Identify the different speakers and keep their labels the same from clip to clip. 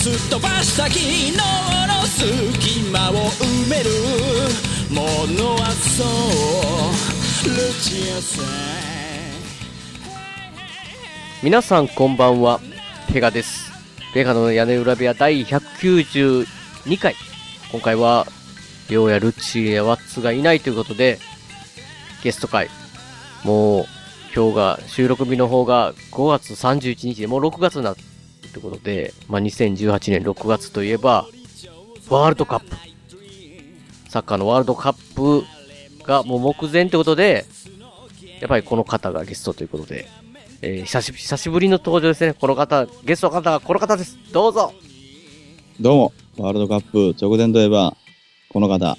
Speaker 1: すっ飛ばした昨日の隙間を埋めるものはそうルチアさん
Speaker 2: 皆さんこんばんは、ペガです。ペガの屋根裏部屋第192回。今回は、りょうやルッチーやワッツがいないということで、ゲスト会。もう、今日が、収録日の方が5月31日で、もう6月になるってことで、まあ、2018年6月といえば、ワールドカップ。サッカーのワールドカップがもう目前ってことで、やっぱりこの方がゲストということで、えー久しぶり久しぶりの登場ですね。この方、ゲストの方がこの方です。どうぞ。
Speaker 3: どうも、ワールドカップ直前といえば、この方、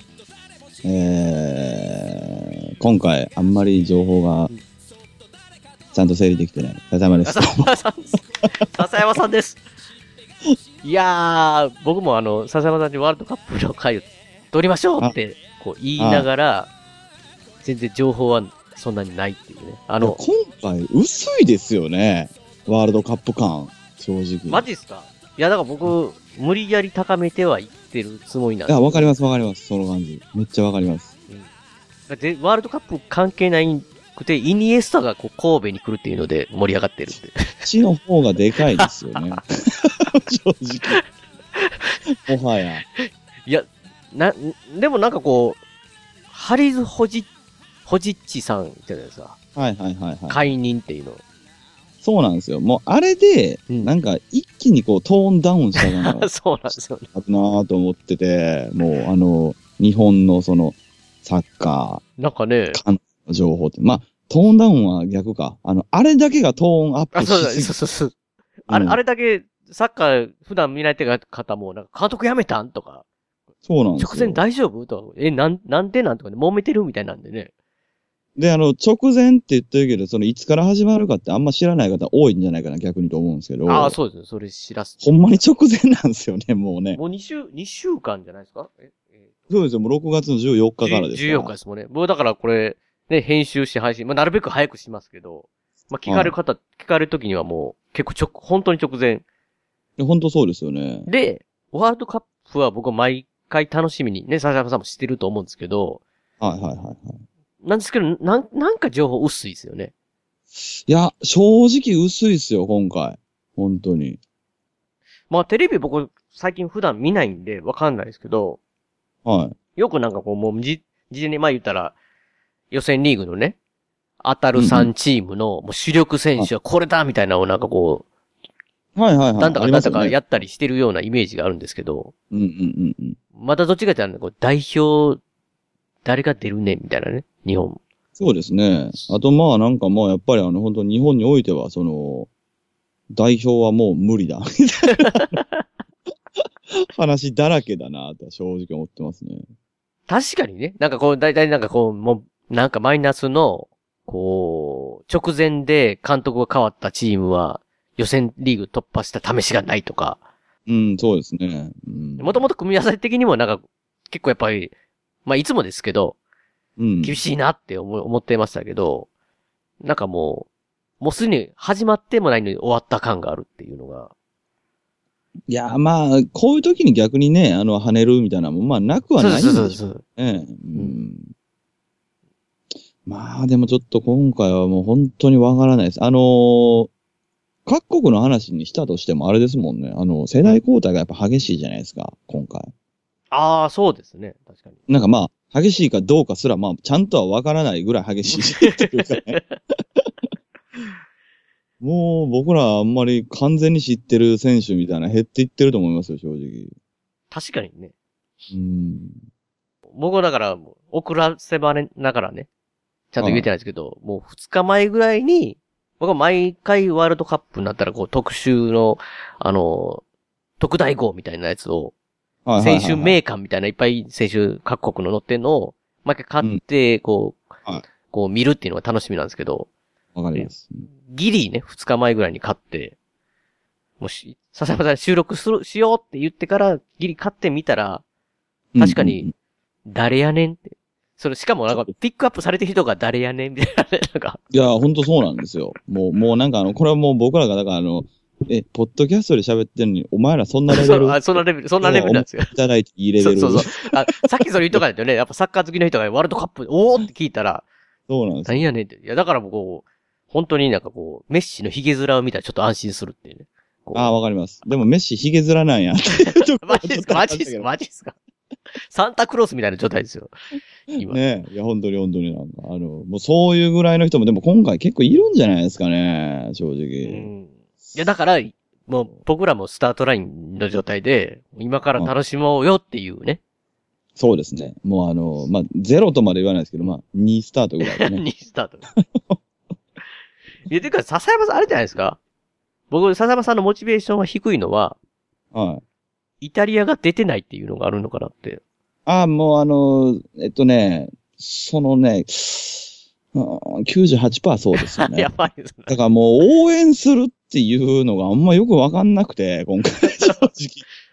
Speaker 3: えー、今回、あんまり情報が、ちゃんと整理できてない。笹山です
Speaker 2: 笹。山さんです。笹山さんです。 いやー、僕もあの、笹山さんにワールドカップの回を取りましょうってこう言いながら、全然情報はそんなにないっていうね。あの、
Speaker 3: 今回、薄いですよね。ワールドカップ感、正直。
Speaker 2: マジっすかいや、だから僕、無理やり高めてはいってるつもりな
Speaker 3: い
Speaker 2: んで
Speaker 3: や、わかります、わかります。その感じ。めっちゃわかります。
Speaker 2: で、ワールドカップ関係ないくて、イニエスタがこう神戸に来るっていうので盛り上がってるって。
Speaker 3: 血の方がでかいですよね。正直。もはや。
Speaker 2: いや、な、でもなんかこう、ハリズ・ホジッ、ホジッチさんじゃないですか。
Speaker 3: はいはいはいはい。
Speaker 2: 解任っていうの。
Speaker 3: そうなんですよ。もう、あれで、
Speaker 2: うん
Speaker 3: なんか、一気にこう、トーンダウンしたかな
Speaker 2: そうなんですよね。
Speaker 3: あるなぁと思ってて、もうあの、日本のその、サッカ
Speaker 2: なんかね、
Speaker 3: ーの情報って、まあ、トーンダウンは逆か。あの、あれだけがトーンアップ
Speaker 2: あ、
Speaker 3: し
Speaker 2: そうだ、
Speaker 3: す
Speaker 2: そう
Speaker 3: ぎ
Speaker 2: そうそう。あれ、
Speaker 3: うん
Speaker 2: あれだけ、サッカー普段見られてる方も、なんか監督辞めたんとか、
Speaker 3: そうなんですよ。
Speaker 2: 直前大丈夫とか、え、なん、なんでなんとかね、揉めてるみたいなんでね。
Speaker 3: で、あの、直前って言ってるけど、その、いつから始まるかってあんま知らない方多いんじゃないかな、逆にと思うんですけど。
Speaker 2: ああ、そうですね。それ知らす。
Speaker 3: ほんまに直前なんですよね、もうね。
Speaker 2: もう2週、二週間じゃないですかえ、え
Speaker 3: そうですよ、もう6月の14日からですから。
Speaker 2: 14日ですもんね。僕だからこれ、ね、編集して配信、まあ、なるべく早くしますけど、まあ、聞かれる方、聞かれる時にはもう、結構直、本当に直前。
Speaker 3: いや。ほんとそうですよね。
Speaker 2: で、ワールドカップは僕は毎回楽しみに、ね、笹山さんもしてると思うんですけど、
Speaker 3: はいはいはいはい。
Speaker 2: なんですけど、なん、なんか情報薄いですよね。
Speaker 3: いや、正直薄いですよ、今回。本当に。
Speaker 2: まあ、テレビ僕、最近普段見ないんで、わかんないですけど、
Speaker 3: はい。
Speaker 2: よくなんかこう、もう、じ、事前に前言ったら、予選リーグのね、当たる3チームの、もう主力選手はこれだみたいなのをなんかこう、
Speaker 3: はいはいはい。
Speaker 2: なんだ
Speaker 3: あ
Speaker 2: か
Speaker 3: り
Speaker 2: な
Speaker 3: ま
Speaker 2: ん
Speaker 3: す
Speaker 2: だ
Speaker 3: よ
Speaker 2: か
Speaker 3: ね
Speaker 2: やったりしてるようなイメージがあるんですけど、
Speaker 3: うんうんうんうん。
Speaker 2: まだどっちかっていうとこう代表、誰が出るねんみたいなね、日本。
Speaker 3: そうですね。あとまあなんかもうやっぱりあの本当日本においてはその、代表はもう無 理だ。みたいな話だらけだなとは正直思ってますね。
Speaker 2: 確かにね、なんかこう、大体なんかこう、もう、なんかマイナスの、こう、直前で監督が変わったチームは、予選リーグ突破した試しがないとか、
Speaker 3: うん、そうですね。うん。
Speaker 2: もともと組み合わせ的にもなんか、結構やっぱり、まあいつもですけど、
Speaker 3: うん。
Speaker 2: 厳しいなって思思ってましたけど、なんかもう、もうすでに始まってもないのに終わった感があるっていうのが、
Speaker 3: いや、まあ、こういう時に逆にね、あの、跳ねるみたいなのも、まあ、なくはないんでし
Speaker 2: そう
Speaker 3: ょ
Speaker 2: そううそうそう。
Speaker 3: うね。うん。まあ、でもちょっと今回はもう本当にわからないです。あのー各国の話にしたとしてもあれですもんね。あの、世代交代がやっぱ激しいじゃないですか、今回。
Speaker 2: ああ、そうですね。確かに。
Speaker 3: なんかまあ、激しいかどうかすら、まあ、ちゃんとはわからないぐらい激しいっていうかね。 もう僕らあんまり完全に知ってる選手みたいな減っていってると思いますよ、正直。
Speaker 2: 確かにね。
Speaker 3: うん。
Speaker 2: 僕はだから、遅らせばれながらね、ちゃんと言えてないですけど、もう2日前ぐらいに、僕は毎回ワールドカップになったら、こう特集の、あの、特大号みたいなやつを
Speaker 3: はいはいはいはい
Speaker 2: 選手名鑑みたいないっぱい選手各国の載ってんのを、毎回買って、こう、
Speaker 3: はい
Speaker 2: こう見るっていうのが楽しみなんですけど、
Speaker 3: わかります。
Speaker 2: ギリね、2日前ぐらいに買って、もし、笹山さん収録する、しようって言ってから、ギリ買ってみたら、確かに
Speaker 3: うんうんうん。
Speaker 2: 誰やねんって。それ、しかもなんか、ピックアップされてる人が誰やねんみたいなね、 なんか、
Speaker 3: いや、ほんとそうなんですよ。もう、もうなんかあの、これはもう僕らが、だからあの、え、ポッドキャストで喋ってるのに、お前らそんなレベ
Speaker 2: そ
Speaker 3: ル
Speaker 2: うあそんなレベル、そんなレベルなんですよ。
Speaker 3: いただいていいレベル。
Speaker 2: そうそうそう。あ、さっきそれ言っとかないとね、やっぱサッカー好きの人がワールドカップ、おーって聞いたら、
Speaker 3: そうなんですよ。
Speaker 2: 何やねんって。いや、だからもうこう、本当になんかこう、メッシのヒゲ面を見たらちょっと安心するっていうね。こう
Speaker 3: ああ、わかります。でも、メッシ、ヒゲ面なんや。マ
Speaker 2: マジですかマジですかマジですかサンタクロースみたいな状態ですよ。今。
Speaker 3: ねえ、いや、本当に本当になんか、あの、もうそういうぐらいの人も、でも今回結構いるんじゃないですかね、正
Speaker 2: う
Speaker 3: 直。
Speaker 2: んいや、だから、もう僕らもスタートラインの状態で、今から楽しもうよっていうね。
Speaker 3: そうですね。もうあの、まあ、ゼロとまで言わないですけど、まあ、2スタートぐらいでね。
Speaker 2: にスタート。いや、てか、笹山さん、あれじゃないですか僕、笹山さんのモチベーションが低いのは、
Speaker 3: はい。
Speaker 2: イタリアが出てないっていうのがあるのかなって。
Speaker 3: ああ、もうあの、えっとね、そのね、うん98%そうですよね。
Speaker 2: やばいですね。
Speaker 3: だからもう応援するっていうのがあんまよくわかんなくて、今 回正直。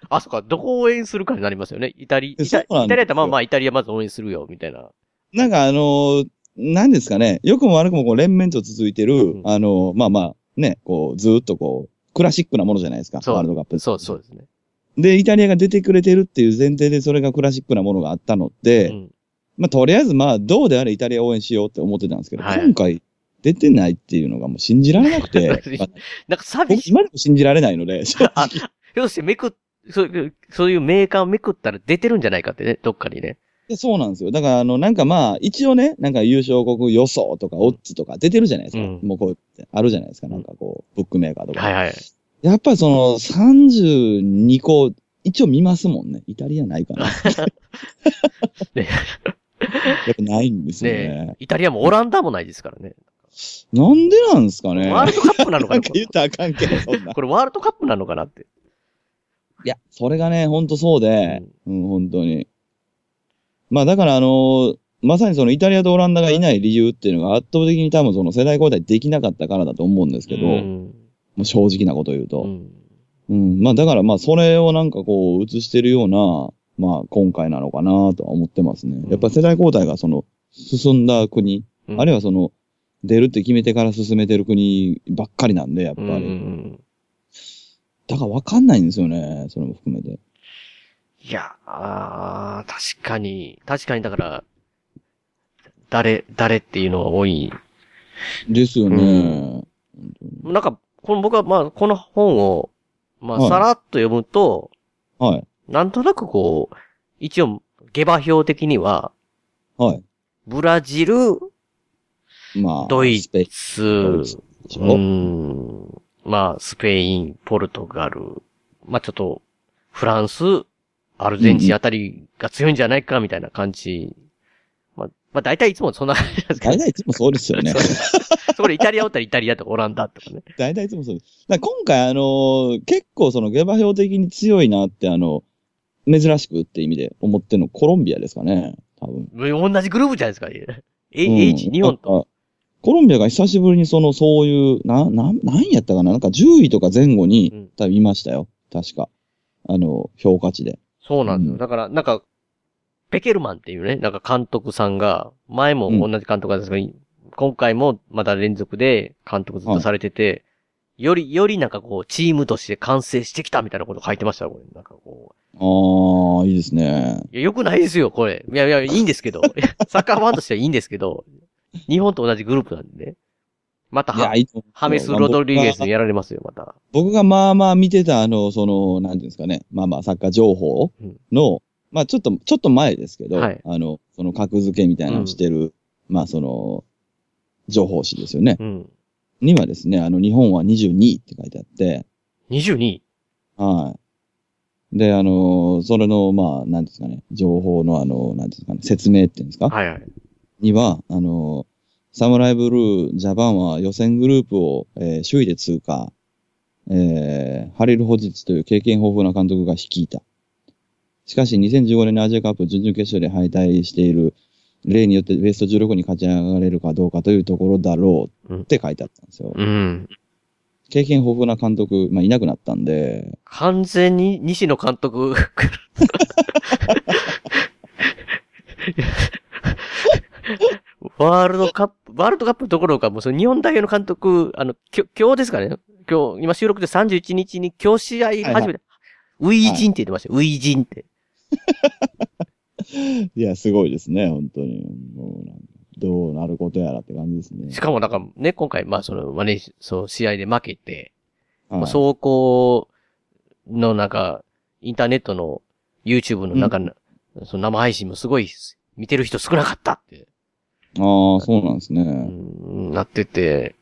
Speaker 2: あ、そっか、どこを応援するかになりますよね。イタリ、イ
Speaker 3: え
Speaker 2: タイ
Speaker 3: そ
Speaker 2: タ
Speaker 3: うなんですよ
Speaker 2: リアやったらまあまあイタリアまず応援するよ、みたいな。
Speaker 3: なんかあの、何ですかね、良くも悪くもこう連綿と続いてる、
Speaker 2: うん
Speaker 3: あの、まあまあ、ね、こう、ずーっとこう、クラシックなものじゃないですか、
Speaker 2: そう
Speaker 3: ワールドカップ。
Speaker 2: そう、そうですね。
Speaker 3: で、イタリアが出てくれてるっていう前提でそれがクラシックなものがあったので、
Speaker 2: うん。
Speaker 3: まあとりあえずまあ、どうであれイタリア応援しようって思ってたんですけど、
Speaker 2: はい
Speaker 3: 今回、出てないっていうのがもう信じられなく て、まあ
Speaker 2: なんか寂
Speaker 3: 僕
Speaker 2: しい。
Speaker 3: 今でも信じられないので、正直
Speaker 2: 要するにめくっ、そういう、そういうメーカーをめくったら出てるんじゃないかってね、どっかにね。
Speaker 3: でそうなんですよ。だから、あの、なんかまあ、一応ね、なんか優勝国予想とかオッズとか出てるじゃないですか。
Speaker 2: うん
Speaker 3: もうこう、あるじゃないですか。なんかこう、ブックメーカーとか。
Speaker 2: はいはい。
Speaker 3: やっぱりその、32個、一応見ますもんね。イタリアないかな。
Speaker 2: ね
Speaker 3: やっぱないんですよね。
Speaker 2: ねイタリアもオランダもないですからね。
Speaker 3: なんでなんですかね。
Speaker 2: ワールドカップなのか
Speaker 3: なん
Speaker 2: な
Speaker 3: か
Speaker 2: こ
Speaker 3: 言っ
Speaker 2: れ
Speaker 3: たらあかんけど、そんな。
Speaker 2: これワールドカップなのかなって。
Speaker 3: いや、それがね、ほんとそうで、うん、本当に。まあだからあのーまさにそのイタリアとオランダがいない理由っていうのが圧倒的に多分その世代交代できなかったからだと思うんですけど、
Speaker 2: うん
Speaker 3: もう正直なこと言う
Speaker 2: う
Speaker 3: と。
Speaker 2: ん
Speaker 3: うん、まあだからまあそれをなんかこう映してるような、まあ今回なのかなとは思ってますね
Speaker 2: う。ん
Speaker 3: やっぱ世代交代がその進んだ国、
Speaker 2: うん
Speaker 3: あるいはその出るって決めてから進めてる国ばっかりなんで、やっぱ
Speaker 2: う
Speaker 3: り。
Speaker 2: んうん
Speaker 3: だからわかんないんですよね、それも含めて。
Speaker 2: いやあー、確かに、確かにだから、誰、誰っていうのは多い。
Speaker 3: ですよね。
Speaker 2: うんなんか、この僕はまあ、この本を、ま
Speaker 3: は
Speaker 2: あ、
Speaker 3: い
Speaker 2: さらっと読むと、
Speaker 3: はい。
Speaker 2: なんとなくこう、一応、下馬評的には、
Speaker 3: はい。
Speaker 2: ブラジル、
Speaker 3: まあ、
Speaker 2: ドイ
Speaker 3: スペイン
Speaker 2: ツ、
Speaker 3: ドイツでし
Speaker 2: う
Speaker 3: ょ、
Speaker 2: ん、まあ、スペイン、ポルトガル、まあちょっと、フランス、アルゼンチンあたりが強いんじゃないか、みたいな感じ。まあ、まあ大体いつもそんな 感じなんですけど
Speaker 3: 大。体いつもそうですよね。
Speaker 2: そこでイタリアおったらイタリアとかオランダとかね。
Speaker 3: 大体いつもそうです。だから今回、あのー結構その下馬評的に強いなって、あの、珍しくって意味で思ってるのコロンビアですかね。多分。
Speaker 2: 同じグループじゃないですか。え、え
Speaker 3: うん
Speaker 2: H、日本。と。
Speaker 3: なんかコロンビアが久しぶりにその、そういう、な、な、なんやったかななんか10位とか前後
Speaker 2: う
Speaker 3: に
Speaker 2: ん、
Speaker 3: 多分いましたよ。確か。あの、評価値で。
Speaker 2: そうなんです
Speaker 3: うん
Speaker 2: よ。だから、なんか、ペケルマンっていうね、なんか監督さんが、前も同じ監督なんですけど、今回もまだ連続で監督ずっとされてて、より、よりなんかこう、チームとして完成してきたみたいなこと書いてましたよ、これ。なんかこ
Speaker 3: あー、いいですね。
Speaker 2: う。いや、良くないですよ、これ。いやいや、いいんですけど。 いやサッカーファンとしてはいいんですけど、日本と同じグループなんでね。また
Speaker 3: いや、
Speaker 2: ハ、
Speaker 3: いいと思う
Speaker 2: ハメス・ロドリゲスにやられますよ、また。
Speaker 3: 僕がまあまあ見てた、あの、その、なんていうんですかね、まあまあサッカー情報の、まあちょっと、ちょっと前ですけど、
Speaker 2: はい
Speaker 3: あの、その格付けみたいなのをしてる、まあその、情報誌ですよね。
Speaker 2: うん。
Speaker 3: にはですね、あの、日本は22位って書いてあって、
Speaker 2: 22。
Speaker 3: はい。で、あの、それの、まあ、なんていうんですかね、情報のあの、なんていうんですかね、説明っていうんですか、
Speaker 2: はいはい。
Speaker 3: には、あの、サムライブルージャパンは予選グループを、えー首位で通過。えーハリル・ホジッチという経験豊富な監督が率いた。しかし2015年のアジアカップ準々決勝で敗退している、例によってベスト16に勝ち上がれるかどうかというところだろうって書いてあったんですよ。
Speaker 2: うん。
Speaker 3: 経験豊富な監督、まあ、いなくなったんで、
Speaker 2: 完全に西野監督。ワールドカップ、ワールドカップどころか、もうその日本代表の監督、あの、きょ今日ですかね今日、今収録で31日に今日試合始めて、
Speaker 3: はいは
Speaker 2: ウィージンって言ってましたよ。ウィージンって。
Speaker 3: いや、すごいですね、本当に。もうなんかどうなることやらって感じですね
Speaker 2: し。かもなんかね、今回、まあその、マネージそう、試合で負けて、
Speaker 3: はい
Speaker 2: 走行のなんか、インターネットの YouTube の中の、その生配信もすごい、見てる人少なかったって、
Speaker 3: ああ、そうなんです
Speaker 2: う
Speaker 3: ね。
Speaker 2: んなってて、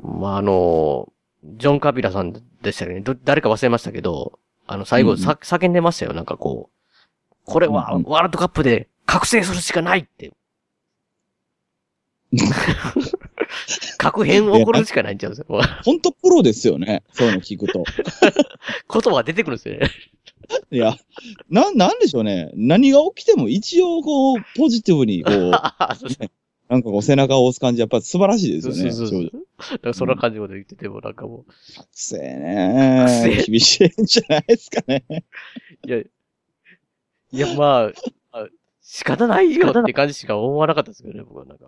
Speaker 2: まあ、あの、ジョン・カビラさんでしたよね。ど、誰か忘れましたけど、あの、最
Speaker 3: う
Speaker 2: 後、
Speaker 3: ん
Speaker 2: さ、叫んでましたよ。なんかこう、これは
Speaker 3: うんうん
Speaker 2: ワールドカップで覚醒するしかないって。確変起こるしかないんちゃうんですよ。
Speaker 3: 本当プロですよね、そういうの聞くと。
Speaker 2: 言葉出てくるんですよね。
Speaker 3: いや、な、なんでしょうね。何が起きても一応こう、ポジティブにこう、 なんかこう背中を押す感じ、やっぱ素晴らしいですよね。
Speaker 2: そうそうそう。だからそんな感じまで言ってても、なんかも
Speaker 3: くせえね
Speaker 2: くせ
Speaker 3: 厳しいんじゃないですかね。
Speaker 2: う、いや、いや、まあ、あ仕方ないよって感じしか思わなかったですけどね、僕はなんか。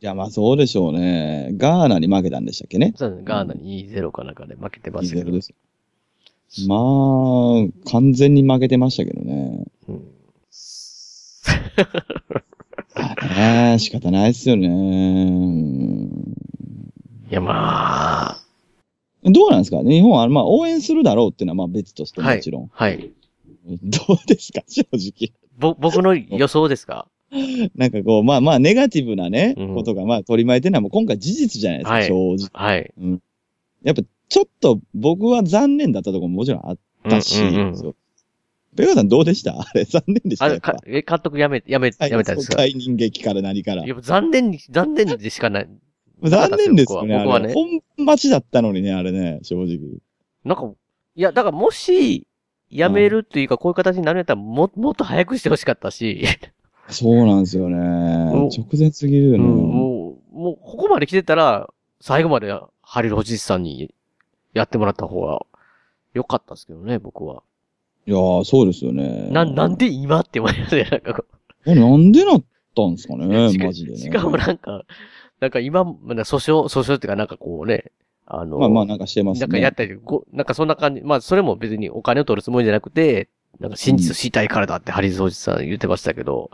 Speaker 3: いや、まあそうでしょうね。ガーナに負けたんでしたっけね。
Speaker 2: そうですね、ガーナに2-0かなんかで負けてましたけ
Speaker 3: 2-0
Speaker 2: ど。
Speaker 3: です。まあ、完全に負けてましたけどね。
Speaker 2: うん、
Speaker 3: ああ、仕方ないですよね。うん
Speaker 2: いや、まあ、
Speaker 3: どうなんですか日本は、まあ応援するだろうっていうのはまあ別としてもちろん。
Speaker 2: はい。
Speaker 3: どうですか正直。
Speaker 2: ぼ、僕の予想ですか
Speaker 3: なんかこう、まあまあ、ネガティブなね、
Speaker 2: うん
Speaker 3: ことが、まあ、取り巻いてるのはもう今回事実じゃないですか、
Speaker 2: はい
Speaker 3: 正直。
Speaker 2: はい。
Speaker 3: やっぱ、ちょっと僕は残念だったところももちろんあっ
Speaker 2: うん
Speaker 3: たし、
Speaker 2: うんうん
Speaker 3: そうペガさんどうでしたあ れ、残念でした
Speaker 2: あ
Speaker 3: や
Speaker 2: れ
Speaker 3: っぱ
Speaker 2: かえ、監督やめ、やめ、
Speaker 3: はい
Speaker 2: やめたんです
Speaker 3: そ
Speaker 2: か
Speaker 3: う解任劇から何から
Speaker 2: い。や、残念に、残念でしかない。
Speaker 3: 残念ですよね、
Speaker 2: 僕は
Speaker 3: あ
Speaker 2: 僕はね
Speaker 3: れ。本町だったのにね、あれね、正直。
Speaker 2: なんか、いや、だからもし、やめるというか、こういう形になるんやったら、も、もっと早くしてほしかったし。
Speaker 3: そうなんですよね。直前すぎるよ
Speaker 2: うん、
Speaker 3: ね。
Speaker 2: もう、もう、ここまで来てたら、最後までハリル・ホジスさんにやってもらった方が良かったですけどね、僕は。
Speaker 3: いやー、そうですよね。
Speaker 2: な、なんで今って思いますね、なんかこ
Speaker 3: えなんでなったんですかね、
Speaker 2: う。
Speaker 3: マジでね。
Speaker 2: しかもなんか、なんか今、まだ訴訟、訴訟っていうかなんかこうね、あの、
Speaker 3: まあまあ、なんかしてますね。
Speaker 2: なんかやったり、ごなんかそんな感じ、まあそれも別にお金を取るつもりじゃなくて、なんか真実を知りたいからだってハリル・ホジスさん言ってましたけど、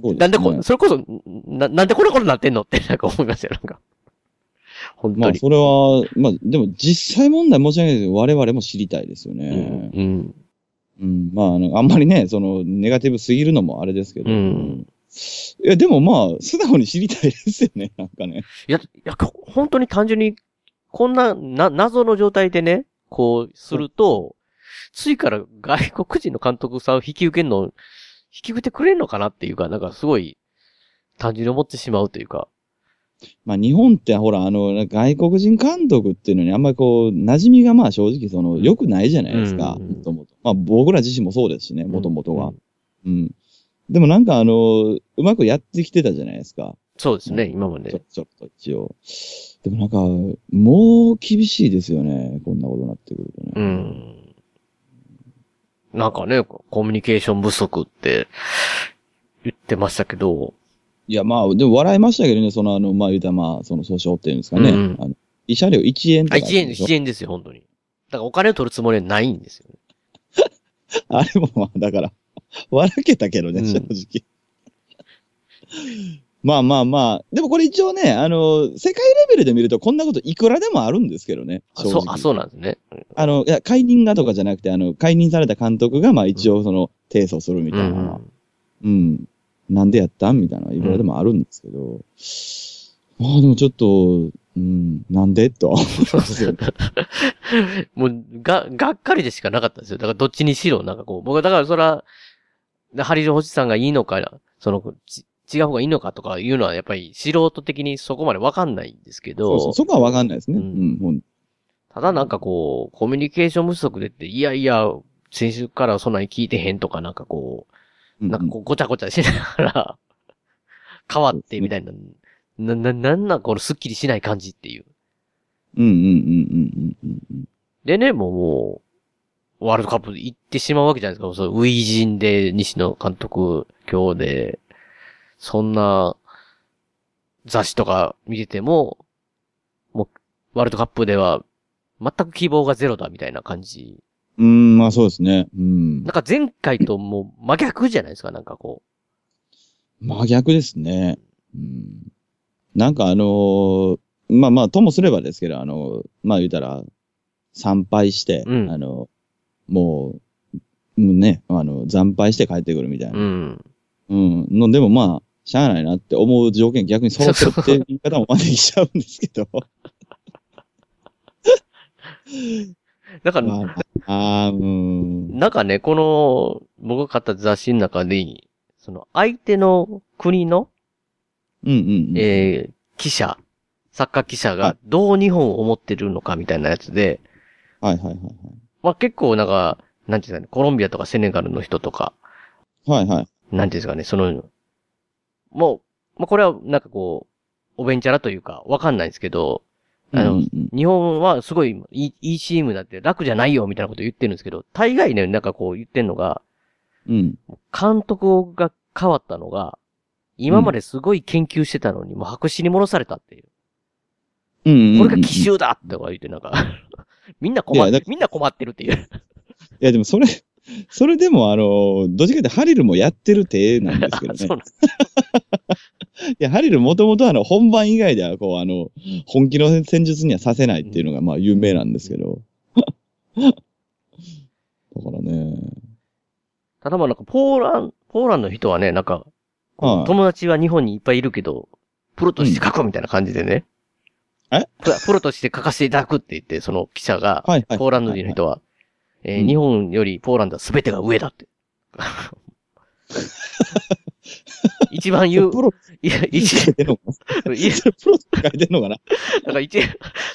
Speaker 3: そうすね
Speaker 2: なんでこ、それこそ、な、なんでこんなことになってんのってなんか思いましたよ、なんか。本当
Speaker 3: まあ、
Speaker 2: に。
Speaker 3: それは、まあ、でも実際問題申し訳ないですけど、我々も知りたいですよね。
Speaker 2: うん。
Speaker 3: うん。まああの、あんまりね、その、ネガティブすぎるのもあれですけど。
Speaker 2: うん
Speaker 3: いや、でもまあ、素直に知りたいですよね、なんかね。
Speaker 2: いや、いや、こ本当に単純に、こんな、な、謎の状態でね、こう、すると、ついから外国人の監督さんを引き受けるの、引き受けてくれんのかなっていうか、なんかすごい、単純に思ってしまうというか。
Speaker 3: まあ、日本ってほら、あの、外国人監督っていうのにあんまりこう、馴染みがまあ正直その、良くないじゃないですか、
Speaker 2: うん
Speaker 3: もともと。まあ、僕ら自身もそうですしね、もともと
Speaker 2: う
Speaker 3: は
Speaker 2: ん。。
Speaker 3: うん。でもなんかあの、うまくやってきてたじゃないですか。
Speaker 2: そうですね、
Speaker 3: うん
Speaker 2: 今ま
Speaker 3: ちょ
Speaker 2: で。
Speaker 3: ちょっと一応。でもなんか、もう厳しいですよね。こんなことになってくるとね。
Speaker 2: うん。なんかね、コミュニケーション不足って言ってましたけど、
Speaker 3: いや、まあ、でも笑いましたけどね、その、あの、まあ、言うたらまあ、その訴訟っていうんですかね。
Speaker 2: うんうん
Speaker 3: あの慰謝料1円と
Speaker 2: あ、
Speaker 3: か。
Speaker 2: 1円、1。円ですよ、本当に。だからお金を取るつもりはないんですよね。
Speaker 3: あれもまあ、だから、笑けたけどね、
Speaker 2: うん
Speaker 3: 正直。 まあまあまあ、でもこれ一応ね、あの、世界レベルで見るとこんなこといくらでもあるんですけどね。
Speaker 2: あ
Speaker 3: 正
Speaker 2: そう
Speaker 3: 直、
Speaker 2: あ、そうなんですね。
Speaker 3: あの、いや、解任がとかじゃなくて、あの、解任された監督が、まあ一応その、提訴するみ
Speaker 2: う
Speaker 3: たいな。
Speaker 2: ん。
Speaker 3: うん。なんでやったんみたいな、いろいろでもあるんですけど、まあでもちょっと、うん、なんでとは思いますよ
Speaker 2: もう、が、がっかりでしかなかったんですよ。だからどっちにしろ、なんかこう、僕はだからそら、ハリル・ホジさんがいいのか、その、ち違う方がいいのかとかいうのは、やっぱり素人的にそこまでわかんないんですけ
Speaker 3: そ
Speaker 2: ど、
Speaker 3: う そう、そこはわかんないですね。
Speaker 2: う
Speaker 3: うんん、ほん
Speaker 2: ただなんかこう、コミュニケーション不足でって、いやいや、先週からそんなに聞いてへんとか、なんかこ
Speaker 3: う
Speaker 2: う、
Speaker 3: ん
Speaker 2: なんかこう、ごちゃごちゃしなが ら、変わってみたいな、な、な、なんなんこのスッキリしない感じっていう。
Speaker 3: うんうんうんうんうんうん。
Speaker 2: でね、もう、もう、ワールドカップ行ってしまうわけじゃないですか。そう、初陣で、西野監督、今日で、そんな、雑誌とか見てても、もう、ワールドカップでは、全く希望がゼロだ、みたいな感じ。
Speaker 3: うーん、まあそうですね。うん
Speaker 2: なん。か前回ともう真逆じゃないですか、なんかこ
Speaker 3: 真逆ですね。うん。なんかあのーまあまあ、ともすればですけど、あのーまあ言うたら、参拝して、
Speaker 2: うん。
Speaker 3: あの、もう、うんね、あの、惨敗して帰ってくるみたいうな。
Speaker 2: うん。
Speaker 3: うん。の、でもまあ、しゃあないなって思う条件逆に揃ってるっていう言い方もまねしちゃうんですけど。
Speaker 2: だから、
Speaker 3: まあ、あーうーん。
Speaker 2: なんかね、この、僕が買った雑誌の中で、その、相手の国の、
Speaker 3: うんうんうん。
Speaker 2: えー、記者、サッカー記者
Speaker 3: は
Speaker 2: が
Speaker 3: い
Speaker 2: どう日本を思ってるのかみたいなやつで、
Speaker 3: はいはいはいはい。
Speaker 2: まあ結構なんか、なんていうんですかね、コロンビアとかセネガルの人とか、
Speaker 3: はいはい。
Speaker 2: なんていうんですかね、その、もう、まあこれはなんかこう、おべんちゃらというか、わかんないんですけど、あの
Speaker 3: うんうん
Speaker 2: 日本はすごいいいいいチームだって楽じゃないよみたいなこと言ってるんですけど、大概ね、なんかこう言ってんのが、
Speaker 3: うん。
Speaker 2: 監督が変わったのが、今まですごい研究してたのに、もう白紙に戻されたっていう。
Speaker 3: うんうんうん。
Speaker 2: これが奇襲だとか言って、なんか、 みんな困っ
Speaker 3: いや
Speaker 2: て
Speaker 3: だ、
Speaker 2: みんな困ってるっていう。
Speaker 3: いや、でもそれ、 それでも、あの、どっちかってハリルもやってる手なんですけど
Speaker 2: そう
Speaker 3: ね
Speaker 2: なん。です。
Speaker 3: いや、ハリルもともとあの、本番以外では、こう、あの、本気の戦術にはさせないっていうのが、まあ、有名なんですけど。 だからね。
Speaker 2: ただまあなんか、ポーラン、ポーランの人はね、なんか、
Speaker 3: はい。
Speaker 2: 友達は日本にいっぱいいるけど、プロとして書こうみたいな感じでね。
Speaker 3: うんえ
Speaker 2: プロプロとして書かせていただくって言って、その記者が、
Speaker 3: はいはい
Speaker 2: ポーランド人の人は、えー
Speaker 3: うん
Speaker 2: 日本よりポーランドは全てが上だって。 一番 言う
Speaker 3: プ、ロ
Speaker 2: いや、
Speaker 3: 意識
Speaker 2: 一、
Speaker 3: てんのか
Speaker 2: いや
Speaker 3: なプロって書いてんのかな
Speaker 2: なんか一、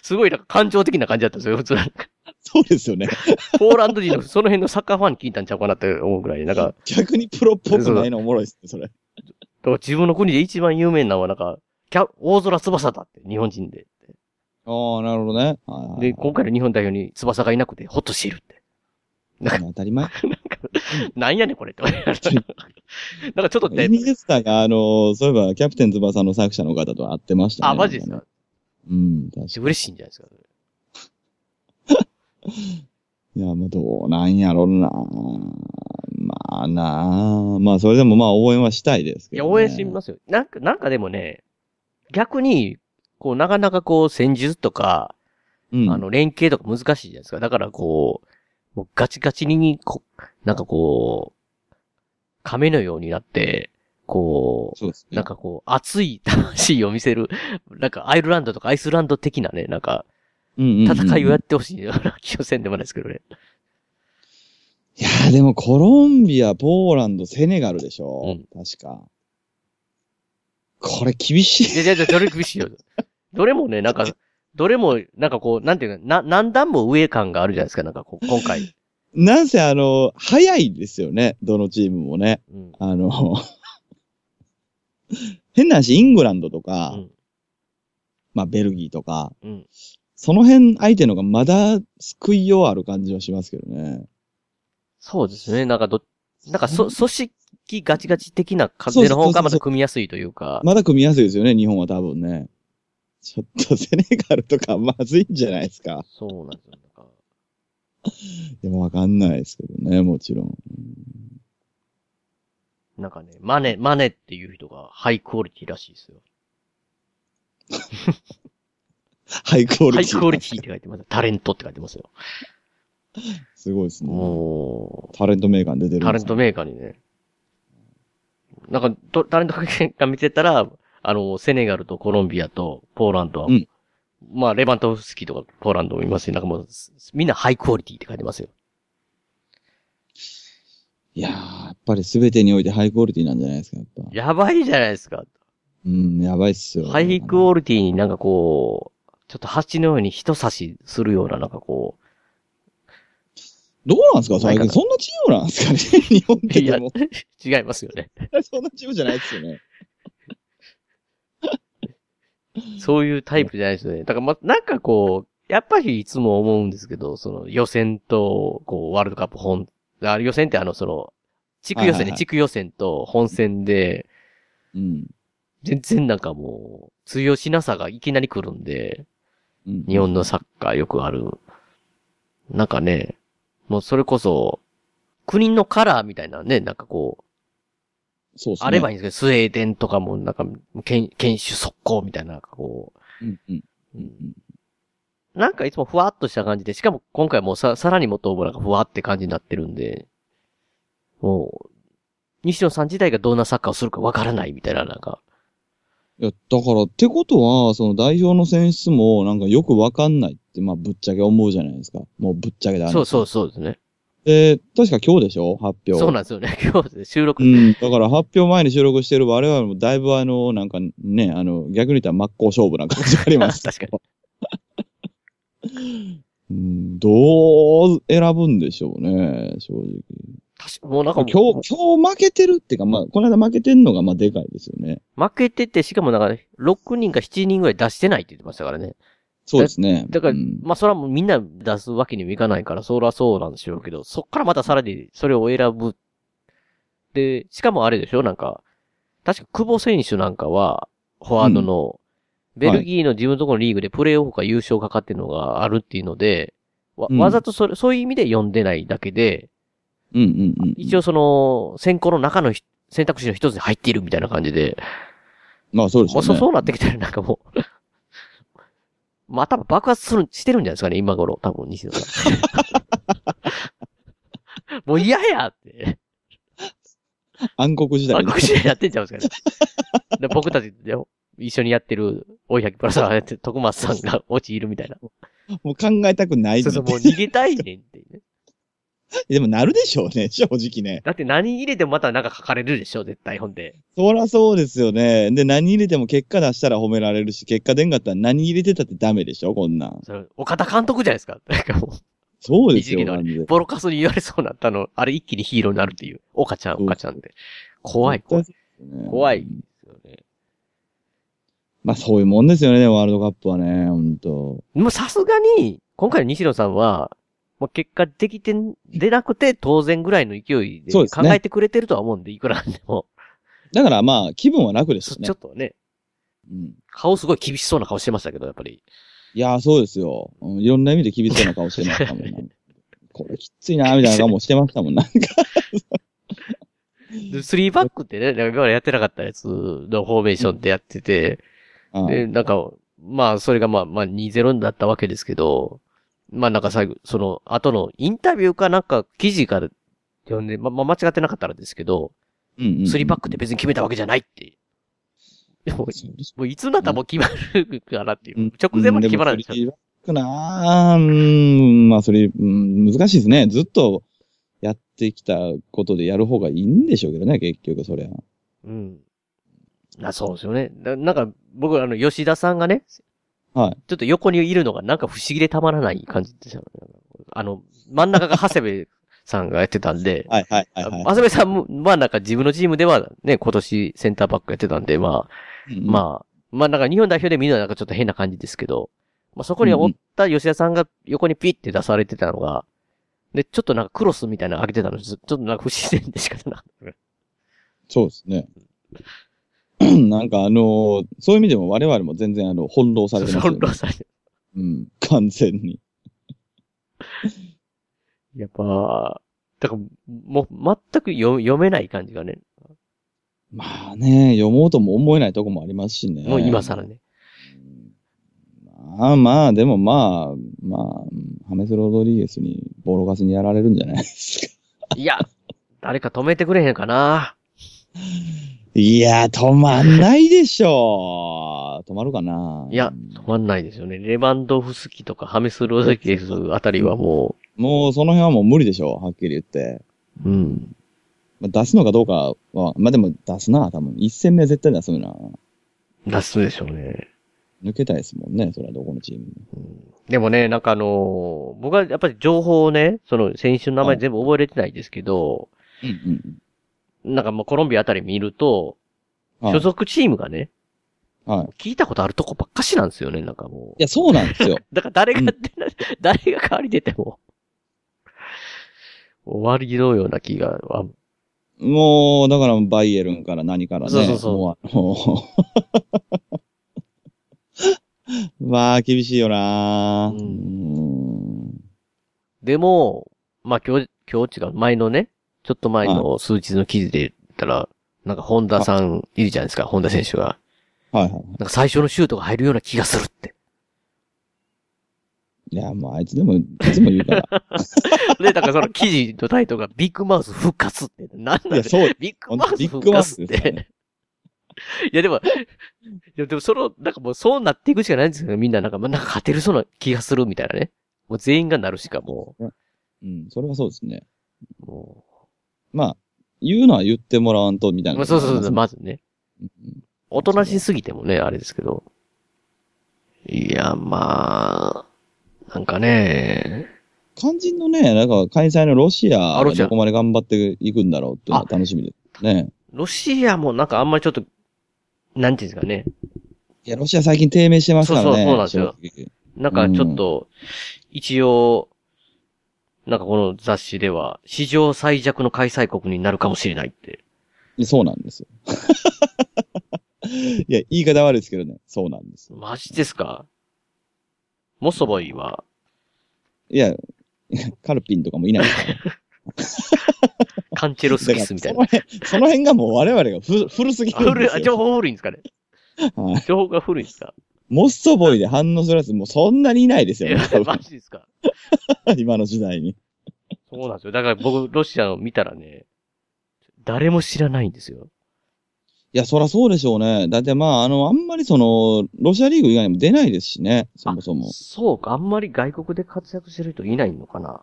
Speaker 2: すごいなんか感情的な感じだったんですよ、普通。
Speaker 3: そうですよね。
Speaker 2: ポーランド人のその辺のサッカーファンに聞いたんちゃうかなって思うぐらい、なんか、
Speaker 3: 逆にプロっぽくないのおもろいですね、それ。
Speaker 2: 自分の国で一番有名なのはなんか、キャ、大空翼だって、日本人で。
Speaker 3: ああ、なるほどね。はいはい
Speaker 2: で、今回の日本代表に翼がいなくて、ほっとしているって。
Speaker 3: 当たり前。
Speaker 2: なんやねん、これって。なんかち ょっと
Speaker 3: イ
Speaker 2: ね、
Speaker 3: ニエスタが、あの、そういえば、キャプテン翼の作者の方と会ってましたね。
Speaker 2: あ、マジですか
Speaker 3: うん、確かに。
Speaker 2: 嬉しいんじゃないですか。
Speaker 3: いや、まあ、どうなんやろな。まあなあ。まあ、それでもまあ、応援はしたいです
Speaker 2: い
Speaker 3: けど、
Speaker 2: や、
Speaker 3: ね。
Speaker 2: 応援してみますよ。なんか、なんかでもね、逆に、こう、なかなかこう、戦術とか、
Speaker 3: うん。
Speaker 2: あの、連携とか難しいじゃないですか。だからこう、もうガチガチに、こなんかこう、亀のようになって、こ
Speaker 3: そうです
Speaker 2: う、
Speaker 3: ね。
Speaker 2: なんかこう、熱い魂を見せる、なんかアイルランドとかアイスランド的なね、なんか、
Speaker 3: うんうんうん
Speaker 2: 戦いをやってほしいような気をせんでもないですけどね。
Speaker 3: いや、でも、コロンビア、ポーランド、セネガルでしょ。確か。これ、厳しい。
Speaker 2: いやいやいや、どれ厳しいよ。どれもね、なんか、どれも、なんかこう、なんていうか、な、何段も上感があるじゃないですか、なんかこう、今回。
Speaker 3: なんせ、あの、早いですよね。どのチームもね。
Speaker 2: うん。
Speaker 3: あの、 変な話、イングランドと
Speaker 2: う
Speaker 3: か、
Speaker 2: ん。
Speaker 3: まあ、ベルギーとか、
Speaker 2: うん。
Speaker 3: その辺相手のがまだ救いようある感じはしますけどね。
Speaker 2: そうですね、なんかど、なんかそ、組織ガチガチ的な風の方がまだ組みやすいというか、
Speaker 3: まだ組みやすいですよね、日本は多分ね。ちょっとセネガルとかまずいんじゃないですか。
Speaker 2: そうなんですよ。なんか
Speaker 3: でもわかんないですけどね、もちろん。
Speaker 2: なんかね、マネ、マネっていう人がハイクオリティらしいですよ。
Speaker 3: ハイクオリ
Speaker 2: ハ
Speaker 3: テ
Speaker 2: イ
Speaker 3: ィ。
Speaker 2: クオリティって書いてます。タレントって書いてますよ。
Speaker 3: すごいですね。
Speaker 2: も
Speaker 3: タレント名ー出てるん
Speaker 2: う、
Speaker 3: です
Speaker 2: タレントメーカーにね。なんか、とタレントメーカー見てたら、あの、セネガルとコロンビアとポーランドは、
Speaker 3: うん
Speaker 2: まあ、レバントフスキとかポーランドもいますし、なんかもう、みんなハイクオリティって書いてますよ。
Speaker 3: いやー、やっぱり全てにおいてハイクオリティなんじゃないですか、やっぱ。
Speaker 2: やばいじゃないですか。
Speaker 3: うん、やばいっすよ。
Speaker 2: ハイクオリティになんかこう、ちょっと蜂のように人差しするような、なんかこう、
Speaker 3: どうなんですか最
Speaker 2: な
Speaker 3: 近。
Speaker 2: いかな
Speaker 3: そんなチームなんですかね 日本ってで
Speaker 2: いや
Speaker 3: も、、
Speaker 2: 違いますよね。
Speaker 3: そんなチームじゃないですよね。
Speaker 2: そういうタイプじゃないですよね。だからま、なんかこう、やっぱりいつも思うんですけど、その予選と、こう、ワールドカップ本、あ予選ってあの、その、地区予
Speaker 3: はい
Speaker 2: 選
Speaker 3: はい
Speaker 2: ね、
Speaker 3: はい
Speaker 2: 地区予選と本戦で、
Speaker 3: うん。
Speaker 2: 全然なんかもう、通用しなさがいきなり来るんで、
Speaker 3: うん
Speaker 2: 日本のサッカーよくある。なんかね、もうそれこそ、国のカラーみたいなね、なんかこう、
Speaker 3: そうですね。
Speaker 2: あればい
Speaker 3: い。
Speaker 2: いんですけど、スウェーデンとかもなんか、剣剣手速攻みたいな、なんかこ
Speaker 3: うんうん
Speaker 2: う、
Speaker 3: うんうん。
Speaker 2: なんかいつもふわっとした感じで、しかも今回もうさ、さらにもっとなんかふわって感じになってるんで、もう、西野さん自体がどんなサッカーをするかわからないみたいな、なんか、
Speaker 3: いや、だから、ってことは、その代表の選出も、なんかよくわかんないって、まあ、ぶっちゃけ思うじゃないですか。もうぶっちゃけだね。
Speaker 2: そうそうそうですね。
Speaker 3: で、確か今日でしょ発表。
Speaker 2: そうなんですよね。 今日収録、
Speaker 3: うん。だから発表前に収録してる我々もだいぶあの、なんかね、あの、逆に言ったら真っ向勝負な感じがあります
Speaker 2: 。確か
Speaker 3: に。うん、どう選ぶんでしょうね、正直。
Speaker 2: 確かもうなんか
Speaker 3: 今
Speaker 2: もう
Speaker 3: 日、今日負けてるっていうか、まあ、この間負けてんのが、まあ、でかいですよね。
Speaker 2: 負けてて、しかもなんか、6人か7人ぐらい出してないって言ってましたからね。
Speaker 3: そうですね。
Speaker 2: だから
Speaker 3: うん
Speaker 2: まあそれはもうみんな出すわけにもいかないから、そらそうなんでしょうけど、そっからまたさらにそれを選ぶ。で、しかもあれでしょなんか、確か久保選手なんかは、フォワードの、ベルギーの自分のところのリーグでプレーオフか優勝かかってるのがあるっていうので、わ、
Speaker 3: うん
Speaker 2: わざとそれ、そういう意味で読んでないだけで、
Speaker 3: うんうんうん。
Speaker 2: 一応その、選考の中のひ選択肢の一つに入っているみたいな感じで、
Speaker 3: まあ、そうですよ
Speaker 2: もう
Speaker 3: ね。
Speaker 2: そそうなってきたらなんかもう、 まあ多分爆発する、してるんじゃないですかね、今頃。多分、西野さん。 もう嫌やって。
Speaker 3: 暗黒時代
Speaker 2: 暗黒時代やってんちゃうんですかね。で僕たちで一緒にやってる、おい100プラスはやってる徳松さんが陥る みたいな。
Speaker 3: もう考えたくない
Speaker 2: そうそう、もう逃げたいねんって、ね。
Speaker 3: でもなるでしょうね、正直ね。
Speaker 2: だって何入れてもまたなんか書かれるでしょ、絶対、ほんで。
Speaker 3: そらそうですよね。で、何入れても結果出したら褒められるし、結果出んかったら何入れてたってダメでしょ、こんなん。
Speaker 2: それ、岡田監督じゃないですか。なんかも
Speaker 3: そうですよ、
Speaker 2: 一時の
Speaker 3: マジで。
Speaker 2: う、ボロカスに言われそうになったの、あれ一気にヒーローになるっていう。岡ちゃん、岡ちゃんって。怖い、怖い。怖い。ですよね。
Speaker 3: まあ、そういうもんですよね、でもワールドカップはね、ほんと。
Speaker 2: もうさすがに、今回の西野さんは、もう結果できてん、出なくて当然ぐらいの勢いで
Speaker 3: そう
Speaker 2: 考
Speaker 3: ですね
Speaker 2: えてくれてるとは思うんで、いくらなんでも。
Speaker 3: だからまあ、気分は楽です
Speaker 2: そ
Speaker 3: よ
Speaker 2: ち
Speaker 3: ね
Speaker 2: ょ。っとね、
Speaker 3: うん、
Speaker 2: 顔すごい厳しそうな顔してましたけど、やっぱり。
Speaker 3: いやー、そうですよ、うん。いろんな意味で厳しそうな顔してましたもん、ね。これきついな、みたいな顔もしてましたもん、なんか。
Speaker 2: でスリーバックってね、なんか今までやってなかったやつのフォーメーションでやってて、
Speaker 3: うん
Speaker 2: で、なんか、まあ、それがまあ、まあ、2-0になったわけですけど、まあ、なんか最後、その、後のインタビューかなんか、記事から読んで、まあ、まあ、間違ってなかったらですけど、
Speaker 3: うんうん
Speaker 2: スリーバックって別に決めたわけじゃないって。でも、
Speaker 3: そうです
Speaker 2: もういつになったらもう決まるからっていうう。
Speaker 3: ん
Speaker 2: 直前まで決まらな
Speaker 3: うん
Speaker 2: いで
Speaker 3: でもスリ
Speaker 2: しょ
Speaker 3: ーバックなあうーん、まあ、それ、うん、難しいですね。ずっとやってきたことでやる方がいいんでしょうけどね、結局、それは。
Speaker 2: うん。あそうですよね。ななんか、僕、あの、吉田さんがね、
Speaker 3: はい。
Speaker 2: ちょっと横にいるのがなんか不思議でたまらない感じでしたよね。あの、真ん中が長谷部さんがやってたんで、
Speaker 3: はい、はい、はい、
Speaker 2: 長
Speaker 3: はい。
Speaker 2: 谷部さんも、まあなんか自分のチームではね、今年センターバックやってたんで、まあ、
Speaker 3: うん
Speaker 2: まあ、まあなんか日本代表で見るのはなんかちょっと変な感じですけど、まあそこにおった吉田さんが横にピッて出されてたのが、で、ちょっとなんかクロスみたいなの上げてたのです、ちょっとなんか不自然でしかなかった。
Speaker 3: そうですね。なん かあのーそういう意味でも我々も全然あの、翻弄されてますよ、 ね。
Speaker 2: 翻弄されて
Speaker 3: うん、完全に。
Speaker 2: やっぱ、だから、もう全く読読めない感じがね、
Speaker 3: まあね、読もうとも思えないとこもありますしね。
Speaker 2: もう今更ね。
Speaker 3: まあまあ、でもまあ、まあ、ハメス・ロドリゲスにボロガスにやられるんじゃない ですか。
Speaker 2: いや、誰か止めてくれへんかな。
Speaker 3: いや、止まんないでしょう。止まるかない
Speaker 2: や、止まんないですよね。レバンドフスキとかハメスロゼケスあたりはも
Speaker 3: もうその辺はもう無理でしょう。はっきり言って。
Speaker 2: う、うん。
Speaker 3: まあ、出すのかどうかは、まあでも出すな、多分。一戦目絶対出すな。
Speaker 2: 出すでしょうね。
Speaker 3: 抜けたいですもんね、それはどこのチームも。
Speaker 2: でもね、なんかあのー僕はやっぱり情報をね、その選手の名前全部覚えれてないですけど、
Speaker 3: うんうん
Speaker 2: なんかもうコロンビアあたり見ると、
Speaker 3: うん。はい
Speaker 2: 所属チームがね、
Speaker 3: はい。
Speaker 2: 聞いたことあるとこばっかしなんですよね、なんかも
Speaker 3: いや、そうなん ですよ。
Speaker 2: う。だから誰が、
Speaker 3: うん
Speaker 2: 誰が代わり出ても、終わりのような気が、あ
Speaker 3: もう、だから、バイエルンから何からね。
Speaker 2: そうそうそう
Speaker 3: もうあの まあ、厳しいよな、
Speaker 2: うん
Speaker 3: うん、
Speaker 2: でも、まあ今日、今日違う、前のね、ちょっと前の数日の記事で言ったら、なんか本田さんいるじゃないですか、本田選手が。
Speaker 3: はいはい。
Speaker 2: なんか最初のシュートが入るような気がするって。
Speaker 3: いや、もう、あいつでも、いつも言う から。
Speaker 2: で、だからその記事のタイトルがビッグマウス復活って。なん
Speaker 3: い
Speaker 2: なん
Speaker 3: や、
Speaker 2: で
Speaker 3: そう、
Speaker 2: ビッグマウス
Speaker 3: ビッ
Speaker 2: 復
Speaker 3: グマウ
Speaker 2: 活
Speaker 3: ス
Speaker 2: っ
Speaker 3: ですから
Speaker 2: て。 いや、でも、いや、でもその、なんかもうそうなっていくしかないんですけど、みんななんか、まあなんか勝てるそうな気がするみたいなね。もう全員がなるしかも
Speaker 3: うん、それはそうですね。
Speaker 2: う、も
Speaker 3: まあ、言うのは言ってもらわんと、みた
Speaker 2: う。
Speaker 3: い
Speaker 2: ま
Speaker 3: な。
Speaker 2: あそうそうそう、
Speaker 3: ま
Speaker 2: まずね。おとなしすぎてもね、あれですけど。いや、まあ、なんかね、
Speaker 3: 肝心のね、なんか、開催のロシア
Speaker 2: あ
Speaker 3: が
Speaker 2: ロシア
Speaker 3: どこまで頑張っていくんだろうっていうのは楽しみですね。
Speaker 2: ロシアもなんかあんまりちょっと、なんていうんですかね。
Speaker 3: いや、ロシア最近低迷してますからね。
Speaker 2: そうそうそうなんですよ
Speaker 3: 正直。
Speaker 2: なんかちょっと、一応、なんかこの雑誌では、史上最弱の開催国になるかもしれないって。
Speaker 3: そうなんですよ。 いや、言い方悪いですけどね。そうなんですよ。
Speaker 2: マジですかモソボイは、
Speaker 3: いや、カルピンとかもいないですから。
Speaker 2: カンチェロ スキスみたいな。
Speaker 3: だからその辺、その辺がもう我々がふ古すぎ
Speaker 2: あ
Speaker 3: るんで
Speaker 2: 古い
Speaker 3: す
Speaker 2: あ
Speaker 3: よ。
Speaker 2: 情報古いんですかね
Speaker 3: はい
Speaker 2: 情報が古いんです か
Speaker 3: モストボイで反応するやつもうそんなにいないです
Speaker 2: い
Speaker 3: よ、ね
Speaker 2: や、
Speaker 3: 多分
Speaker 2: マジですか
Speaker 3: 今の時代に。
Speaker 2: そうなんですよ。だから僕、ロシアの見たらね、誰も知らないんですよ。
Speaker 3: いや、そらそうでしょうね。だってまあ、あの、あんまりその、ロシアリーグ以外にも出ないですしね、そもそも。
Speaker 2: そうか、あんまり外国で活躍してる人いないのかな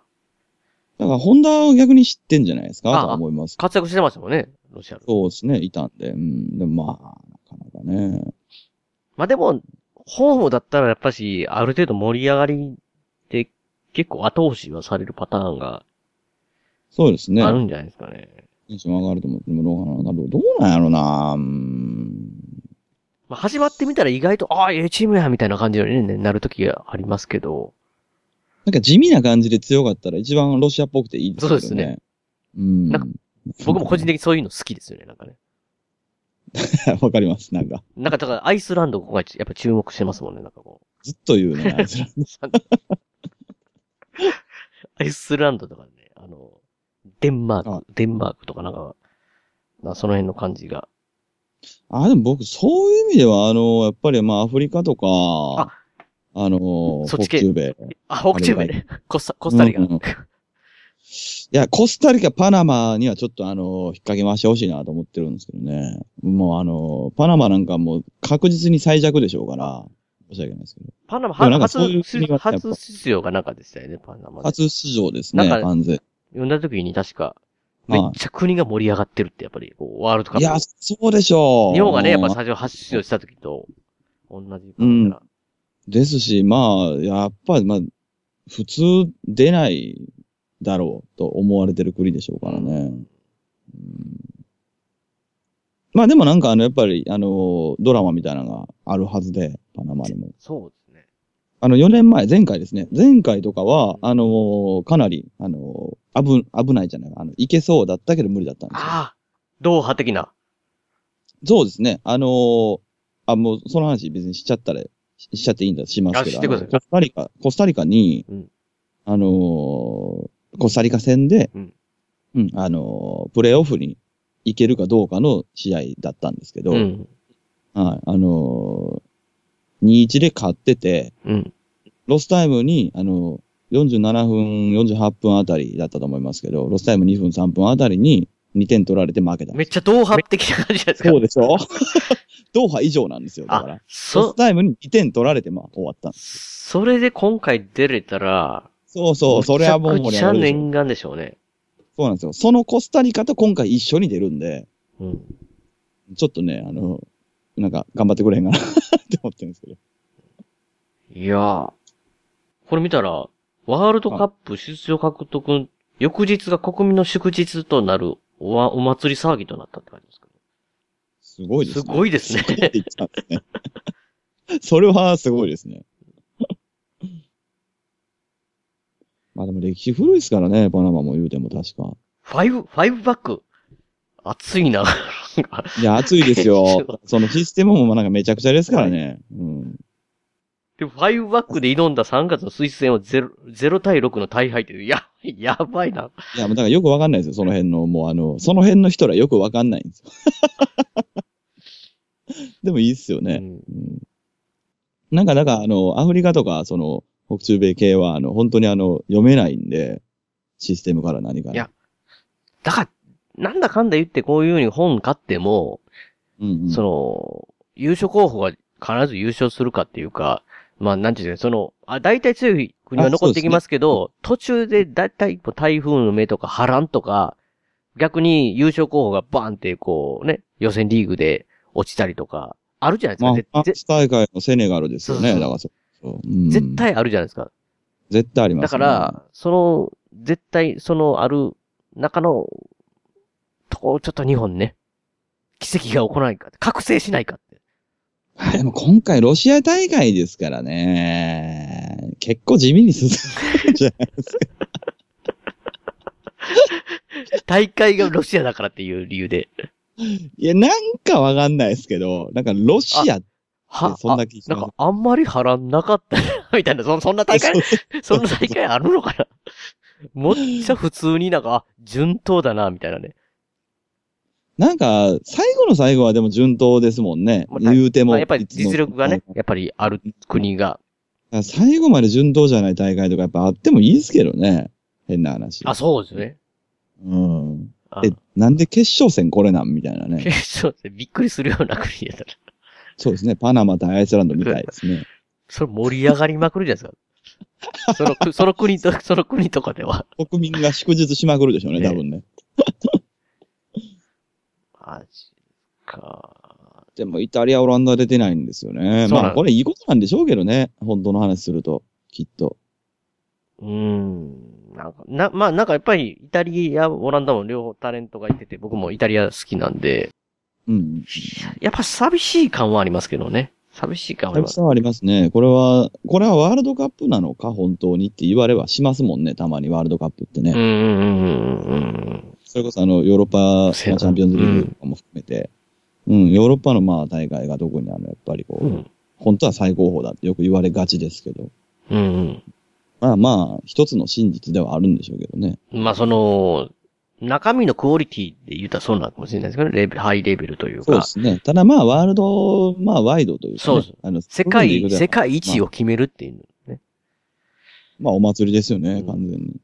Speaker 3: だから、ホンダを逆に知ってんじゃないですか、
Speaker 2: あ
Speaker 3: とは思いますけど。
Speaker 2: 活躍してましたもんね、ロシアの。
Speaker 3: そうですね、いたんで。うん、でもまあ、なかなかね。
Speaker 2: まあでも、ホームだったらやっぱし、ある程度盛り上がりで結構後押しはされるパターンが
Speaker 3: そうですね。
Speaker 2: あるんじゃないですかね。
Speaker 3: テンション上がると思って、でもどうかな。どうどうなんやろな。うーん。
Speaker 2: まあ始まってみたら意外と、ああ、ええチームや、みたいな感じに、ね、なる時がありますけど、
Speaker 3: なんか地味な感じで強かったら一番ロシアっぽくていいですよね。
Speaker 2: そうですね。
Speaker 3: うん。
Speaker 2: なんか僕も個人
Speaker 3: 的
Speaker 2: 的にそういうの好きですよね、なんかね。
Speaker 3: に。 わかります。なんか、
Speaker 2: なんか、だからアイスランドここがやっぱ注目してますもんね、なんかこ
Speaker 3: ずっと言うね。あいつら
Speaker 2: う。 アイスランドとかね、あの、デンマー
Speaker 3: あ
Speaker 2: ク、デンマークとかなんか、なその辺の感じが。
Speaker 3: あ、でも僕、そういう意味では、あの、やっぱりまあ、アフリカとか、
Speaker 2: あ
Speaker 3: あの、
Speaker 2: そっち系
Speaker 3: 北中米。い
Speaker 2: あ、北中米ね。コスタ、コスタリカ。
Speaker 3: うんうんや、コスタリカ、パナマにはちょっとあの、引っ掛け回してほしいなと思ってるんですけどね。もうあの、パナマなんかもう確実に最弱でしょうから、申し訳ないですけど。
Speaker 2: パナマ、
Speaker 3: でもなんか
Speaker 2: 初、
Speaker 3: そういう国がやっぱ
Speaker 2: 初出場がなんかでしたよね、パナマで。
Speaker 3: 初出場ですね、
Speaker 2: なんか
Speaker 3: 完全に。
Speaker 2: 呼んだ時に確か、
Speaker 3: は
Speaker 2: め
Speaker 3: い
Speaker 2: っちゃ国が盛り上がってるって、やっぱり、こうワールドカ
Speaker 3: いや
Speaker 2: ッ、
Speaker 3: そうでしょ
Speaker 2: プ。
Speaker 3: う。
Speaker 2: 日本がね、やっぱ最初初出場した時と、同じ感じだか
Speaker 3: ですし、まあ、やっぱり、まあ、普通出ないだろうと思われてる国でしょうからね。うんまあでもなんかあの、やっぱり、あの、ドラマみたいなのがあるはずで、パナマにも
Speaker 2: ら。。そうですね。
Speaker 3: あの、4年前、前回ですね。前回とかは、あの、かなり、あの、危、危ないじゃない。あの、いけそうだったけど無理だったんですよ。
Speaker 2: ああ、ドーハ的な。
Speaker 3: そうですね。あのーあ、もう、その話別にしちゃったら、ししちゃっていいんだ、しますけど。
Speaker 2: あしてくださ
Speaker 3: あ
Speaker 2: い
Speaker 3: のコスタリカ、コスタリカに、
Speaker 2: うん
Speaker 3: あのーコスタリカ戦で、
Speaker 2: うん
Speaker 3: うんあのープレイオフに行けるかどうかの試合だったんですけど、
Speaker 2: うん。
Speaker 3: はい、あのー、2-1で勝ってて、
Speaker 2: うん。
Speaker 3: ロスタイムに、あのー、47分、48分あたりだったと思いますけど、ロスタイム2分、3分あたりに2点取られて負けたん
Speaker 2: め
Speaker 3: で
Speaker 2: っちゃドーハ的な感じじゃないです
Speaker 3: す。
Speaker 2: か。
Speaker 3: そうでしょ ドーハ以上なんですよ、だから
Speaker 2: あ。、
Speaker 3: ロ
Speaker 2: そ
Speaker 3: ス、タイムに2点取られて、まあ、終わったんです。
Speaker 2: それで今回出れたら、
Speaker 3: そうそう、それはもう
Speaker 2: め
Speaker 3: 盛り
Speaker 2: ち
Speaker 3: 上
Speaker 2: ゃ
Speaker 3: が
Speaker 2: くちゃ
Speaker 3: るでしょ
Speaker 2: 念願でしょうね。
Speaker 3: そうなんですよ。そのコスタリカと今回一緒に出るんで、
Speaker 2: うん。
Speaker 3: ちょっとね、あの、なんか、頑張ってくれへんかなって思ってるんですけど。
Speaker 2: いやー。これ見たら、ワールドカップ出場獲得、翌日が国民の祝日となるおわお祭り騒ぎとなったって感じですか
Speaker 3: すごいです
Speaker 2: す
Speaker 3: ね。
Speaker 2: ごいですね。
Speaker 3: って言ったんですね。 それはすごいですね。まあでも歴史古いですからね、パナマも言うても確か。
Speaker 2: ファイブ、ファイブバック。熱いな。 なんか
Speaker 3: いや、暑いです
Speaker 2: ちょっと
Speaker 3: よ。そのシステムもなんかめちゃくちゃですからね。うん。
Speaker 2: でも、ファイブバックで挑んだ3月のスイス戦は0、0対6の大敗っていう、や、やばいな。
Speaker 3: いや、もうだからよくわかんないですよ、その辺の、もうあの、その辺の人らよくわかんないんですよ。 でもいいっすよ
Speaker 2: う
Speaker 3: ね。
Speaker 2: ん
Speaker 3: うん。なんか、だからあの、アフリカとか、その、北中米系は、あの、本当にあの、読めないんで、システムから何から。
Speaker 2: いやだから、なんだかんだ言ってこういう風に本買っても、
Speaker 3: うん、うん。
Speaker 2: その、優勝候補が必ず優勝するかっていうか、まあ、なんていうんですかね、その、あ、大体強い国は残ってきますけど、途中で大体台風の目とか波乱とか、逆に優勝候補がバーンってこうね、予選リーグで落ちたりとか、あるじゃないです
Speaker 3: まあ、
Speaker 2: か。ぜ
Speaker 3: フラン
Speaker 2: ぜ
Speaker 3: ス大会のセネガルですよね。
Speaker 2: そうそう
Speaker 3: だからそそう、うん
Speaker 2: 絶。対あるじゃないですか。
Speaker 3: 絶対ありま
Speaker 2: だ
Speaker 3: す、
Speaker 2: か、ら、その、絶対、そのある中の、とこ、ちょっと日本ね、奇跡が起こらないかって、覚醒しないかって。
Speaker 3: あ でも今回ロシア大会ですからね。結構地味に進むじゃないですか。
Speaker 2: 大会がロシアだからっていう理由で。
Speaker 3: いや、なんかわかんないですけど、なんかロシアって
Speaker 2: は、
Speaker 3: そんな気し
Speaker 2: あ
Speaker 3: ま
Speaker 2: なん
Speaker 3: す
Speaker 2: かあんまり波乱なかった みたいな、そそんな大会、そんな大会あるのかな もっちゃ普通になんか、あ順当だな、みたいなね。
Speaker 3: なんか、最後の最後はでも順当ですもんね。
Speaker 2: まあ
Speaker 3: 言うて
Speaker 2: ま
Speaker 3: も。
Speaker 2: あ、やっぱり実力が
Speaker 3: い
Speaker 2: ね
Speaker 3: つ、
Speaker 2: やっぱりある国が。
Speaker 3: も。最後まで順当じゃない大会とかやっぱあってもいいですけどね。変な話。
Speaker 2: あ、そうですよね。
Speaker 3: うん。
Speaker 2: あ
Speaker 3: え、なんで決勝戦これなんみたいなね。
Speaker 2: 決勝戦びっくりするような国やったら。
Speaker 3: そうですね。パナマ対アイスランドみたいですね。
Speaker 2: それ盛り上がりまくるじゃないですか。そのく、そ の国と、その国とかでは。
Speaker 3: 国民が祝日しまくるでしょうね、
Speaker 2: ね
Speaker 3: 多分ね。
Speaker 2: マジか。
Speaker 3: でも、イタリア、オランダ出てないんですよね。
Speaker 2: そうなん
Speaker 3: まあ、これいいことなんでしょうけどね。本当の話すると、きっと。
Speaker 2: うーん。なんか、な、まあなんかやっぱり、イタリア、オランダも両方タレントがいてて、僕もイタリア好きなんで、
Speaker 3: うん。
Speaker 2: やっぱ寂しい感はありますけどね。寂しい感はあ
Speaker 3: た
Speaker 2: りま
Speaker 3: く
Speaker 2: す。
Speaker 3: さんありますね。これは、これはワールドカップなのか、本当にって言われはしますもんね。たまにワールドカップってね。
Speaker 2: うんうんうんうん
Speaker 3: それこそ、あの、ヨーロッパ、まあチ
Speaker 2: そうやな
Speaker 3: ャンピオンズリーグとかも含めて、うん、ヨーロッパの、まあ、大会がどこにあるの、やっぱりこ
Speaker 2: う
Speaker 3: う、
Speaker 2: ん。
Speaker 3: 本当は最高峰だってよく言われがちですけど。
Speaker 2: うんうん
Speaker 3: まあまあ、一つの真実ではあるんでしょうけどね。
Speaker 2: うん。まあその、中身のクオリティで言ったらそうなのかもしれないですけどね。レベハイレベルという
Speaker 3: そう
Speaker 2: か
Speaker 3: で。すね。ただまあ、ワールド、まあ、ワイドというか、ね。
Speaker 2: そうです
Speaker 3: あの
Speaker 2: 世
Speaker 3: そういう意
Speaker 2: 界、
Speaker 3: 味で言うと
Speaker 2: 世界一を決めるっていうね。
Speaker 3: まあ、お祭りですよね
Speaker 2: ん、
Speaker 3: 完全に。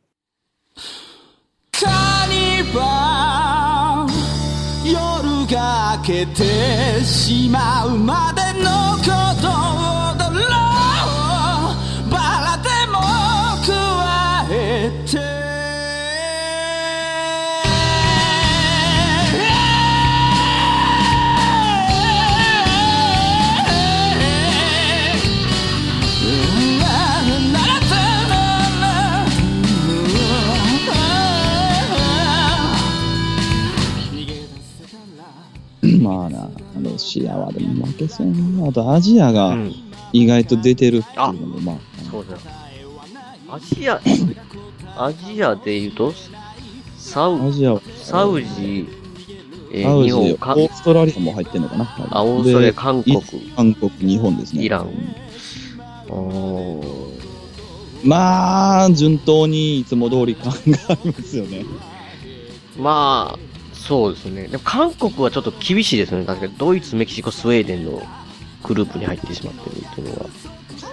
Speaker 1: カニバル夜が明けてしまうまでのことをだろうバラでも加えて
Speaker 3: まあな、ロシアはでも負けそうな。あと、アジア
Speaker 2: う
Speaker 3: が
Speaker 2: ん。
Speaker 3: 意外と出てるっていうのも、まあ、
Speaker 2: そうだ。アジア、アジアで言うと、サ
Speaker 3: ア
Speaker 2: ウ、
Speaker 3: ジアは、
Speaker 2: サウジ、え
Speaker 3: サ
Speaker 2: ー
Speaker 3: ウ
Speaker 2: 日
Speaker 3: ジ、オ
Speaker 2: 本、か
Speaker 3: ーストラリアも入ってんのかな。多分
Speaker 2: あ、オーストラリア、
Speaker 3: で
Speaker 2: 韓国、
Speaker 3: 韓国、日本ですね。
Speaker 2: イラン。おー
Speaker 3: まあ、順当にいつも通り感がありますよね。
Speaker 2: まあ、そうですね。でも韓国はちょっと厳しいですね。確かにドイツ、メキシコ、スウェーデンのグループに入ってしまってるっていうのは。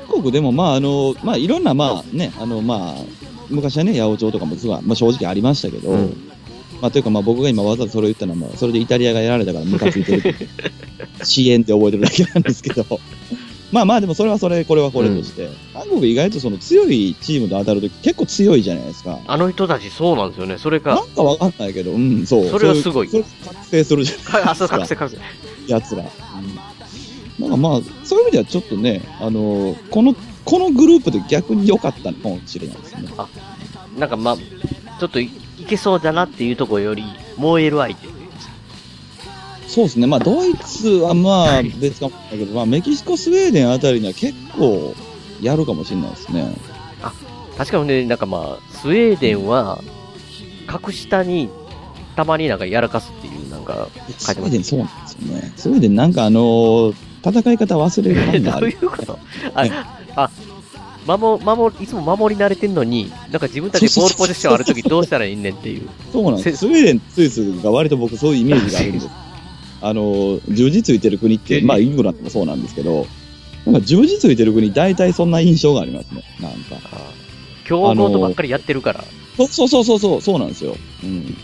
Speaker 3: 韓国でも、まあ、あの、まあ、いろんな、まあ、ね、あの、まあ、昔はね、八百長とかもすごい、まあ、正直ありましたけど、
Speaker 2: うん。
Speaker 3: まあ、というか、まあ、僕が今わざわざそれを言ったのは、まあ、それでイタリアがやられたからムカついてるって。 支援って覚えてるだけなんですけど。まあまあ、でもそれはそれ、これはこれとして。韓国意外とその強いチームと当たるとき結構強いじゃないですか。
Speaker 2: あの人たちそうなんですよね。それ
Speaker 3: な
Speaker 2: か、
Speaker 3: んかわかんないけど、うん、そう。
Speaker 2: それはすごい
Speaker 3: それそれ覚醒するじゃない
Speaker 2: あ、そうか、覚醒、覚醒。
Speaker 3: 奴ら。なんかまあ、そういう意味ではちょっとね、あのーこの、このグループで逆に良かったのかもしれないですね。
Speaker 2: なんかまあ、ちょっといいけそうだなっていうところより、燃える相手。
Speaker 3: そうですね。まあ、ドイツはまあ、別かもしれないけど、まあ、メキシコ、スウェーデンあたりには結構、やるかもしれないですね。
Speaker 2: 確かにね、なんかまあ、スウェーデンは、格下に、たまになんかやらかすっていう、なんか、
Speaker 3: ス
Speaker 2: 書い
Speaker 3: ウェ
Speaker 2: てま
Speaker 3: ーデン
Speaker 2: す。
Speaker 3: そうなんですよね。スウェーデンなんかあのー戦い方忘れる
Speaker 2: え
Speaker 3: 感が
Speaker 2: ど
Speaker 3: あ
Speaker 2: う
Speaker 3: る
Speaker 2: い。うことあ、あ、守、守、いつも守り慣れてんのに、なんか自分たちでボールポジションあるときどうしたらいいねんっていう。
Speaker 3: そうなんです。スウェーデン、スイスが割と僕そういうイメージがある んです。あのー十字ついてる国って、まあ、イングランドもそうなんですけど、なんか十字ついてる国大体そんな印象がありますね。なんか。
Speaker 2: あ強豪とばっかりやってるから。
Speaker 3: そうそうそうそうそう、そうなんですよ。うん。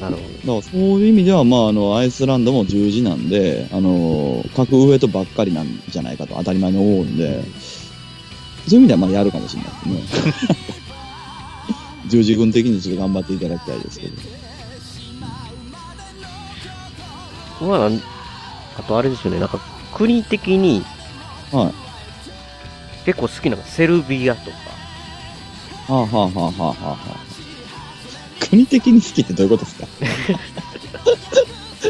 Speaker 3: だ
Speaker 2: なるほ
Speaker 3: からそういう意味では、まあ、あの、アイスランドも十字なんで、あの、格上とばっかりなんじゃないかと当たり前に思うんで、そういう意味では、まあ、やるかもしれないです ね。十字軍的にちょっと頑張っていただきたいですけど。
Speaker 2: ど。まあ、なんあとあれですよね、なんか、国的に、
Speaker 3: はい。は
Speaker 2: 結構好きなのがセルビアとか。
Speaker 3: あ、はあはあはあはあはあ、国的に好きってどういうことですか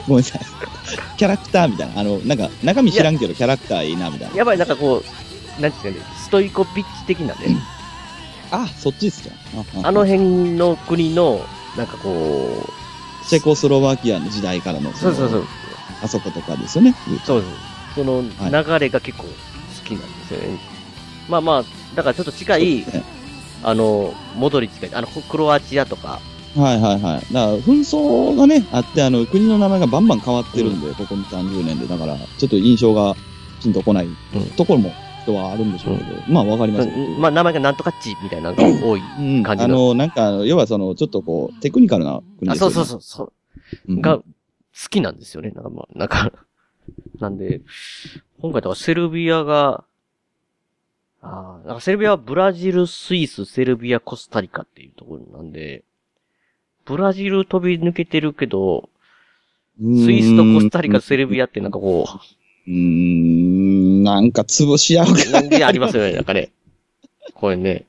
Speaker 3: ごめんなさい。キャラクターみたいな。あの、なんか、中身知らんけど、キャラクターいいな、みたいな。
Speaker 2: やばい、なんかこう、なんていうんですかね、ストイコピッチ的なね、
Speaker 3: あ、そっちですか。あ
Speaker 2: あの辺の国の、なんかこ
Speaker 3: チェコスロバキアの時代からの
Speaker 2: う、そうそうそう、
Speaker 3: あそことかですよね。
Speaker 2: そうです。その
Speaker 3: は
Speaker 2: 流れが結構好きなんですよね。まあまあ、だからちょっと近い、
Speaker 3: そうですね
Speaker 2: あの、モドリッチが、あの、クロアチアとか、
Speaker 3: はいはいはい。だから、紛争がね、あって、あの、国の名前がバンバン変わってるんで、ここ30年で。だから、ちょっと印象がピンとこない
Speaker 2: うん
Speaker 3: ところも、人はあるんでしょうけど、まあ、わかりますよ。
Speaker 2: まあ名前がなんとかっちみたいなのが多い。
Speaker 3: うん、
Speaker 2: 感じ
Speaker 3: あ
Speaker 2: の
Speaker 3: の、なんか、あの要はその、ちょっとこう、テクニカルな国
Speaker 2: あ、
Speaker 3: ですよ
Speaker 2: そう
Speaker 3: ね。
Speaker 2: そうそう、そう
Speaker 3: うん。
Speaker 2: が好きなんですよね。なんかまあ、なんか、 なんで、今回とかセルビアが、ああ、なんかセルビアはブラジル、スイス、セルビア、コスタリカっていうところなんで、ブラジル飛び抜けてるけど、スイスとコスタリカ、セルビ
Speaker 3: ア。
Speaker 2: アってなんかこ
Speaker 3: うーん、なんか潰し合う
Speaker 2: う、なんでありますよね、なんかね。これね。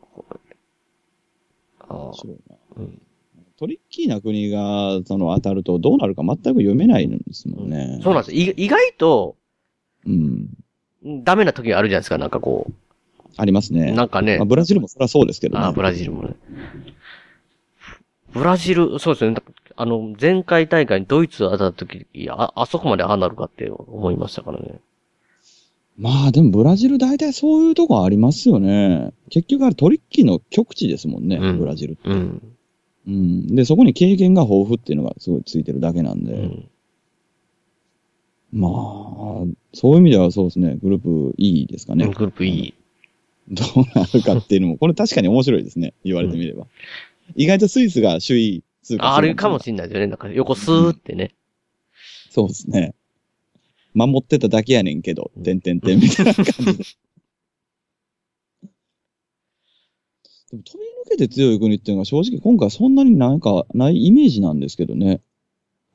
Speaker 2: これああ
Speaker 3: そうな
Speaker 2: うん
Speaker 3: トリッキーな国がその当たるとどうなるか全く読めないんですもんね。
Speaker 2: そうなんですよ。い意外と、
Speaker 3: うん。
Speaker 2: ダメな時があるじゃないですか、なんかこ
Speaker 3: あります
Speaker 2: う。
Speaker 3: ね。
Speaker 2: なんかね
Speaker 3: まあ、。ブラジルもそりゃそうですけどね。
Speaker 2: あー、ブラジルもね。ブラジル、そうですね。あの、前回大会にドイツ当たった時、いや、ああそこまでああなるかって思いましたからね。
Speaker 3: まあでもブラジル大体そういうとこありますよね。結局あれトリッキーの極地ですもんね、
Speaker 2: うん
Speaker 3: ブラジル。
Speaker 2: うん。
Speaker 3: うん。で、そこに経験が豊富っていうのがすごいついてるだけなんで。
Speaker 2: うん
Speaker 3: まあ、そういう意味ではそうですね、グループいいですかね。
Speaker 2: グループ E。
Speaker 3: どうなるかっていうの も、これ確かに面白いですね、言われてみれば。意外とスイスが首位通過する
Speaker 2: ああるかもしれないですよね。なんか横スーってね。
Speaker 3: そうですね。守ってただけやねんけど、てんてんてんみたいな感 じ。でも飛び抜けて強い国っていうのが正直今回そんなになんかないイメージなんですけどね。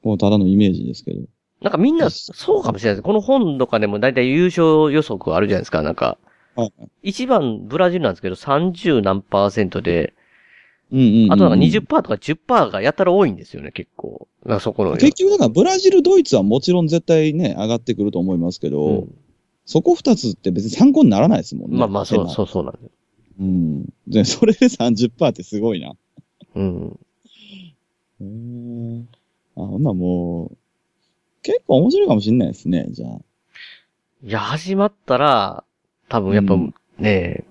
Speaker 3: もうただのイメージですけど。
Speaker 2: なんかみんなそうかもしれないです。この本とかでも大体優勝予測あるじゃないですか、なんか
Speaker 3: はい。
Speaker 2: 一番ブラジルなんですけど30何パーセントで、
Speaker 3: うんうんうん、
Speaker 2: あとなんか20%とか10%がやたら多いんですよね、結構。なんかそこの。
Speaker 3: 結局だからブラジル、ドイツはもちろん絶対ね、上がってくると思いますけど、
Speaker 2: うん
Speaker 3: そこ二つって別に参考にならないですもんね。
Speaker 2: まあまあ、そう、
Speaker 3: う。
Speaker 2: そう、そうなんですよ。
Speaker 3: うん。で、それで30%ってすごいな。
Speaker 2: うん。
Speaker 3: へーあ、ほんならもう、結構面白いかもしんないですね、じゃあ。
Speaker 2: いや、始まったら、多分やっぱ、
Speaker 3: うん
Speaker 2: ねえ、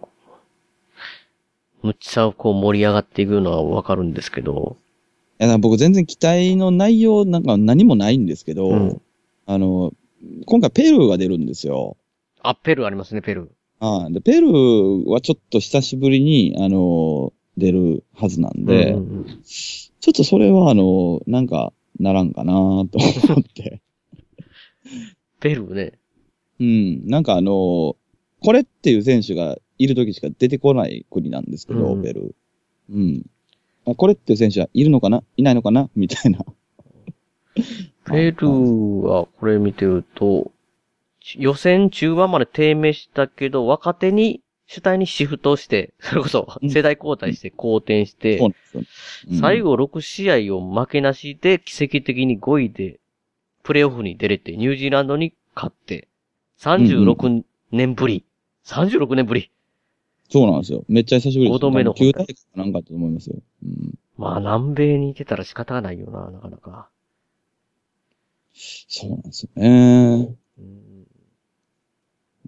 Speaker 2: むっちゃこう盛り上がっていくのはわかるんですけど、
Speaker 3: いや、だから僕全然期待の内容なんか何もないんですけど、
Speaker 2: うん
Speaker 3: あの、今回ペルーが出るんですよ。
Speaker 2: あ、ペルーありますね、ペルー。
Speaker 3: あで、ペルーはちょっと久しぶりに、あの、出るはずなんで、
Speaker 2: うんうんうん
Speaker 3: ちょっとそれはあの、なんか、ならんかなと思っ て。
Speaker 2: ペルーね。
Speaker 3: うん、なんかあの、これっていう選手がいる時しか出てこない国なんですけど、
Speaker 2: うん
Speaker 3: ペルー。うん。あこれっていう選手はいるのかないないのかなみたいな。
Speaker 2: ペルーはこれ見てると、予選中盤まで低迷したけど、若手に、主体にシフトして、それこそ
Speaker 3: うん
Speaker 2: 世代交代して好転して、
Speaker 3: そうなんですよねうん
Speaker 2: 最後6試合を負けなしで奇跡的に5位でプレイオフに出れてニュージーランドに勝って36年ぶり。36年ぶり。
Speaker 3: そうなんですよ。めっちゃ久しぶりです。
Speaker 2: 五度目の
Speaker 3: 9大会かなんかと思いますよ。うん。
Speaker 2: まあ南米に行けたら仕方がないよな、なかなか。
Speaker 3: そうなんですよね。
Speaker 2: うん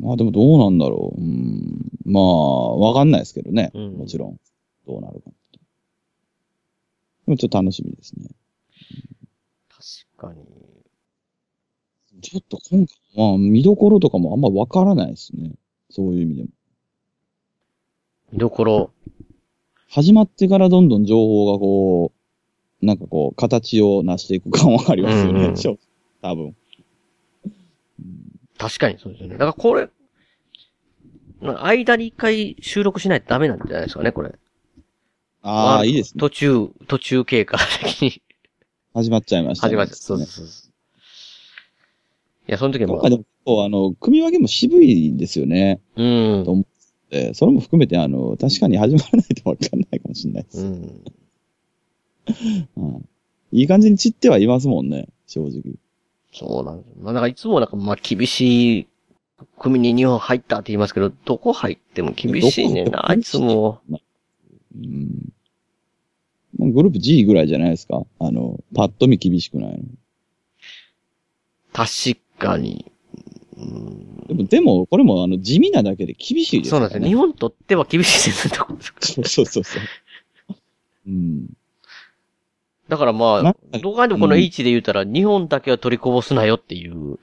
Speaker 3: まあでもどうなんだろう。うん。まあ、わかんないですけどね。
Speaker 2: うん
Speaker 3: もちろん。どうなるかって。でもちょっと楽しみですね。
Speaker 2: 確かに。
Speaker 3: ちょっと今回、まあ見どころとかもあんまわからないですね。そういう意味でも。
Speaker 2: 見どころ。
Speaker 3: 始まってからどんどん情報がこう、なんかこう、形を成していく感はありますよね。
Speaker 2: うんうん
Speaker 3: 正直多分。
Speaker 2: 確かにそうですよね。だからこれ、な間に一回収録しないとダメなんじゃないですかね、これ。
Speaker 3: ああ、いいですね。
Speaker 2: 途中、途中経過 的に
Speaker 3: 始まっちゃいましたね、
Speaker 2: 始まっちゃった。そうそうそうそう。いや、その時はも
Speaker 3: 今回でも結構、あの、組み分けも渋いですよね。
Speaker 2: う、うん。
Speaker 3: でそれも含めて、あの、確かに始まらないとわかんないかもしれないで
Speaker 2: う
Speaker 3: す。
Speaker 2: ん。
Speaker 3: うんいい感じに散ってはいますもんね、正直。
Speaker 2: そうなんですよ。まあ、だからいつもなんか、まあ、厳しい組に日本入ったって言いますけど、どこ入っても厳しいねん
Speaker 3: ど
Speaker 2: な、
Speaker 3: こ
Speaker 2: いつも。
Speaker 3: うん。もうグループ G ぐらいじゃないですかあの、パッと見厳しくないの。
Speaker 2: 確かに。うん
Speaker 3: でも、でも、これも、あの、地味なだけで厳しいです
Speaker 2: そう
Speaker 3: か
Speaker 2: なん
Speaker 3: ら
Speaker 2: ですよ。日本にとっては厳しいですね。
Speaker 3: そう そうそうそう。うん。
Speaker 2: だからま
Speaker 3: な
Speaker 2: あ、どこかでもこの H で言うたら、日本だけは取りこぼすなよっていう、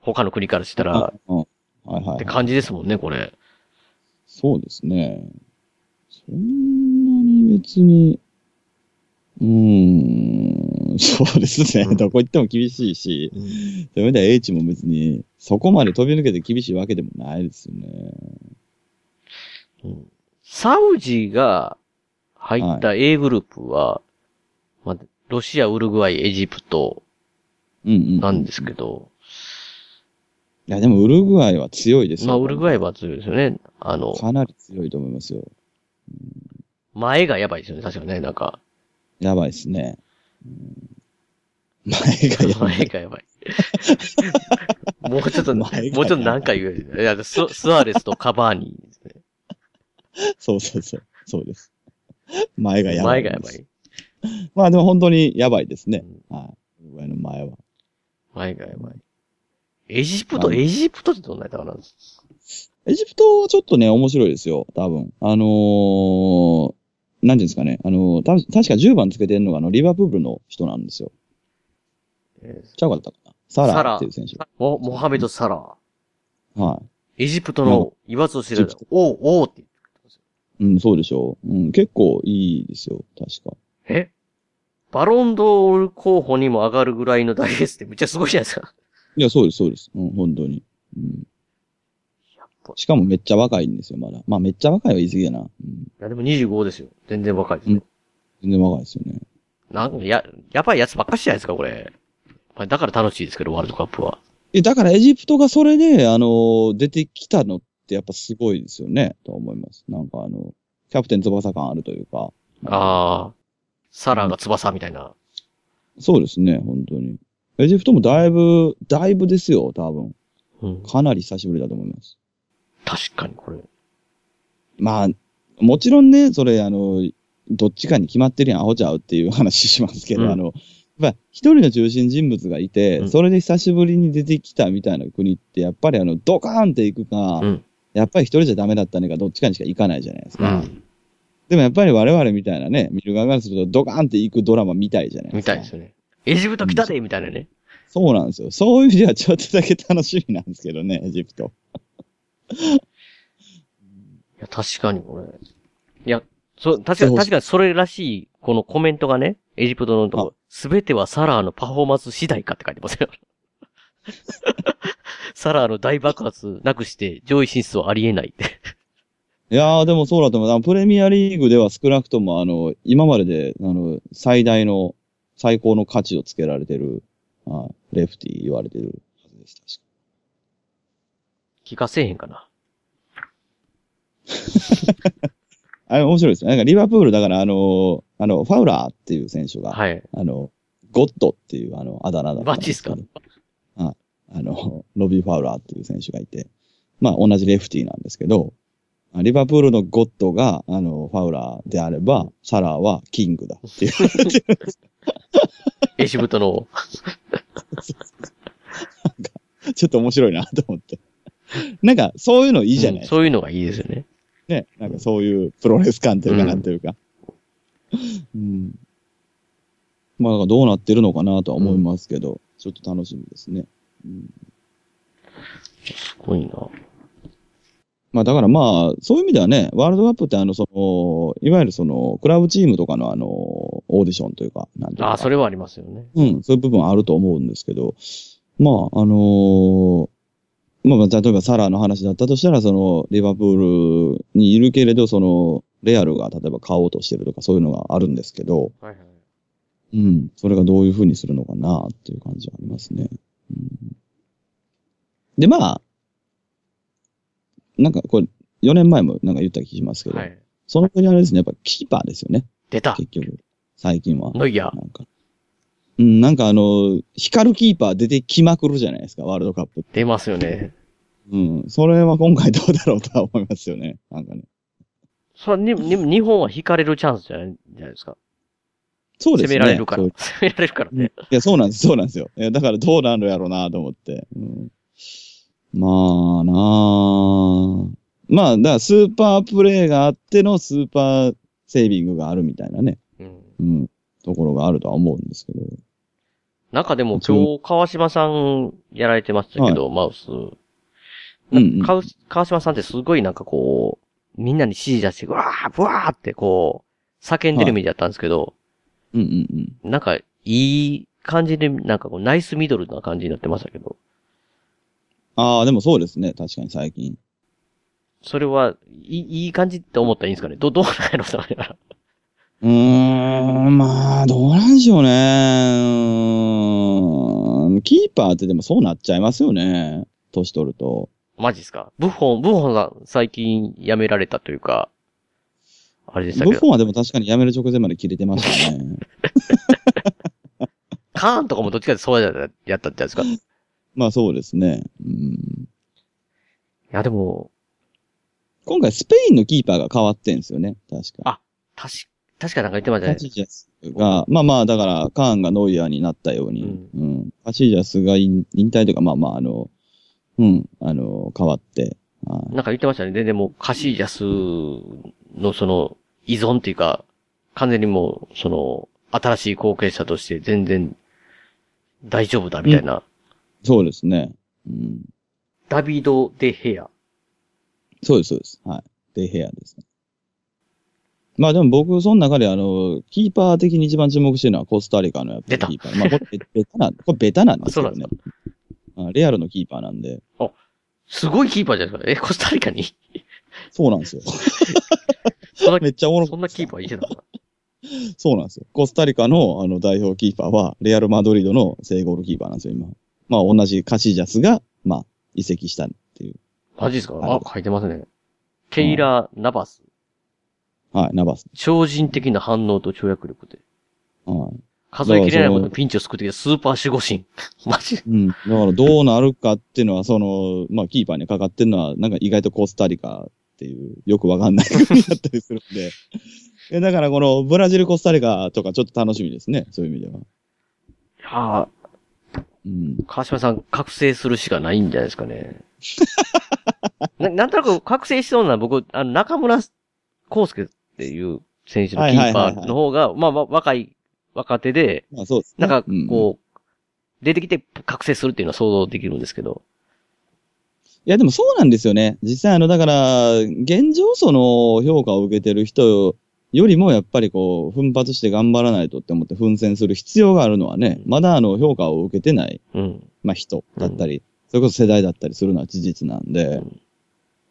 Speaker 2: 他の国からしたら、
Speaker 3: うんはいは
Speaker 2: っ
Speaker 3: い
Speaker 2: て。感じですもんね、これ。
Speaker 3: そうですね。そんなに別に、うーん、そうですね。
Speaker 2: うん
Speaker 3: どこ行っても厳しいし、そういう意味では H も別に、そこまで飛び抜けて厳しいわけでもないですよね。
Speaker 2: うんサウジが入った A グループは、まあ、ロシア、ウルグアイ、エジプト
Speaker 3: うんうん。
Speaker 2: なんですけど、
Speaker 3: いや、でもウルグアイは強いですよ。
Speaker 2: まあ、ウルグ
Speaker 3: ア
Speaker 2: アイは強いですよね。あの、
Speaker 3: かなり強いと思いますよ。
Speaker 2: 前がやばいですよね、確かね。なんか、
Speaker 3: やばいですね。うん、前がやばい。
Speaker 2: 前がやばい。 もうちょっと、もう
Speaker 3: 前がやばい
Speaker 2: ちょっと何回言ういやススアレスとカバーニーですね。
Speaker 3: そうそうそう。そうです。前がやば
Speaker 2: 前
Speaker 3: い。
Speaker 2: がやば。い。
Speaker 3: まあでも本当にやばいですね
Speaker 2: う。ん
Speaker 3: はい。ウルグアイの前は。
Speaker 2: 前がやばい。エジプト、
Speaker 3: あの
Speaker 2: エジプトってどんなやつかな
Speaker 3: エジプトはちょっとね、面白いですよ、多分。あのー、なんていうんですかね。あのー、た確か10番つけてるのが、あの、リバプールの人なんですよ。
Speaker 2: えー
Speaker 3: ちゃうかったかな。サ
Speaker 2: サ
Speaker 3: ラ
Speaker 2: ラ
Speaker 3: ーっていう選手。
Speaker 2: モモハメド・サラー。
Speaker 3: は
Speaker 2: エジプトの言わずを知ら
Speaker 3: エ
Speaker 2: ず
Speaker 3: ジプ、
Speaker 2: おう、おうって。
Speaker 3: い。うん、そうでしょう。うん、結構いいですよ、確か。
Speaker 2: えバロンドール候補にも上がるぐらいの大エースってめっちゃすごいじゃないです か。
Speaker 3: いや、そうです、そうです。うん、本当に。うん。
Speaker 2: やっぱ。い
Speaker 3: しかもめっちゃ若いんですよ、まだ。まあ、めっちゃ若いは言い過ぎやな。うん。
Speaker 2: や、でも25ですよ。全然若いですよ。
Speaker 3: 全然若いですよね。
Speaker 2: なんか、や、やばいやつばっかしじゃないですか、これ。まあだから楽しいですけど、ワールドカップは。
Speaker 3: え、だからエジプトがそれで、あのー出てきたのってやっぱすごいですよね、と思います。なんかあの、キャプテン翼感あるというか。
Speaker 2: ああ。サラが翼みたいな。
Speaker 3: そうですね、本当に。エジプトもだいぶ、だいぶですよ、多分。
Speaker 2: うん。
Speaker 3: かなり久しぶりだと思います。
Speaker 2: 確かにこれ。
Speaker 3: まあ、もちろんね、それ、あの、どっちかに決まってるやん、アホちゃうっていう話しますけど、
Speaker 2: うん
Speaker 3: あの、やっぱ一人の中心人物がいて、
Speaker 2: うん
Speaker 3: それで久しぶりに出てきたみたいな国って、やっぱりあの、ドカーンっていくか、
Speaker 2: うん
Speaker 3: やっぱり一人じゃダメだったねか、どっちかにしか行かないじゃないです
Speaker 2: う
Speaker 3: か。
Speaker 2: ん。
Speaker 3: でもやっぱり我々みたいなね、見る側からすると、ドカーンって行くドラマ見たいじゃないで
Speaker 2: み
Speaker 3: すか。
Speaker 2: たいですよね。エジプト来たでみたいなね。
Speaker 3: そうなんですよ。そういう意味ではちょっとだけ楽しみなんですけどね、エジプト。
Speaker 2: いや、確かにこれ。いや、そう、確かに、確かにそれらしい、このコメントがね、エジプトのとこ、すべてはサラーのパフォーマンス次第かって書いてますよ。 サラーの大爆発なくして上位進出はありえないって。
Speaker 3: いやー、でもそうだと思う。あのプレミアリーグでは少なくとも、あの、今までで、あの、最大の、最高の価値をつけられてるはい。レフティー言われてるはずです、確か。
Speaker 2: 聞かせえへんかな。
Speaker 3: あれ面白いですね。なんかリバプール、だからあのーあの、ファウラーっていう選手が、
Speaker 2: はい。
Speaker 3: あの、ゴッドっていうあの、あだ名だったんけど
Speaker 2: マジっ
Speaker 3: はい。あの、ロビー・ファウラーっていう選手がいて、まあ同じレフティーなんですけど、あリバプールのゴッドが、あの、ファウラーであれば、サラーはキングだっていう。
Speaker 2: エジプトの、
Speaker 3: ちょっと面白いなと思って。 なんか、そういう のいいじゃない、
Speaker 2: うんそういうのがいいですよね。
Speaker 3: ね。なんかそういうプロレス感というか、なんていうか。うん。まあ、なんかどうなってるのかなとは思いますけど、ちょっと楽しみですね。うん、
Speaker 2: すごいな。
Speaker 3: まあ、だからまあ、そういう意味ではね、ワールドカップってあの、その、いわゆるその、クラブチームとかのあの、オーディションというか、なんていうか。
Speaker 2: ああ、それはありますよね。
Speaker 3: うん、そういう部分はあると思うんですけど、まあ、あのーまあまあ、例えばサラーの話だったとしたら、その、リバプールにいるけれど、その、レアルが例えば買おうとしてるとかそういうのがあるんですけど、
Speaker 2: はいはい。
Speaker 3: うん、それがどういうふうにするのかなっていう感じはありますね。うん、で、まあ、なんかこれ、4年前もなんか言った気しますけど、
Speaker 2: はい。
Speaker 3: その時あれですね、やっぱキーパーですよね、
Speaker 2: 出た
Speaker 3: 結局、最近は。
Speaker 2: ノイヤー。
Speaker 3: なんか。うん、なんかあの、光るキーパー出てきまくるじゃないですか、ワールドカップ。
Speaker 2: 出ますよね。
Speaker 3: うん。それは今回どうだろうとは思いますよね。なんかね。
Speaker 2: それに、に日本は引かれるチャンスじゃないじゃないですか。
Speaker 3: そうですね。
Speaker 2: 攻められるから。
Speaker 3: そう
Speaker 2: 攻められるからね。
Speaker 3: いや、そうなんです、そうなんですよ。いや、だからどうなるやろうなと思って。うん、まあなあまあ、だからスーパープレイがあってのスーパーセービングがあるみたいなね。
Speaker 2: うん。
Speaker 3: うん。ところがあるとは思うんですけど。
Speaker 2: なんかでも今日、川島さんやられてましたけど、マウス。
Speaker 3: うんうん
Speaker 2: かう川島さんってすごいなんかこう、みんなに指示出して、うわー、ぶわーってこう、叫んでるみたいだったんですけど、
Speaker 3: うんうんうん。
Speaker 2: なんか、いい感じで、なんかこう、ナイスミドルな感じになってましたけど、
Speaker 3: ああ、でもそうですね。確かに最近。
Speaker 2: それは、いい、いい感じって思ったらいいんですかねど、どう なんやろ、それは。
Speaker 3: うーん、まあ、どうなんでしょうね。うーんキーパーってでもそうなっちゃいますよね。年取ると。
Speaker 2: マジっすかブッフォン、ブッフォンさん最近辞められたというか、あれでした
Speaker 3: ブ
Speaker 2: け
Speaker 3: ッフォ
Speaker 2: ど、
Speaker 3: ンはでも確かに辞める直前まで切れてました ね。
Speaker 2: カーンとかもどっちかってそうやったやったんじゃないですかい
Speaker 3: まあそうですね、うん。
Speaker 2: や、でも、
Speaker 3: 今回スペインのキーパーが変わってんですよね。確か。
Speaker 2: あ確か、確かなんか言ってました
Speaker 3: カ
Speaker 2: ね。
Speaker 3: チジャスが、まあまあ、だから、カーンがノイアーになったように、うん。カチジャスが引引退というか、まあまあ、あの、うん、あの、変わって、はい
Speaker 2: なんか言ってましたね。で、でも、カシージャスのその、依存っていうか、完全にもう、その、新しい後継者として全然、大丈夫だみたいな。
Speaker 3: そうですね。うん。
Speaker 2: ダビド・デ・ヘア。
Speaker 3: そうです、そうです。はい。で、部屋ですね。まあでも僕、その中であの、キーパー的に一番注目してるのはコスタリカのやっぱ
Speaker 2: 出
Speaker 3: り
Speaker 2: た
Speaker 3: キーパー。まあこれ、ベタな、これベタなんですけどね
Speaker 2: あ。
Speaker 3: あレアルのキーパーなんで、
Speaker 2: すごいキーパーじゃないですか。え、コスタリカに
Speaker 3: そうなんですよ。
Speaker 2: そんな
Speaker 3: めっちゃおもろ
Speaker 2: そんなキーパーいてたのか
Speaker 3: そうなんですよ。コスタリカのあの代表キーパーは、レアル・マドリードの正ゴールキーパーなんですよ、今。まあ同じカシジャスが、まあ、移籍したっていう。
Speaker 2: マジですか
Speaker 3: は
Speaker 2: あ、書いてますね。ケイラー・ナバス。
Speaker 3: はい、ナバス。
Speaker 2: 超人的な反応と跳躍力で。
Speaker 3: はい。
Speaker 2: 数えきれないほどピンチを救ってきたスーパー守護神。 マジ
Speaker 3: うん。だからどうなるかっていうのは、その、まあ、キーパーにかかってるのは、なんか意外とコスタリカっていう、よくわかんない国だったりするんで。えだからこのブラジル、コスタリカとかちょっと楽しみですね。そういう意味では。
Speaker 2: いやー
Speaker 3: うん。
Speaker 2: 川島さん、覚醒するしかないんじゃないですかね。ななんとなく覚醒しそうな僕、あの、中村康介っていう選手のキーパーの方が、まあ、まあ若い、若手で、
Speaker 3: まあそうです、
Speaker 2: な
Speaker 3: ね。
Speaker 2: んか、
Speaker 3: うん。い
Speaker 2: こう、出てきて覚醒するっていうのは想像できるんですけど。
Speaker 3: やでもそうなんですよね。実際あの、だから、現状その評価を受けてる人よりもやっぱりこう、奮発して頑張らないとって思って奮戦する必要があるのはね、まだあの評価を受けてない
Speaker 2: うん。
Speaker 3: まあ、人だったり、それこそ世代だったりするのは事実なんで、
Speaker 2: うん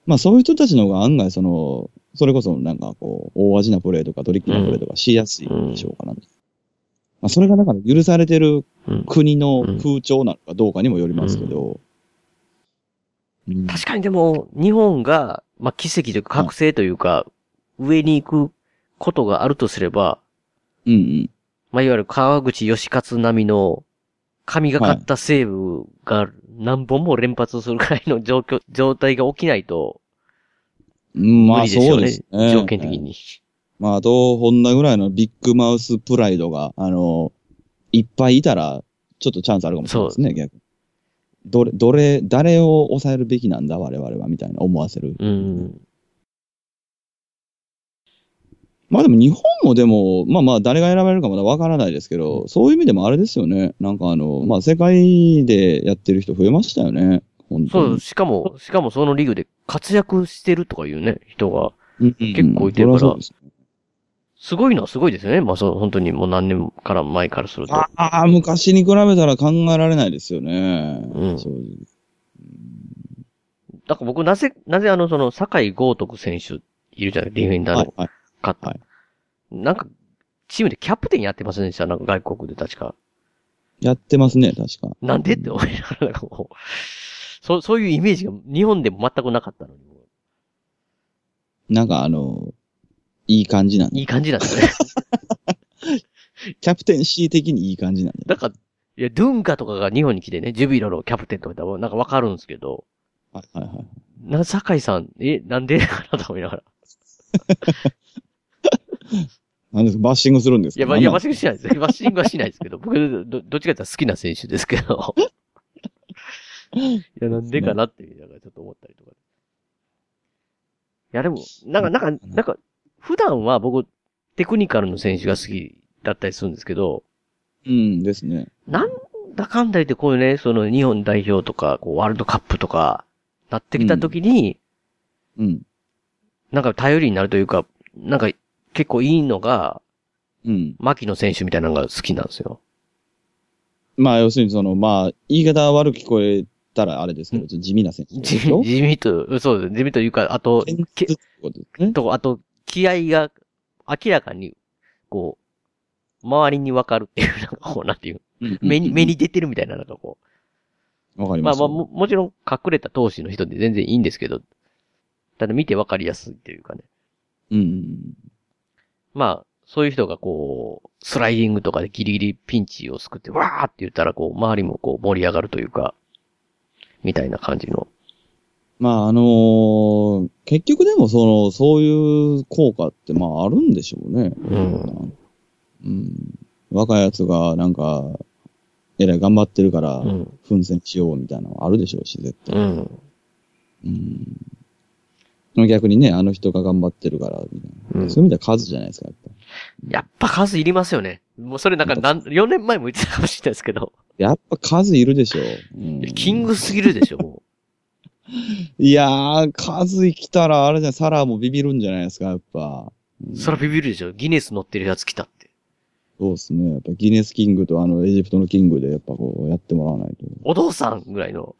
Speaker 3: まあそういう人たちの方が案外その、それこそなんかこう、大味なプレーとかトリッキーなプレーとかしやすいでしょうからね。まあそれがだから許されてる
Speaker 2: うん
Speaker 3: 国の風潮なのかどうかにもよりますけど。うん
Speaker 2: 確かにでも、日本が、まあ、奇跡というか、覚醒というか、上に行くことがあるとすれば、
Speaker 3: うんうん。
Speaker 2: まあ、いわゆる川口義勝並みの、神がかった西部が何本も連発するくらいの状況、 状態が起きないと、
Speaker 3: うん
Speaker 2: 無
Speaker 3: まあ
Speaker 2: 理です
Speaker 3: そ
Speaker 2: よ
Speaker 3: う
Speaker 2: ね。
Speaker 3: ですね。
Speaker 2: 条件的に。
Speaker 3: まあ、あと、ホンダぐらいのビッグマウスプライドが、あの、いっぱいいたら、ちょっとチャンスあるかもしれないですね、逆に。どれ、どれ、誰を抑えるべきなんだ、我々は、みたいな思わせる。
Speaker 2: うん。
Speaker 3: まあでも日本もでも、まあまあ誰が選ばれるかまだわからないですけど、そういう意味でもあれですよね。なんかあの、まあ世界でやってる人増えましたよね。本
Speaker 2: そ
Speaker 3: 当
Speaker 2: う、
Speaker 3: に。
Speaker 2: しかも、しかもそのリーグで活躍してるとかいうね、人が、
Speaker 3: うんうん
Speaker 2: 結構いてるから
Speaker 3: そりゃそうです
Speaker 2: すごいのはすごいですよね。まあ、そう、本当にもう何年から前からすると。
Speaker 3: ああ、昔に比べたら考えられないですよね。
Speaker 2: うん
Speaker 3: 正直
Speaker 2: だから僕、なぜ、なぜあの、その、坂井豪徳選手、いるじゃない、ディフェンダー
Speaker 3: は
Speaker 2: の
Speaker 3: い、はい。
Speaker 2: 方。
Speaker 3: はい
Speaker 2: なんか、チームでキャプテンやってませんでしたなんか外国で確か。
Speaker 3: やってますね、確か。
Speaker 2: なんでって思いながら、なんかもう、そう、そういうイメージが日本でも全くなかったのに、
Speaker 3: なんかあの、いい感じなんで。
Speaker 2: いい感じなんですね。
Speaker 3: キャプテン C 的にいい感じなんで。
Speaker 2: なんか、いや、ドゥンカとかが日本に来てね、ジュビロのキャプテンとかだなんかわかるんですけど、
Speaker 3: はいはいはい。
Speaker 2: な、酒井さん、え、なんでかなと思いながら。
Speaker 3: なんですかバッシングするんですか
Speaker 2: いや、ま、いや、バッ
Speaker 3: シ
Speaker 2: シングしないです。バッシングはしないですけど、僕、ど、どっちかというと好きな選手ですけど。いや、なんでかなって、なんかちょっと思ったりとか。いや、でも、なんか、なんか、なんか、普段は僕、テクニカルの選手が好きだったりするんですけど、
Speaker 3: うんですね。
Speaker 2: なんだかんだ言ってこういうね、その日本代表とか、こうワールドカップとか、なってきた時に、
Speaker 3: うん。
Speaker 2: なんか頼りになるというか、なんか結構いいのが、
Speaker 3: うん。
Speaker 2: 牧野選手みたいなのが好きなんですよ。
Speaker 3: まあ、要するにその、まあ、言い方悪く聞こえたらあれですけど、ちょっと地味な選手
Speaker 2: 地
Speaker 3: でしょ。
Speaker 2: 地味と、そうです。地味というか、あと、
Speaker 3: 堅
Speaker 2: け
Speaker 3: 実ってことですね。
Speaker 2: と、あと、気合が明らかに、こう、周りにわかるっていう、なんかこう、なんていう、
Speaker 3: うん
Speaker 2: 目に、目。に出てるみたいな、なんかこ
Speaker 3: わか
Speaker 2: う。
Speaker 3: りま
Speaker 2: まあ
Speaker 3: す。
Speaker 2: まあ、も、もちろん隠れた投手の人で全然いいんですけど、ただ見てわかりやすいというかね。
Speaker 3: うんうん。
Speaker 2: まあ、そういう人がこう、スライディングとかでギリギリピンチを救って、わーって言ったら、こう、周りもこう、盛り上がるというか、みたいな感じの。
Speaker 3: まあ、あのー結局でも、その、そういう効果って、まあ、あるんでしょうね。
Speaker 2: うん。
Speaker 3: うん。若いやつが、なんか、えらい頑張ってるから
Speaker 2: う、ん。
Speaker 3: 奮戦しようみたいなのはあるでしょうし、絶対。
Speaker 2: うん。
Speaker 3: うん。逆にね、あの人が頑張ってるから、みたいな。
Speaker 2: うん
Speaker 3: そういう意味では数じゃないですか、やっぱ。
Speaker 2: やっぱ数いりますよね。もうそれなんかなん、4年前も言ってたかもしれないですけど、
Speaker 3: やっぱ数いるでしょう。うん
Speaker 2: いやキングすぎるでしょ、も
Speaker 3: いやー、数来たら、あれじゃん、サラーもビビるんじゃないですか、やっぱ。
Speaker 2: う。そらビビるでしょ。ギネス乗ってるやつ来たって。
Speaker 3: そうですね。やっぱギネスキングとあの、エジプトのキングで、やっぱこう、やってもらわないと。
Speaker 2: お父さんぐらいの。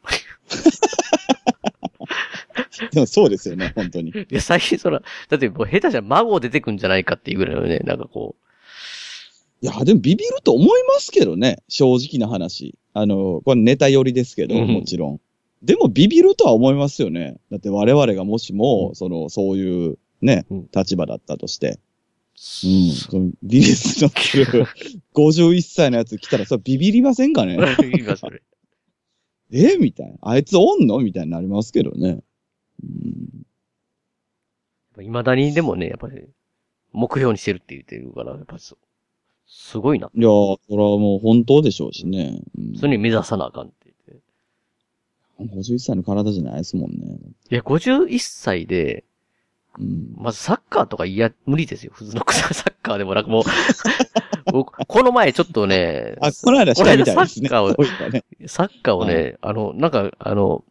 Speaker 3: でも そうですよね、本当に。
Speaker 2: いや、最近そら、だってもう下手じゃ孫出てくんじゃないかっていうぐらいのね、なんかこ
Speaker 3: いや、でもビビると思いますけどね、正直な話。あの、これネタ寄りですけど、
Speaker 2: うん
Speaker 3: もちろん。でもビビるとは思いますよね。だって我々がもしも、その、そういう、ね
Speaker 2: うん、
Speaker 3: 立場だったとして、 う
Speaker 2: う、
Speaker 3: ん、そのギネスの キル、51歳のやつ来たら、それビビりませんか ね
Speaker 2: いますそれ。
Speaker 3: えみたいな。あいつおんのみたいになりますけどね。うん、
Speaker 2: 未だにでもね、やっぱり、目標にしてるって言ってるから、やっぱそう。すごいな。
Speaker 3: いやー、それはもう本当でしょうしね。うん、
Speaker 2: それに目指さなあかんって言って。
Speaker 3: 51歳の体じゃないですもんね。
Speaker 2: いや、51歳で、
Speaker 3: うん、
Speaker 2: まずサッカーとかいや、無理ですよ。普通の サッカーでもなくもう、 僕この前ちょっとね、
Speaker 3: あ、この間したみたいですね。
Speaker 2: この 間サッカーを
Speaker 3: そういえばね
Speaker 2: サッカーをね、あの、なんか、あの、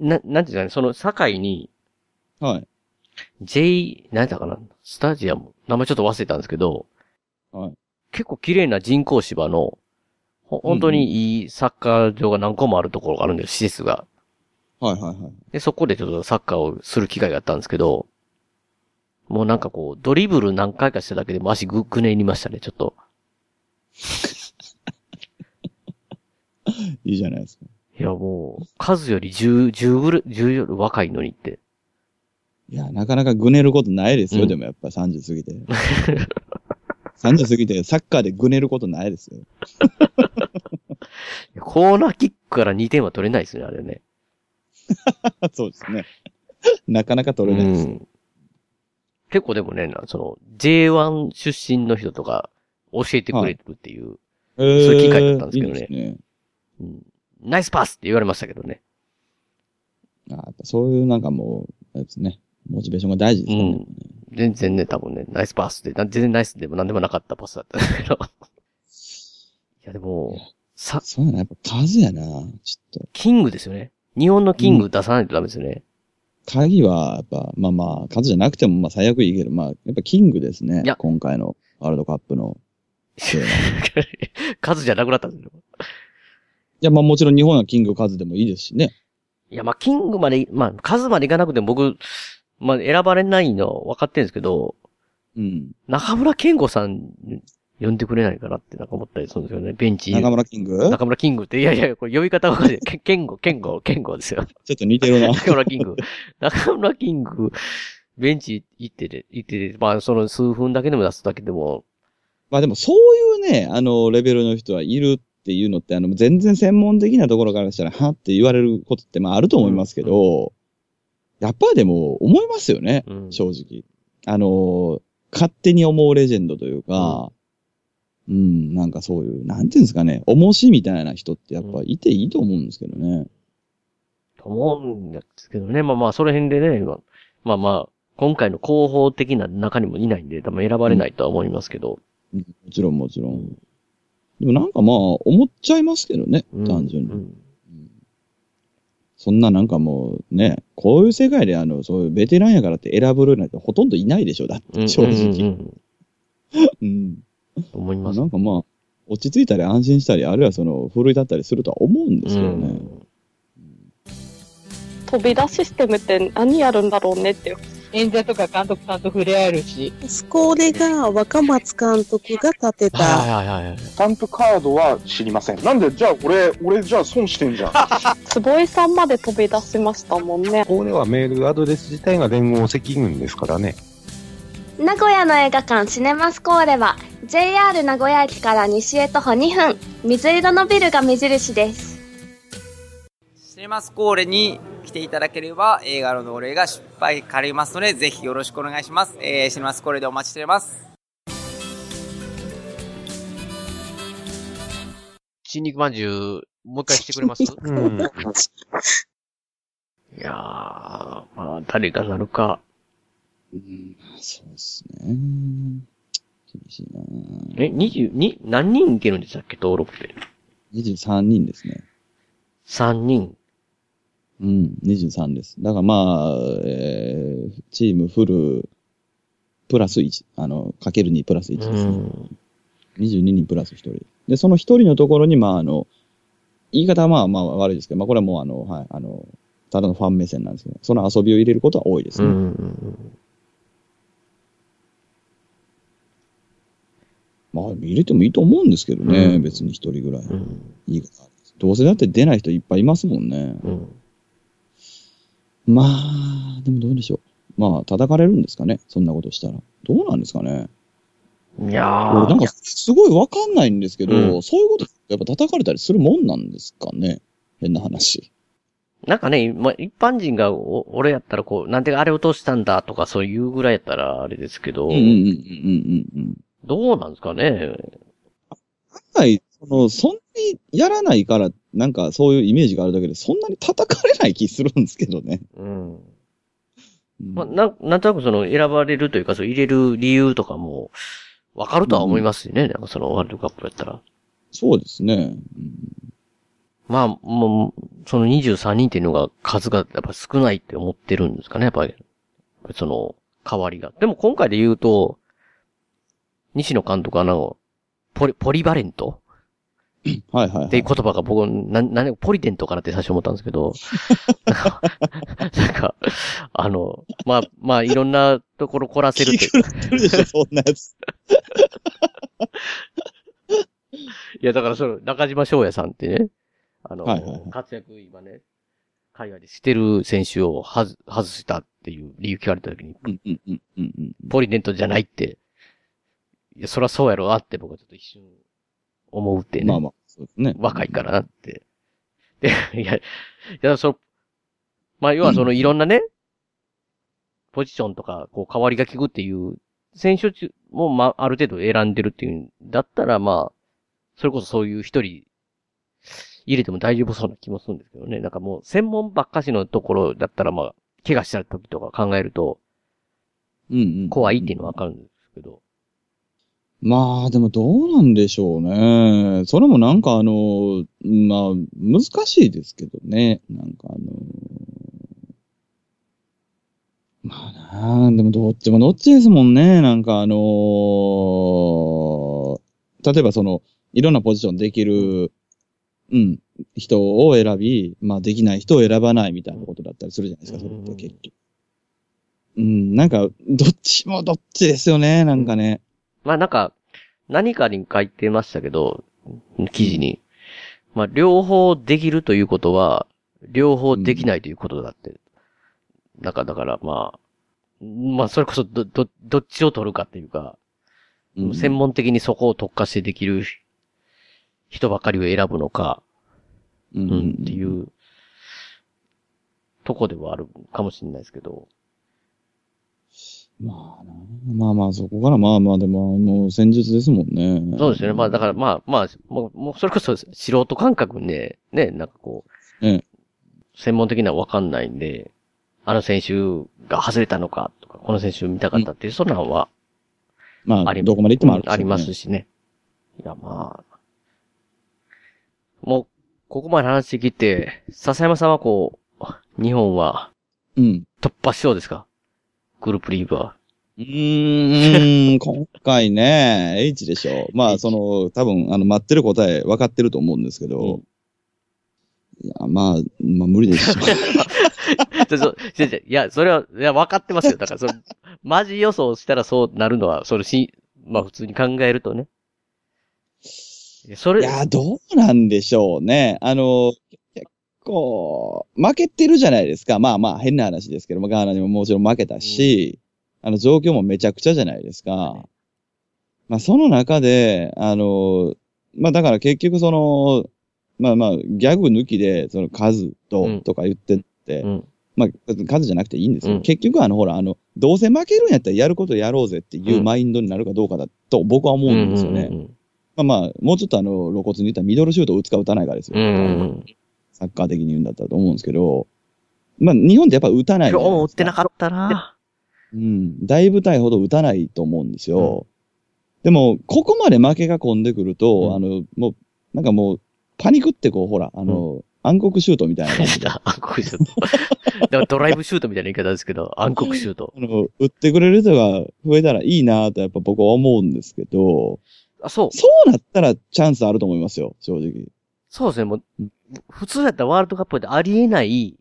Speaker 2: な、なんていうんですかね、その、堺に、
Speaker 3: はい。
Speaker 2: J、なんだかな、スタジアム、名前ちょっと忘れたんですけど、
Speaker 3: はい
Speaker 2: 結構綺麗な人工芝の、ほ本当にいいサッカー場が何個もあるところがあるんですよ、施設が。
Speaker 3: はいはいはい。
Speaker 2: で、そこでちょっとサッカーをする機会があったんですけど、もうなんかこう、ドリブル何回かしただけでも足ぐ、ぐねりましたね、ちょっと。
Speaker 3: いいじゃないですか。
Speaker 2: いや、もう、数より10、10ぐらい、10より若いのにって。
Speaker 3: いや、なかなかぐねることないですよ、
Speaker 2: うん
Speaker 3: でもやっぱ30過ぎて。30過ぎてサッカーでぐねることないですよ。
Speaker 2: いやコーナーキックから2点は取れないですね、あれね。
Speaker 3: そうですね。なかなか取れないです。
Speaker 2: うん結構でもね、なその、J1 出身の人とか、教えてくれるっていう、
Speaker 3: えー
Speaker 2: そういう機会だったんですけどね
Speaker 3: いいですね
Speaker 2: うんナイスパスって言われましたけどね。
Speaker 3: あやっぱそういうなんかもう、あれですね。モチベーションが大事です
Speaker 2: う
Speaker 3: よね。
Speaker 2: ん。全然ね、多分ね、ナイスパスって、な全然ナイスでも何でもなかったパスだったんだけど。 いや、でも、さ、
Speaker 3: そうやな、やっぱ数やな。ちょっと。
Speaker 2: キングですよね。日本のキング出さないとダメですよね。
Speaker 3: 鍵は、やっぱ、まあまあ、数じゃなくても、まあ最悪いいけど、まあ、やっぱキングですね
Speaker 2: いや。
Speaker 3: 今回のワールドカップの。そうやない
Speaker 2: 数じゃなくなったんですよ。
Speaker 3: や、まあもちろん日本はキング数でもいいですしね。
Speaker 2: いや、まあ、キングまで、まあ、数までいかなくても僕、まあ、選ばれないの分かってるんですけど、
Speaker 3: うん。
Speaker 2: 中村健吾さん呼んでくれないかなってなんか思ったりするんですよね。ベンチ。
Speaker 3: 中村キング
Speaker 2: 中村キングって、いやいや、これ呼び方がおかしい。け健吾、健吾、健吾ですよ。
Speaker 3: ちょっと似てるな。
Speaker 2: 中村キング。中村キング、ベンチ行ってて、行ってて、まあ、その数分だけでも出すだけでも、
Speaker 3: まあでもそういうね、あの、レベルの人はいるっていうのって、あの、全然専門的なところからしたら、はって言われることって、まああると思いますけど、やっぱでも思いますよね、
Speaker 2: うん。
Speaker 3: 正直。あの、勝手に思うレジェンドというか、うん、なんかそういう、なんていうんですかね、重しみたいな人ってやっぱいていいと思うんですけどね。
Speaker 2: と思うんですけどね。まあまあ、その辺でね、今まあまあ、今回の広報的な中にもいないんで、多分選ばれないとは思いますけど。
Speaker 3: もちろんもちろん。でもなんかまあ、思っちゃいますけどね、
Speaker 2: うん
Speaker 3: 単純に。
Speaker 2: うん
Speaker 3: そんななんかもうね、こういう世界であの、そういうベテランやからって選ぶるなんてほとんどいないでしょ、だっ
Speaker 2: うん
Speaker 3: て、正
Speaker 2: うんうん
Speaker 3: 直。
Speaker 2: う
Speaker 3: う
Speaker 2: ん
Speaker 3: ん。
Speaker 2: 思い
Speaker 3: ま
Speaker 2: ま
Speaker 3: あ
Speaker 2: す
Speaker 3: な。んかまあ、落ち着いたり安心したり、あるいはその、奮い立ったりするとは思うんですけど
Speaker 2: う
Speaker 3: ね。
Speaker 2: ん
Speaker 4: 飛び出システムって何やるんだろうねっていう
Speaker 5: 演者とか監督さんと触れ合えるし、
Speaker 6: それが若松監督が建てた。
Speaker 2: はいはいはいはい。
Speaker 7: スタンプカードは知りません。なんで、じゃあ俺、俺じゃあ損してんじゃん。
Speaker 4: 坪井さんまで飛び出しましたもんね
Speaker 8: ここではメールアドレス自体が連合赤軍ですからね。
Speaker 9: 名古屋の映画館シネマスコーレは JR 名古屋駅から西へ徒歩2分水色のビルが目印です
Speaker 10: シネマスコーレに来ていただければ映画の同例が失敗かりますのでぜひよろしくお願いします、えー、シネマスコーレでお待ちしております
Speaker 2: 新肉まんじゅう、もう一回してく れますい
Speaker 8: うん。
Speaker 2: やー、まあ、誰がなるか。
Speaker 3: うん、そうですね。厳しいな
Speaker 2: え、22、何人いけるんでしたっけ登録って。
Speaker 3: 23人ですね。
Speaker 2: 3人。
Speaker 3: うん、23です。だからまあ、えー、チームフル、プラス1、あの、かける2プラス1ですね。
Speaker 2: ん。
Speaker 3: 22人プラス1人。で、その1人のところに、まあ、あの、言い方はまあまあ悪いですけど、まあこれはもうあの、はい、あの、ただのファン目線なんですけど、その遊びを入れることは多いです
Speaker 2: う
Speaker 3: ね。
Speaker 2: ん。
Speaker 3: まあ入れてもいいと思うんですけどね、
Speaker 2: うん
Speaker 3: 別に1人ぐらい。
Speaker 2: うん。
Speaker 3: いいかなどうせだって出ない人いっぱいいますもんね。
Speaker 2: うん。
Speaker 3: まあ、でもどうでしょう。まあ、叩かれるんですかね、そんなことしたら。どうなんですかね。
Speaker 2: いや
Speaker 3: 俺なん
Speaker 2: ー
Speaker 3: か、すごいわかんないんですけど、
Speaker 2: う
Speaker 3: そういうこと、やっぱ叩かれたりするもんなんですかね。変な話。
Speaker 2: なんかね、まあ、一般人が、お俺やったらこう、なんであれ落としたんだとかそういうぐらいやったらあれですけど、
Speaker 3: うんうんうんうんうんうん。
Speaker 2: どうなんですかね
Speaker 3: はい、その、そんなにやらないから、なんかそういうイメージがあるだけで、そんなに叩かれない気するんですけどね。
Speaker 2: うん。
Speaker 3: うん
Speaker 2: まあ、なん、なんとなくその選ばれるというか、そう入れる理由とかも、わかるとは思いますしね、なんかそのワールドカップやったら。
Speaker 3: そうですね。
Speaker 2: まあ、もう、その23人っていうのが数がやっぱ少ないって思ってるんですかね、やっぱり。その、代わりが。でも今回で言うと、西野監督はあの、ポリ、ポリバレント
Speaker 3: うん、はいはい、はい。
Speaker 2: っていう言葉が僕、な、なんで、ポリデントかなって最初思ったんですけど、なんか、なんかあの、まあ、まあ、いろんなところ凝らせるって
Speaker 3: 気狂ってるでしょ、 そんなやつ。
Speaker 2: いや、だからその、中島翔也さんってね、あの、
Speaker 3: はいはいはい
Speaker 2: 活躍今ね、海外でしてる選手をはず外したっていう理由聞かれた時に、
Speaker 3: うんうんうんうんうん。
Speaker 2: ポリデントじゃないって、いや、そらそうやろなって僕はちょっと一瞬思うってね。
Speaker 3: まあまあ、そうですね。
Speaker 2: 若いからなって。で、いや、いや、その、まあ、要はそのいろんなね、ポジションとか、こう、変わりが利くっていう、選手も、まあ、ある程度選んでるっていうんだったら、まあ、それこそそういう一人、入れても大丈夫そうな気もするんですけどね。なんかもう、専門ばっかしのところだったら、まあ、怪我した時とか考えると、
Speaker 3: うんうん。
Speaker 2: 怖いっていうのはわかるんですけど。
Speaker 3: まあ、でもどうなんでしょうね。それもなんかあの、まあ、難しいですけどね。なんかあの、まあなあ、でもどっちもどっちですもんね。なんかあの例えばその、いろんなポジションできる、うん、人を選び、まあできない人を選ばないみたいなことだったりするじゃないですか、それって結局。うん、なんか、どっちもどっちですよね、なんかね。
Speaker 2: まあなんか、何かに書いてましたけど、記事に。まあ両方できるということは、両方できないということだって。なんかだからまあ、まあそれこそど、ど、どっちを取るかっていうか、
Speaker 3: うん
Speaker 2: 専門的にそこを特化してできる人ばかりを選ぶのか、
Speaker 3: う
Speaker 2: うん、ってい。う、とこではあるかもしれないですけど。
Speaker 3: まあな、まあまあ、そこからまあまあ、でも、もう戦術ですもんね。
Speaker 2: そうですよね。まあだからまあまあ、もう、もうそれこそ素人感覚で、ね、なんかこう、
Speaker 3: ええ
Speaker 2: 専門的にはわかんないんで、あの選手が外れたのかとか、この選手見たかったっていう、そんなのは
Speaker 3: ま
Speaker 2: あ
Speaker 3: あ、
Speaker 2: り、
Speaker 3: どこまで行ってもある、
Speaker 2: うんあります。しね。いやまあ、もう、ここまで話してきて、笹山さんはこう、日本は
Speaker 3: うん。
Speaker 2: 突破しようですかグループリーグは。
Speaker 3: うーん、今回ね、H でしょ。まあ、
Speaker 2: H
Speaker 3: その、多分、あの、待ってる答え分かってると思うんですけど。いや、まあ、まあ、無理ですょ。
Speaker 2: ちょ、ちょ、ちょちょいや、それは、いや、分かってますよ。だから、その、マジ予想したらそうなるのは、それし、まあ普通に考えるとね。いやそ
Speaker 3: い
Speaker 2: れ、
Speaker 3: や、どうなんでしょうね。あの、結構、負けてるじゃないですか。まあまあ、変な話ですけども、ガーナにももちろん負けたし、あの、状況もめちゃくちゃじゃないですか。まあ、その中で、あの、まあだから結局その、まあまあ、ギャグ抜きで、その数
Speaker 2: う
Speaker 3: と
Speaker 2: ん
Speaker 3: とか言ってって、
Speaker 2: うん。
Speaker 3: まあ、数じゃなくていいんですけど、
Speaker 2: うん
Speaker 3: 結局あの、ほら、あの、どうせ負けるんやったらやることやろうぜっていうマインドになるかどうかだと僕は思うんですよね。まあまあ、もうちょっとあの、露骨に言ったらミドルシュートを打つか打たないかですよ。
Speaker 2: うんうんうん。うんうん
Speaker 3: サッカー的に言うんだったらと思うんですけど、まあ日本ってやっぱ打たないじゃ
Speaker 2: 今
Speaker 3: な
Speaker 2: 日
Speaker 3: いですか。
Speaker 2: も売ってなかったな
Speaker 3: うん。大舞台ほど打たないと思うんですよ。でも、ここまで負けが込んでくると、
Speaker 2: うん
Speaker 3: あの、もう、なんかもう、パニックってこう、ほら、あの、暗黒シュートみた いな感じで。あ
Speaker 2: 暗黒シュート。 だからドライブシュートみたいな言い方ですけど、暗黒シュート。
Speaker 3: の、打ってくれる人が増えたらいいなとやっぱ僕は思うんですけど、
Speaker 2: あ、そう。
Speaker 3: そうなったらチャンスあると思いますよ、正直。
Speaker 2: そうですね。もう、普通だったらワールドカップでありえない、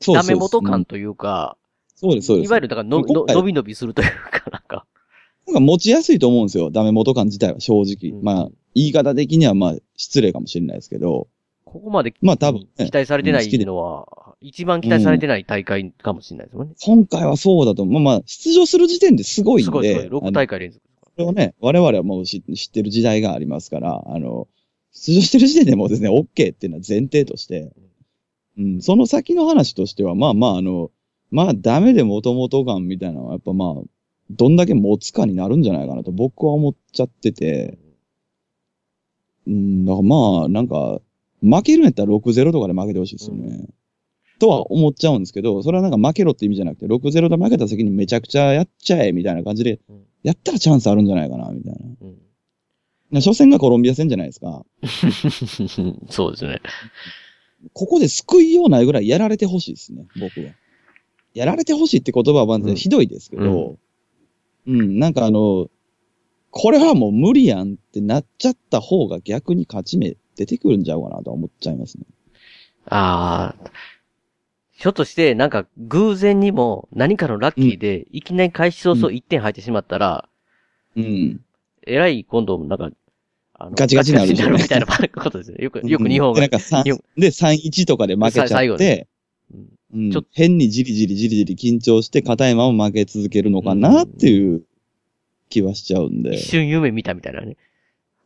Speaker 3: そうそう
Speaker 2: ダメ元感
Speaker 3: うん
Speaker 2: というか、
Speaker 3: そうです、そうです。
Speaker 2: いわゆる、だからの、の
Speaker 3: 今回
Speaker 2: 伸び伸びするというか、なんか。
Speaker 3: なんか持ちやすいと思うんですよ。ダメ元感自体は正直。
Speaker 2: うん
Speaker 3: まあ、言い方的にはまあ、失礼かもしれないですけど。
Speaker 2: ここまで
Speaker 3: まあ多分ね
Speaker 2: 期待されてな
Speaker 3: うん好き
Speaker 2: い
Speaker 3: で
Speaker 2: のは、一番期待されてない大会かもしれないですもんね。
Speaker 3: 今回はそうだと思う。まあまあ、出場する時点ですごいんで。
Speaker 2: すごいすご
Speaker 3: あ
Speaker 2: い。6
Speaker 3: の
Speaker 2: 大会連続。
Speaker 3: それをね、我々はもう知知ってる時代がありますから、あの、出場してる時点でもうですね、OK っていうのは前提として、うん、その先の話としては、まあまあ、あの、まあダメで元々感みたいなのは、やっぱまあ、どんだけ持つかになるんじゃないかなと僕は思っちゃってて、うん、だからまあ、なんか、負けるんやったら6-0とかで負けてほしいですよね。とは思っちゃうんですけど、それはなんか負けろって意味じゃなくて、6-0で負けた責任めちゃくちゃやっちゃえ、みたいな感じで
Speaker 2: うん、
Speaker 3: やったらチャンスあるんじゃないかな、みたいな。
Speaker 2: うん、
Speaker 3: な初戦がコロンビア戦じゃないですか。
Speaker 2: そうですね。
Speaker 3: ここで救いようないぐらいやられてほしいですね、僕は。やられてほしいって言葉はま
Speaker 2: うん
Speaker 3: ずひどいですけど、うん、なんかあの、これはもう無理やんってなっちゃった方が逆に勝ち目出てくるんちゃうかなとは思っちゃいますね。
Speaker 2: ああ。ひょっとして、なんか、偶然にも何かのラッキーで、いきなり開始早々1点入ってしまったら、
Speaker 3: うん。
Speaker 2: えらい今度、なんか、ああの
Speaker 3: ガチガチになるんですよね
Speaker 2: ガチガチになるみたいなことですよ。よく、よく日本
Speaker 3: で、
Speaker 2: が
Speaker 3: なん。か三
Speaker 2: 日本
Speaker 3: で、3-1とかで負けち
Speaker 2: さ
Speaker 3: ゃ
Speaker 2: 最後
Speaker 3: って
Speaker 2: ね、うん
Speaker 3: うん
Speaker 2: ちょっと
Speaker 3: 変にじりじりじりじり緊張して、片山も負け続けるのかなっていう気はしちゃうんで。
Speaker 2: 一瞬夢見たみたいなね。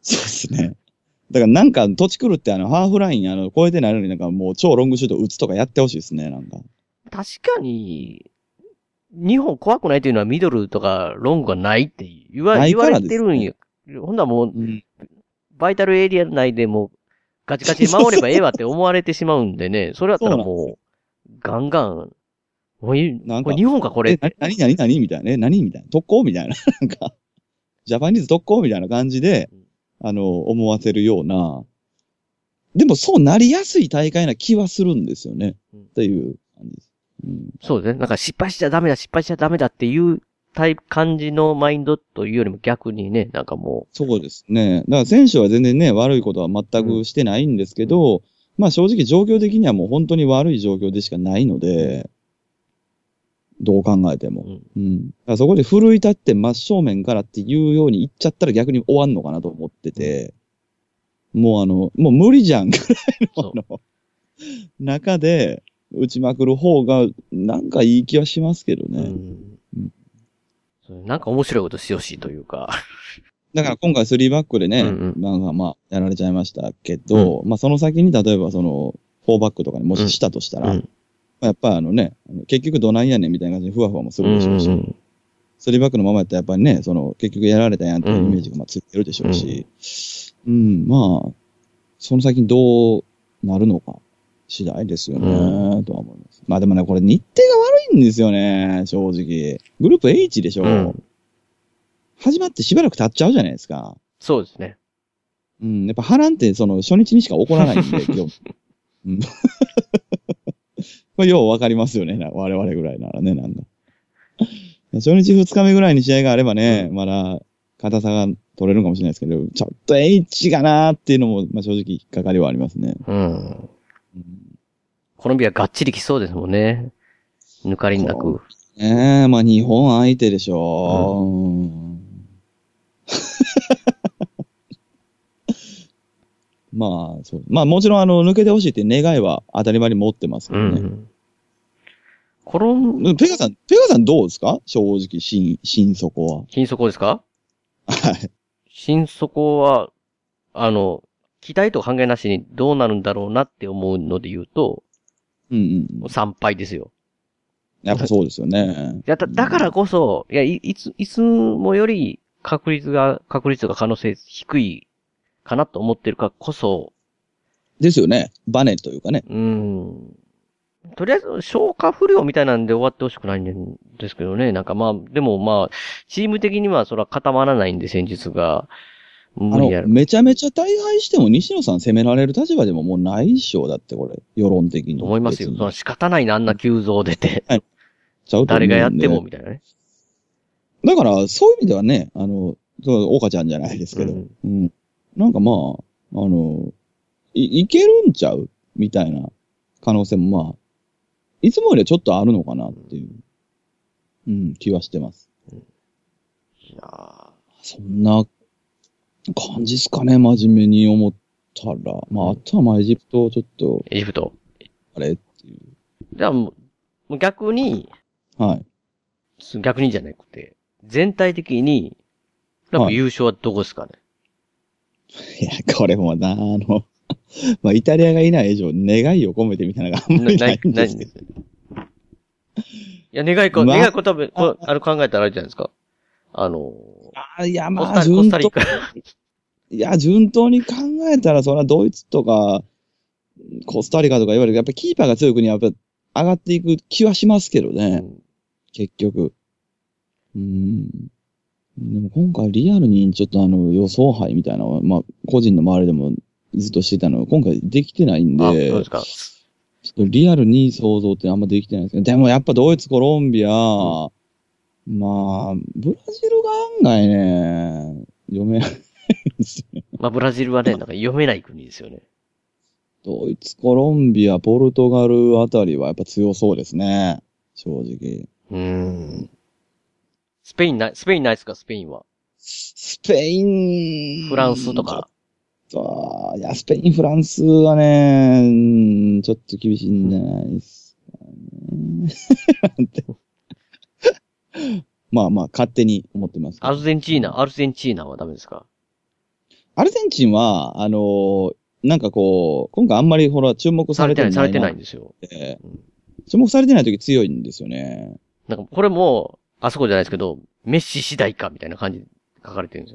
Speaker 3: そうですね。だからなんか、土地狂ってあの、ハーフライン、あの、超えてないのになんかもう超ロングシュート打つとかやってほしいですね、なんか。
Speaker 2: 確かに、日本怖くないというのはミドルとかロングがないって言わ
Speaker 3: ない
Speaker 2: 言
Speaker 3: か
Speaker 2: わ
Speaker 3: ら
Speaker 2: れ
Speaker 3: です
Speaker 2: て
Speaker 3: ね
Speaker 2: るんや。ほんならもう、
Speaker 3: うん。
Speaker 2: バイタルエリア内でも、ガチガチに守ればええわって思われてしまうんで ね、それだったらもう、ガンガン、もうい
Speaker 3: なんか
Speaker 2: これ日本かこれ
Speaker 3: え、な、なになになにみたいな。え、なにみたいな。特攻みたいな。 なんか、ジャパニーズ特攻みたいな感じで、あの、思わせるような。でもそうなりやすい大会な気はするんですよね。
Speaker 2: うん
Speaker 3: っていう感じです。うん。
Speaker 2: そうですね。なんか失敗しちゃダメだ、失敗しちゃダメだっていうタイプ、感じのマインドというよりも逆にね、なんかも
Speaker 3: そうですね。だから選手は全然ね、悪いことは全くしてないんですけど、まあ正直状況的にはもう本当に悪い状況でしかないので、どう考えて
Speaker 2: う、
Speaker 3: もう
Speaker 2: う。ん
Speaker 3: ん。だからそこで奮い立って真正面からっていうように言っちゃったら逆に終わんのかなと思ってて、もうあの、もう無理じゃんぐらいの
Speaker 2: そ
Speaker 3: あの 中で打ちまくる方がなんかいい気はしますけどね。
Speaker 2: うんそうなんか面白いことしてほしいというか。
Speaker 3: だから今回3バックでね、
Speaker 2: うんうん
Speaker 3: なんかまあやられちゃいましたけど、まあその先に例えばその4バックとかにもししたとしたら、
Speaker 2: うん
Speaker 3: まあやっぱりあのね、あの結局どないやねんみたいな感じでふわふわもす
Speaker 2: う
Speaker 3: る
Speaker 2: ん
Speaker 3: でしょうし、
Speaker 2: うん
Speaker 3: スリーバックのままやったらやっぱりね、その、結局やられたやんっていうイメージがまあついてるでしょうし、うん、まあ、その先どうなるのか次第ですよね、とは思います。まあでもね、これ日程が悪いんですよね、正直。グループ H でしょ。
Speaker 2: うん
Speaker 3: 始まってしばらく経っちゃうじゃないですか。
Speaker 2: そうですね。
Speaker 3: うん、やっぱ波乱ってその初日にしか起こらないんで、今日。うん、 これようわかりますよね。な我々ぐらいならね、なんだ。初日二日目ぐらいに試合があればね、まだ硬さが取れるかもしれないですけど、ちょっと H かなーっていうのも、まあ、正直引っかかりはありますね。
Speaker 2: うん。
Speaker 3: うん
Speaker 2: コロンビアがっちり来そうですもんね。抜かりなく。
Speaker 3: ねえ、まあ日本相手でしょう。うん まあ、そう。まあもちろんあの、抜けてほしいって願いは当たり前に持ってますけ
Speaker 2: う
Speaker 3: どね。
Speaker 2: ん。コロン、
Speaker 3: うん、ペガさん、ペガさんどうですか正直、心、心底
Speaker 2: 新底ですか
Speaker 3: は。はい。
Speaker 2: 新底は、あの、期待と考えなしにどうなるんだろうなって思うので言うと、
Speaker 3: うんうん。
Speaker 2: 参拝ですよ。
Speaker 3: やっぱそうですよね。
Speaker 2: いや、だ、だからこそ、いや、い、いつ、いつもより確率が、確率が可能性低いかなと思ってるからこそ、
Speaker 3: ですよね。バネというかね。
Speaker 2: うん。とりあえず、消化不良みたいなんで終わってほしくないんですけどね。なんかまあ、でもまあ、チーム的にはそれは固まらないんで、戦術が。
Speaker 3: あ
Speaker 2: 無理や
Speaker 3: の、
Speaker 2: る。
Speaker 3: めちゃめちゃ大敗しても西野さん攻められる立場でももうないっしょだって、これ。世論的に。
Speaker 2: と思いますよ。
Speaker 3: 別に
Speaker 2: その仕方ないな、あんな急増出て。
Speaker 3: ちゃうと思うん
Speaker 2: 誰
Speaker 3: で
Speaker 2: がやっても、みたいなね。
Speaker 3: だから、そういう意味ではね、あの、そう、岡ちゃんじゃないですけど、
Speaker 2: う
Speaker 3: うん
Speaker 2: ん。
Speaker 3: なんかまあ、あの、い、いけるんちゃうみたいな可能性もまあ、いつもよりはちょっとあるのかなっていう、うん、気はしてます。
Speaker 2: いやー
Speaker 3: そんな感じですかね、真面目に思ったら。まあ、あとはまあ、エジプトをちょっと、
Speaker 2: エジプト。
Speaker 3: あれ
Speaker 2: じゃあもう、もう逆に、
Speaker 3: はい。
Speaker 2: 逆にじゃなくて、全体的に、なんか優勝はどこですかね。
Speaker 3: いや、これもな、あの、まあ、イタリアがいない以上、願いを込めてみたいなのがあんまり ないんですけど。
Speaker 2: いや、願いか、
Speaker 3: まあ
Speaker 2: 願いか多分、こあの、考えたらあれじゃないですか。あの、
Speaker 3: あいや、
Speaker 2: コ
Speaker 3: まあ、
Speaker 2: スタリコ
Speaker 3: 順
Speaker 2: スタ
Speaker 3: 当
Speaker 2: リカ。
Speaker 3: いや、順当に考えたら、それはドイツとか、コスタリカとか言われるけどやっぱキーパーが強い国はやっぱ上がっていく気はしますけどね、結局。うーん。でも今回リアルにちょっとあの予想杯みたいなのは、まあ個人の周りでもずっとしてたのが今回できてないん
Speaker 2: あ、そう
Speaker 3: で、
Speaker 2: ですか。
Speaker 3: ちょっとリアルに想像ってあんまできてないですけど、でもやっぱドイツ、コロンビア、まあ、ブラジルが案外ね、読めないんですよね。
Speaker 2: まあ、ブラジルはね、なんか読めない国ですよね。
Speaker 3: ドイツ、コロンビア、ポルトガルあたりはやっぱ強そうですね。正直。
Speaker 2: うーん。スペインない、スペインないですか、スペインは。
Speaker 3: スペイン。
Speaker 2: フランスとか。
Speaker 3: と、いや、スペイン、フランスはね、うんちょっと厳しいんじゃないですかね。 なんてまあまあ、勝手に思ってますけど。
Speaker 2: アルゼンチーナ、アルゼンチーナはダメですか
Speaker 3: アルゼンチンは、あのーなんかこう、今回あんまりほら、注目
Speaker 2: さ
Speaker 3: さ
Speaker 2: れ
Speaker 3: れ
Speaker 2: て
Speaker 3: て
Speaker 2: な、
Speaker 3: ないい。
Speaker 2: されてないんですよ。
Speaker 3: で注目されてない時強いんですよね。
Speaker 2: なんか、これも、あそこじゃないですけど、メッシ次第か、みたいな感じで書かれてるんで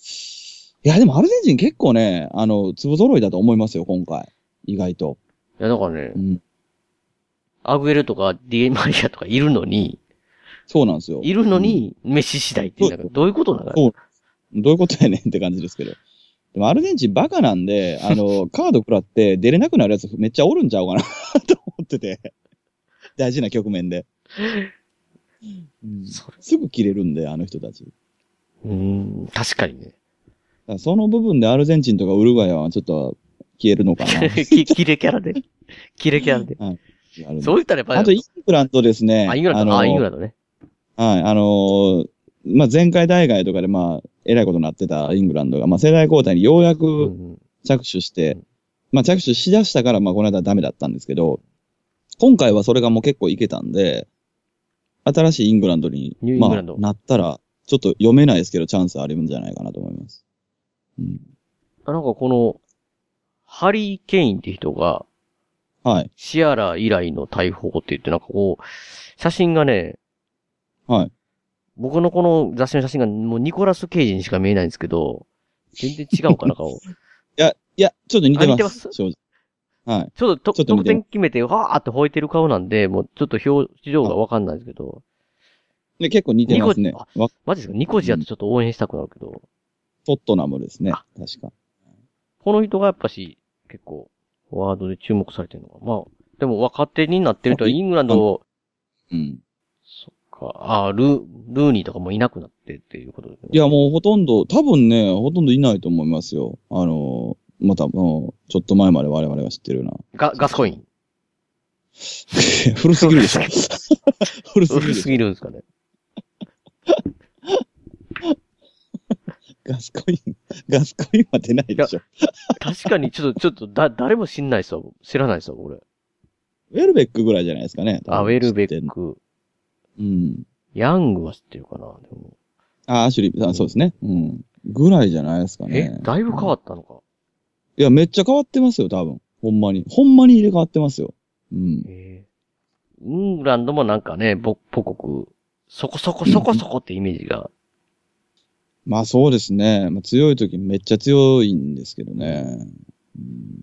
Speaker 2: すよね。
Speaker 3: いや、でもアルゼンチン結構ね、あの、粒揃いだと思いますよ、今回。意外と。
Speaker 2: いや、だからね
Speaker 3: う、ん。
Speaker 2: アグエルとかディエマリアとかいるのに、
Speaker 3: そうなんですよ。
Speaker 2: いるのに、メッシ次第ってなんかどういうことなの
Speaker 3: そう。どういうことやねんって感じですけど。でもアルゼンチンバカなんで、あ の、カード食らって出れなくなるやつめっちゃおるんちゃうかな と思ってて。大事な局面で。うん
Speaker 2: そ
Speaker 3: すぐ切れるんで、あの人たち。だ
Speaker 2: うーん、確かにね。
Speaker 3: からその部分でアルゼンチンとかウルグアイはちょっと消えるのかな
Speaker 2: きキレキャラで。キレキャラで。
Speaker 3: ある
Speaker 2: そう言ったらやっぱり、
Speaker 3: あと、イングランドですね。
Speaker 2: あ、イングランド、あ、イングランドね。
Speaker 3: はい、あのーまあ、前回大会とかで、まあ、えらいことになってたイングランドが、まあ、世代交代にようや
Speaker 2: うん
Speaker 3: く
Speaker 2: うん
Speaker 3: 着手して、
Speaker 2: うん
Speaker 3: まあ、着手しだしたから、まあ、この間はダメだったんですけど、今回はそれがもう結構いけたんで、新しいイングランドに、
Speaker 2: ニューイン
Speaker 3: ま
Speaker 2: グラ
Speaker 3: あ、
Speaker 2: ンド
Speaker 3: なったら、ちょっと読めないですけど、チャンスあるんじゃないかなと思います。うん。
Speaker 2: あなんかこの、ハリー・ケインって人が、
Speaker 3: はい。
Speaker 2: シアラ以来の大砲って言って、なんかこう、写真がね、
Speaker 3: はい。
Speaker 2: 僕のこの雑誌の写真がもうニコラス・ケイジにしか見えないんですけど、全然違うかな、 顔。
Speaker 3: いや、いや、ちょっと似て
Speaker 2: あ
Speaker 3: ま
Speaker 2: 似
Speaker 3: す。
Speaker 2: てます
Speaker 3: 正直。はい。
Speaker 2: ちょっとと
Speaker 3: ちょっと
Speaker 2: 得
Speaker 3: 見て
Speaker 2: 点決めて、わーって吠えてる顔なんで、もうちょっと表情がわかんないですけど、
Speaker 3: で結構似てますね
Speaker 2: ニコ。
Speaker 3: わ
Speaker 2: マジですかニコジアってちょっと応援したくなるけど、
Speaker 3: トットナムですね。
Speaker 2: あ
Speaker 3: 確か。
Speaker 2: この人がやっぱし、結構、ワードで注目されてるのか。まあ、でも若手になってるとはイングランド、
Speaker 3: うん。
Speaker 2: そっか、あール、ルーニーとかもいなくなってっていうことですね。
Speaker 3: いや、もうほとんど、多分ね、ほとんどいないと思いますよ。あのー、また、もう、ちょっと前まで我々が知ってるような。
Speaker 2: ガ、ガスコイン。
Speaker 3: 古すぎるでし ょ。古すぎる
Speaker 2: 古
Speaker 3: ですし
Speaker 2: ぎるんですかね。
Speaker 3: ょ。ガスコイン、ガスコインは出ないでしょ。
Speaker 2: 確かに、ちょっと、ちょっと、だ、誰も知んないっすわ。知らないっすわ、俺。
Speaker 3: ウェルベックぐらいじゃないですかね。
Speaker 2: アウェルベ
Speaker 3: 知ってん
Speaker 2: ッ
Speaker 3: の
Speaker 2: ク。
Speaker 3: うん。
Speaker 2: ヤングは知ってるかな。でも
Speaker 3: あ、アシュリー、あそうですね。うん。ぐらいじゃないですか
Speaker 2: え
Speaker 3: ね、。
Speaker 2: だいぶ変わったのか。
Speaker 3: いや、めっちゃ変わってますよ、多分。ほんまに。ほんまに入れ替わってますよ。うん。
Speaker 2: えーイングランドもなんかね、ぼ、母国、そこそこそこそこってイメージが。
Speaker 3: まあそうですね。まあ、強い時めっちゃ強いんですけどね。うん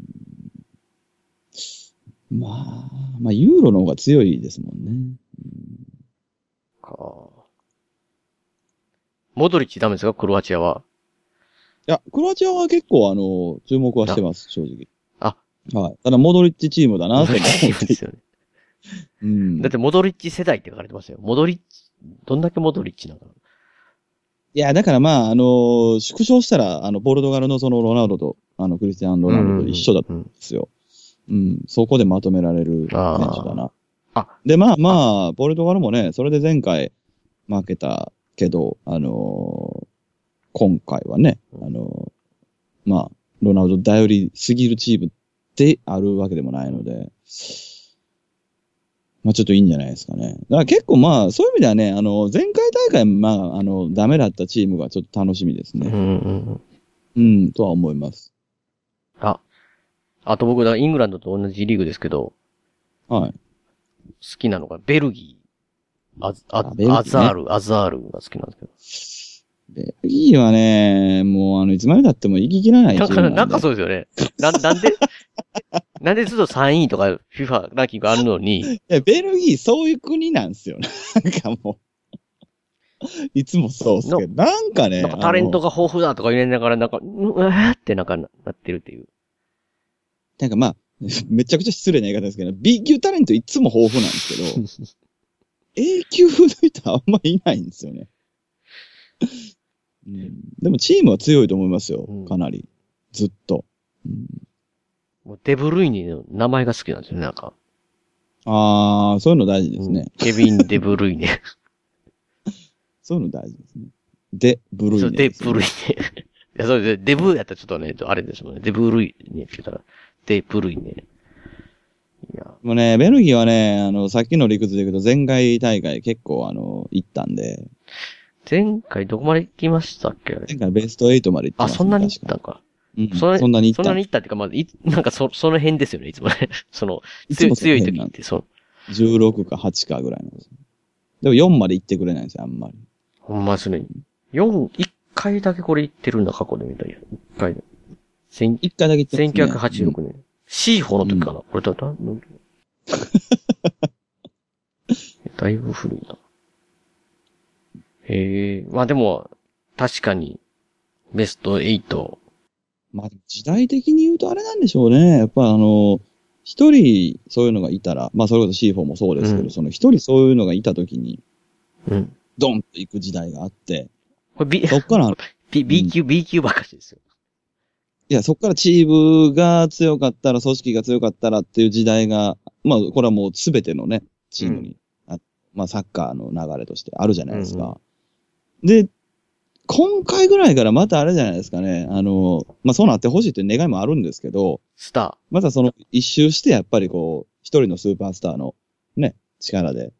Speaker 3: まあ、まあユーロの方が強いですもんね。
Speaker 2: か。モドリッチダメですかクロアチアは。
Speaker 3: いや、クロアチアは結構あの、注目はしてます、正直。
Speaker 2: あ。
Speaker 3: はい。ただ、モドリッチチームだな
Speaker 2: モ
Speaker 3: と
Speaker 2: ド
Speaker 3: 思
Speaker 2: リッチチ
Speaker 3: っ
Speaker 2: ームで
Speaker 3: て。
Speaker 2: すよね。
Speaker 3: うん。
Speaker 2: だってモドリッチ世代って書かれてますよ。モドリッチ、どんだけモドリッチなのか
Speaker 3: いや、だからまあ、あの、縮小したら、あの、ポルトガルのそのロナウドと、あの、クリスティアン・ロナウドと一緒だった
Speaker 2: うんん
Speaker 3: ですよ。うん。そこでまとめられる選手だな。
Speaker 2: あーあ
Speaker 3: で、まあまあ、ポルトガルもね、それで前回負けたけど、あのー今回はね、あのーまあ、ロナウド頼りすぎるチームであるわけでもないので、まあちょっといいんじゃないですかね。だから結構まあ、そういう意味ではね、あの、前回大会、まあ、あの、ダメだったチームがちょっと楽しみです
Speaker 2: うん
Speaker 3: ね。
Speaker 2: うんうん。
Speaker 3: うん、とは思います。
Speaker 2: あ、あと僕、だからイングランドと同じリーグですけど、
Speaker 3: はい。
Speaker 2: 好きなのがベルギー。アズア
Speaker 3: あベルギーね
Speaker 2: アザール、アザールが好きなんですけど。
Speaker 3: ベルギーはね、もうあの、いつまでだっても行ききらないチー
Speaker 2: なん
Speaker 3: ム
Speaker 2: か、
Speaker 3: なんで。
Speaker 2: なんかそうですよね。な、なん で、なんでずっと3位とか FIFA ランキングあるのに、
Speaker 3: いや、ベルギー、そういう国なんですよ。なんかもう。いつもそうっすけど。なんかね。
Speaker 2: なんかタレント
Speaker 3: あの
Speaker 2: が豊富だとか言いながら、なんか、うんうわーってなんかななってるっていう。
Speaker 3: なんかまあ、めちゃくちゃ失礼な言い方ですけど、B 級タレントいつも豊富なんですけど、A 級の人あんまいないんですよね。うんでもチームは強いと思いますよ
Speaker 2: うん。
Speaker 3: かなり。ずっと。
Speaker 2: もうデブルイネの名前が好きなんですよね、なんか。
Speaker 3: ああ、そういうの大事ですね。
Speaker 2: ケビン・デブルイネ。
Speaker 3: そういうの大事ですね。で、ブル
Speaker 2: そ
Speaker 3: ー
Speaker 2: う
Speaker 3: ネ
Speaker 2: デ
Speaker 3: ですね。
Speaker 2: ブルイや、それで、デブやったらちょっとね、あれですもんね。デブ類ね、って言ったら、デブ類ね。いや、
Speaker 3: もうね、ベルギーはね、あの、さっきの理屈で言うと、前回大会結構、あの、行ったんで、
Speaker 2: 前回どこまで行きましたっけあれ
Speaker 3: 前回ベスト8まで行って
Speaker 2: あ、
Speaker 3: ます、
Speaker 2: そんなに行ったん
Speaker 3: 確か
Speaker 2: か。
Speaker 3: うん
Speaker 2: それ
Speaker 3: そんなに行
Speaker 2: そ
Speaker 3: っ
Speaker 2: んな
Speaker 3: た
Speaker 2: に。行ったっていうか、まあ、い、 なんかそ、その辺ですよね、いつもね。 その、
Speaker 3: いつ
Speaker 2: 強
Speaker 3: もそ
Speaker 2: い、
Speaker 3: の
Speaker 2: 強い
Speaker 3: 辺
Speaker 2: 時
Speaker 3: な
Speaker 2: っ
Speaker 3: ん
Speaker 2: て、そう。
Speaker 3: 16か8かぐらいなんです。でも4まで行ってくれないんですよ、あんまり。
Speaker 2: ほんまですね。4、1回だけこれ行ってるんだ、過去で見たいや。1回だ。千
Speaker 3: 1回だけ行ってます、ね。
Speaker 2: 1986
Speaker 3: うん
Speaker 2: 年。シーホの時かな、これだった だいぶ古いな。へえ、まあでも、確かに、ベスト8。
Speaker 3: まあ、時代的に言うとあれなんでしょうね。やっぱあの、一人そういうのがいたら、まあそれこそ C4 もそうですけど、
Speaker 2: うん
Speaker 3: その一人そういうのがいた時に、
Speaker 2: うん。
Speaker 3: ドンと行く時代があって、
Speaker 2: これ B、
Speaker 3: そっから、
Speaker 2: B, B 級、B 級ばっかしですよ。
Speaker 3: いや、そっからチームが強かったら、組織が強かったらっていう時代が、まあ、これはもうすべてのね、チームに、あまあ、サッカーの流れとしてあるじゃないですか。で、今回ぐらいからまたあれじゃないですかね、あの、まあ、そうなってほしいって願いもあるんですけど、
Speaker 2: スタ
Speaker 3: またその一周して、やっぱりこう、一人のスーパースターのね、力で、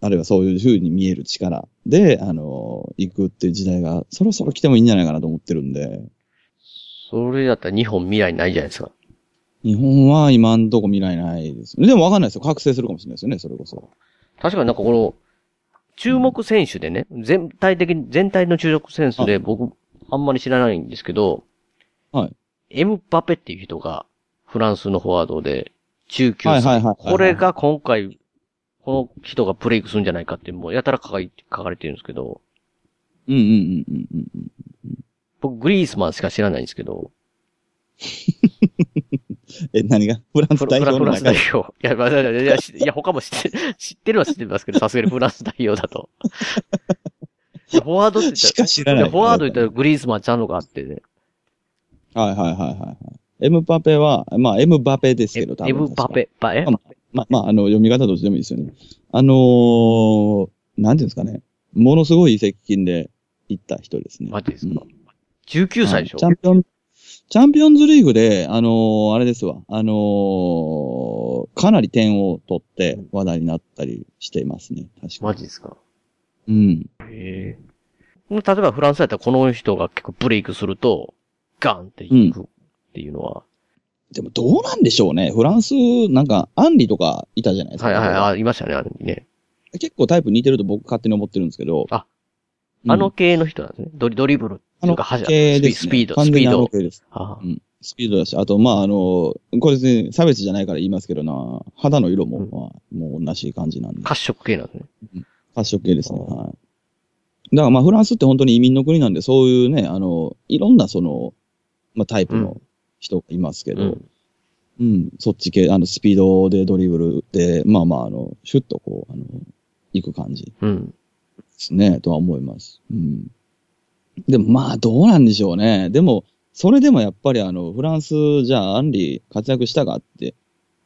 Speaker 3: あるいはそういう風に見える力で、あの、行くっていう時代が、そろそろ来てもいいんじゃないかなと思ってるんで、
Speaker 2: ー。それだったら日本未来ないじゃないですか。
Speaker 3: 日本は今んとこ未来ないですね。でもわかんないですよ。覚醒するかもしれないですよね、それこそ。
Speaker 2: 確かになんかこの、注目選手でね、全体的に、全体の注目選手で僕、あんまり知らないんですけど、
Speaker 3: はい。
Speaker 2: エムバペっていう人が、フランスのフォワードで、19歳。
Speaker 3: はいはいはいはいはい
Speaker 2: これが今回、この人がプレイクするんじゃないかって、もうやたら書かい書かれてるんですけど、
Speaker 3: うんうんうんうんうんうん。
Speaker 2: 僕、グリースマンしか知らないんですけど、
Speaker 3: え、何がフラン
Speaker 2: フ
Speaker 3: ス
Speaker 2: ラ
Speaker 3: 代
Speaker 2: フラ
Speaker 3: 表
Speaker 2: フ
Speaker 3: の
Speaker 2: ランス代
Speaker 3: 中で。
Speaker 2: 表。いや、まあいや、いや、しいや他も知って、知ってるは知ってますけど、さすがにフランス代表だと。いやフォワードって言ったら
Speaker 3: し、か知らない
Speaker 2: や、フォワード言ったらグリーズマンちゃんのがあってね。
Speaker 3: はいはいはいはいはい。エムバペは、まあエムバペです
Speaker 2: エ
Speaker 3: けど、多分。
Speaker 2: エムバ。ペ、バえ
Speaker 3: あまあ、まあ、あの、読み方どっちでもいいですよね。あのー、なんていうんですかね。ものすごい接近で行った人ですね。
Speaker 2: マジですか
Speaker 3: う
Speaker 2: ?19 歳でしょ
Speaker 3: チャンピオン、チャンピオンズリーグで、あのーあれですわ、あのーかなり点を取って話題になったりしていますね、確か
Speaker 2: マジですか
Speaker 3: に。うん。
Speaker 2: へえ。例えばフランスだったらこの人が結構ブレイクすると、ガンっていくっていうのは、
Speaker 3: でもどうなんでしょうね。フランス、なんか、アンリとかいたじゃないですか。
Speaker 2: はいはいはい、ありましたね、あれにね。
Speaker 3: 結構タイプ似てると僕勝手に思ってるんですけど。
Speaker 2: あ
Speaker 3: うん、
Speaker 2: あの系の人なんですね。ドリドリブルっていうか、
Speaker 3: あ
Speaker 2: は
Speaker 3: の
Speaker 2: じ
Speaker 3: 系
Speaker 2: スピ
Speaker 3: です、ね、
Speaker 2: スピード、
Speaker 3: 完
Speaker 2: ス
Speaker 3: 全
Speaker 2: ピ
Speaker 3: に
Speaker 2: ー
Speaker 3: あの
Speaker 2: ド。
Speaker 3: 系です。
Speaker 2: あ
Speaker 3: スピードだし、あと、まあ、あの、これ別に差別じゃないから言いますけどな、肌の色も、
Speaker 2: うん
Speaker 3: まあ、もう同じ感じなんで。
Speaker 2: 褐色系なんですね。
Speaker 3: 発色系ですね。はい。だからまあフランスって本当に移民の国なんで、そういうね、あの、いろんなその、まあタイプ
Speaker 2: う
Speaker 3: の人がいますけ
Speaker 2: う
Speaker 3: ど、うん、
Speaker 2: ん。
Speaker 3: そっち系、あの、スピードでドリブルで、まあまあ、あの、シュッとこう、あの、行く感じで
Speaker 2: うん。
Speaker 3: すね、とは思います。うん。でもまあ、どうなんでしょうね。でも、それでもやっぱりあの、フランス、じゃあ、アンリ活躍したかって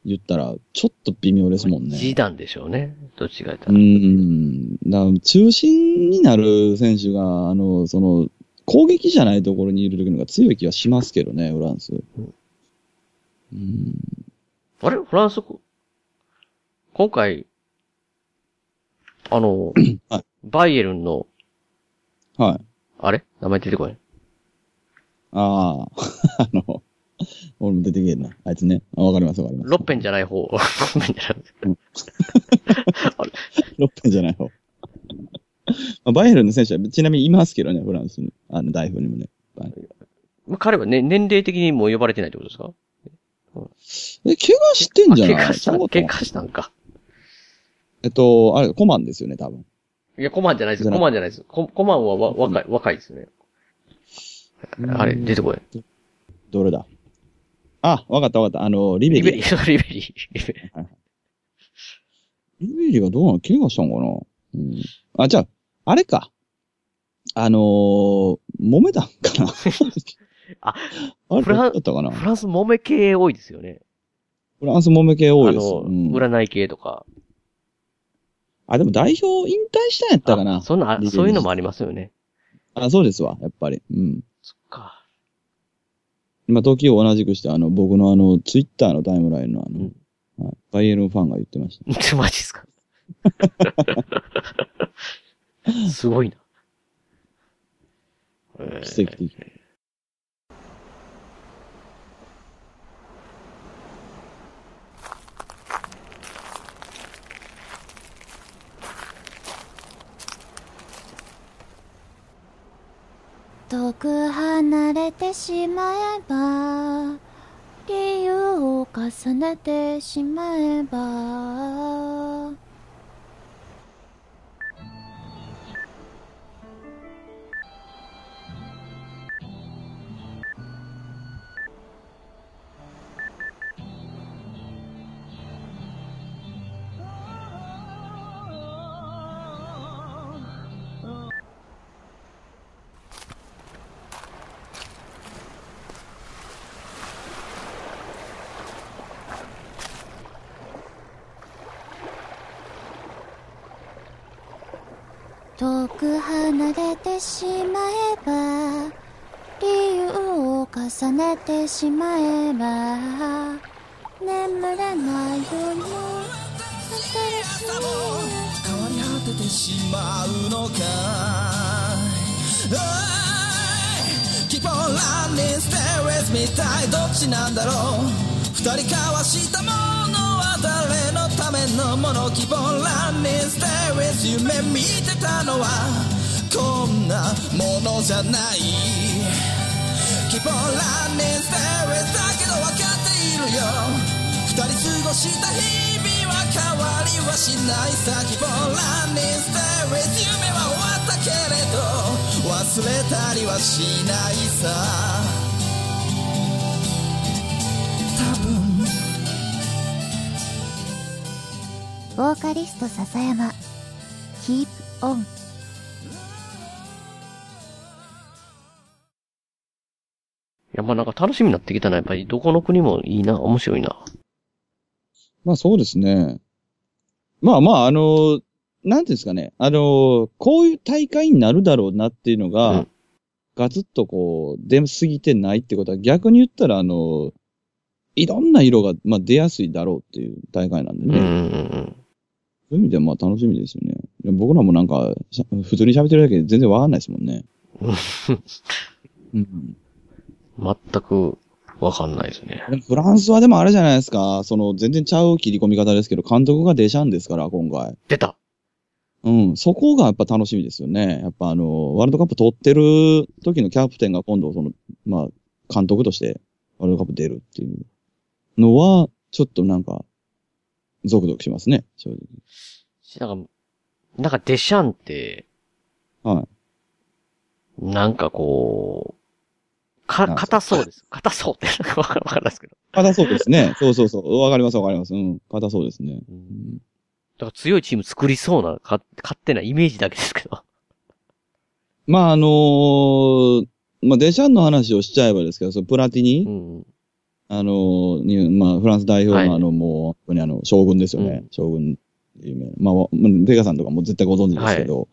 Speaker 3: 言ったら、ちょっと微妙ですもんね。
Speaker 2: ジダンでしょうね。どっちが言った
Speaker 3: う
Speaker 2: ら。
Speaker 3: ん。だから中心になる選手が、あの、その、攻撃じゃないところにいるのが強い気はしますけどね、フランス。うん。
Speaker 2: あれフランス、今回、あの
Speaker 3: はい、
Speaker 2: バイエルンの、
Speaker 3: はい。
Speaker 2: あれ名前出てこない。
Speaker 3: ああ、あ の、俺も出てけえな。あいつね。あわかります、わかります。
Speaker 2: ロッペンじゃない方。ロ ッペンじゃない
Speaker 3: ロッペンじゃない方。まあバイエルンの選手は、ちなみにいますけどね、フランスに。あの、代表にもね。
Speaker 2: まあ彼はね、年齢的にもう呼ばれてないってことですか
Speaker 3: え、怪我してんじゃない
Speaker 2: あ怪我した
Speaker 3: そんなこと
Speaker 2: 怪
Speaker 3: ない
Speaker 2: 我したんか。
Speaker 3: えっと、あれ、コマンですよね、多分。
Speaker 2: いや、コマンじゃないです。
Speaker 3: じゃない
Speaker 2: コマンじゃないです。ココマンはわ若い、若いですね。あれ、出てこない。
Speaker 3: どれだあ、わかったわかった。あの、リベ
Speaker 2: リ
Speaker 3: リ
Speaker 2: ベリ、そうリベリ。リベリ
Speaker 3: リベリがどうなの怪我したんかなうん。あ、じゃあ、あれか。あのー、揉めたんかな
Speaker 2: あ、
Speaker 3: あれ
Speaker 2: フラン
Speaker 3: だったかな
Speaker 2: フランス揉め系多いですよね。
Speaker 3: フランス揉め系多
Speaker 2: あ
Speaker 3: いです。
Speaker 2: の、
Speaker 3: うん、
Speaker 2: 占い系とか。
Speaker 3: あ、でも代表引退したんやったかな
Speaker 2: あそんな、あ
Speaker 3: リベリ
Speaker 2: そういうのもありますよね。
Speaker 3: あそうですわ、やっぱり。うん。
Speaker 2: そっか。
Speaker 3: まあ、時を同じくして、あの、僕のあの、ツイッターのタイムラインのあの、はい、バイエルンファンが言ってました。
Speaker 2: マジっすか すごいな。えー
Speaker 3: 奇跡的。
Speaker 11: 遠く離れてしまえば理由を重ねてしまえば遠く離れてしまえば理由を重ねてしまえば眠らない夜も新しい
Speaker 1: 変わり果ててしまうのかおい Keep on running, stay with me 一体どっちなんだろう二人交わしたものは誰のためのもの Keep on running, stay with you 夢見てたのはこんなものじゃない Keep on running, stay with だけど分かっているよ二人過ごした日々は変わりはしないさ希望ランニングステイウィズ夢は終わったけれど忘れたりはしないさ多分
Speaker 11: ボーカリスト笹山 Keep on
Speaker 2: いや、まあなんか楽しみになってきたな。やっぱりどこの国もいいな。面白いな。
Speaker 3: まあそうですね。まあまあ、あの、なんていうんですかね。あの、こういう大会になるだろうなっていうのが、ガツッとこう、出すぎてないってことは、逆に言ったら、あの、いろんな色が、まあ、出やすいだろうっていう大会なんでね。そういう意味では、まあ、楽しみですよね。でも僕らもなんか、しゃ普通に喋ってるだけで全然わかんないですもん ね。うん
Speaker 2: 全くわかんないですね。
Speaker 3: でもフランスはでもあれじゃないですか。その、全然ちゃう切り込み方ですけど、監督がデシャンですから、今回。
Speaker 2: 出た
Speaker 3: うん、そこがやっぱ楽しみですよね。やっぱあの、ワールドカップ取ってる時のキャプテンが今度その、まあ、監督としてワールドカップ出るっていうのは、ちょっとなんか、ゾクゾクしますね、正直。
Speaker 2: なんか、なんかデシャンって、
Speaker 3: はい。
Speaker 2: なんかこう、か、
Speaker 3: なんすか
Speaker 2: 硬そうです。硬そうって、なんかわかわかんないですけど。
Speaker 3: 硬そうですね。そうそうそう。わかりますわかります。うん。硬そうですね。
Speaker 2: だから強いチーム作りそうな、か、勝手なイメージだけですけど。
Speaker 3: まああのーまあデシャンの話をしちゃえばですけど、そのプラティニ、あのーに、まあフランス代表のあの、もう、本当にあの、将軍ですよね。将軍で有名な。まあ、わうんペガさんとかも絶対ご存知ですけど、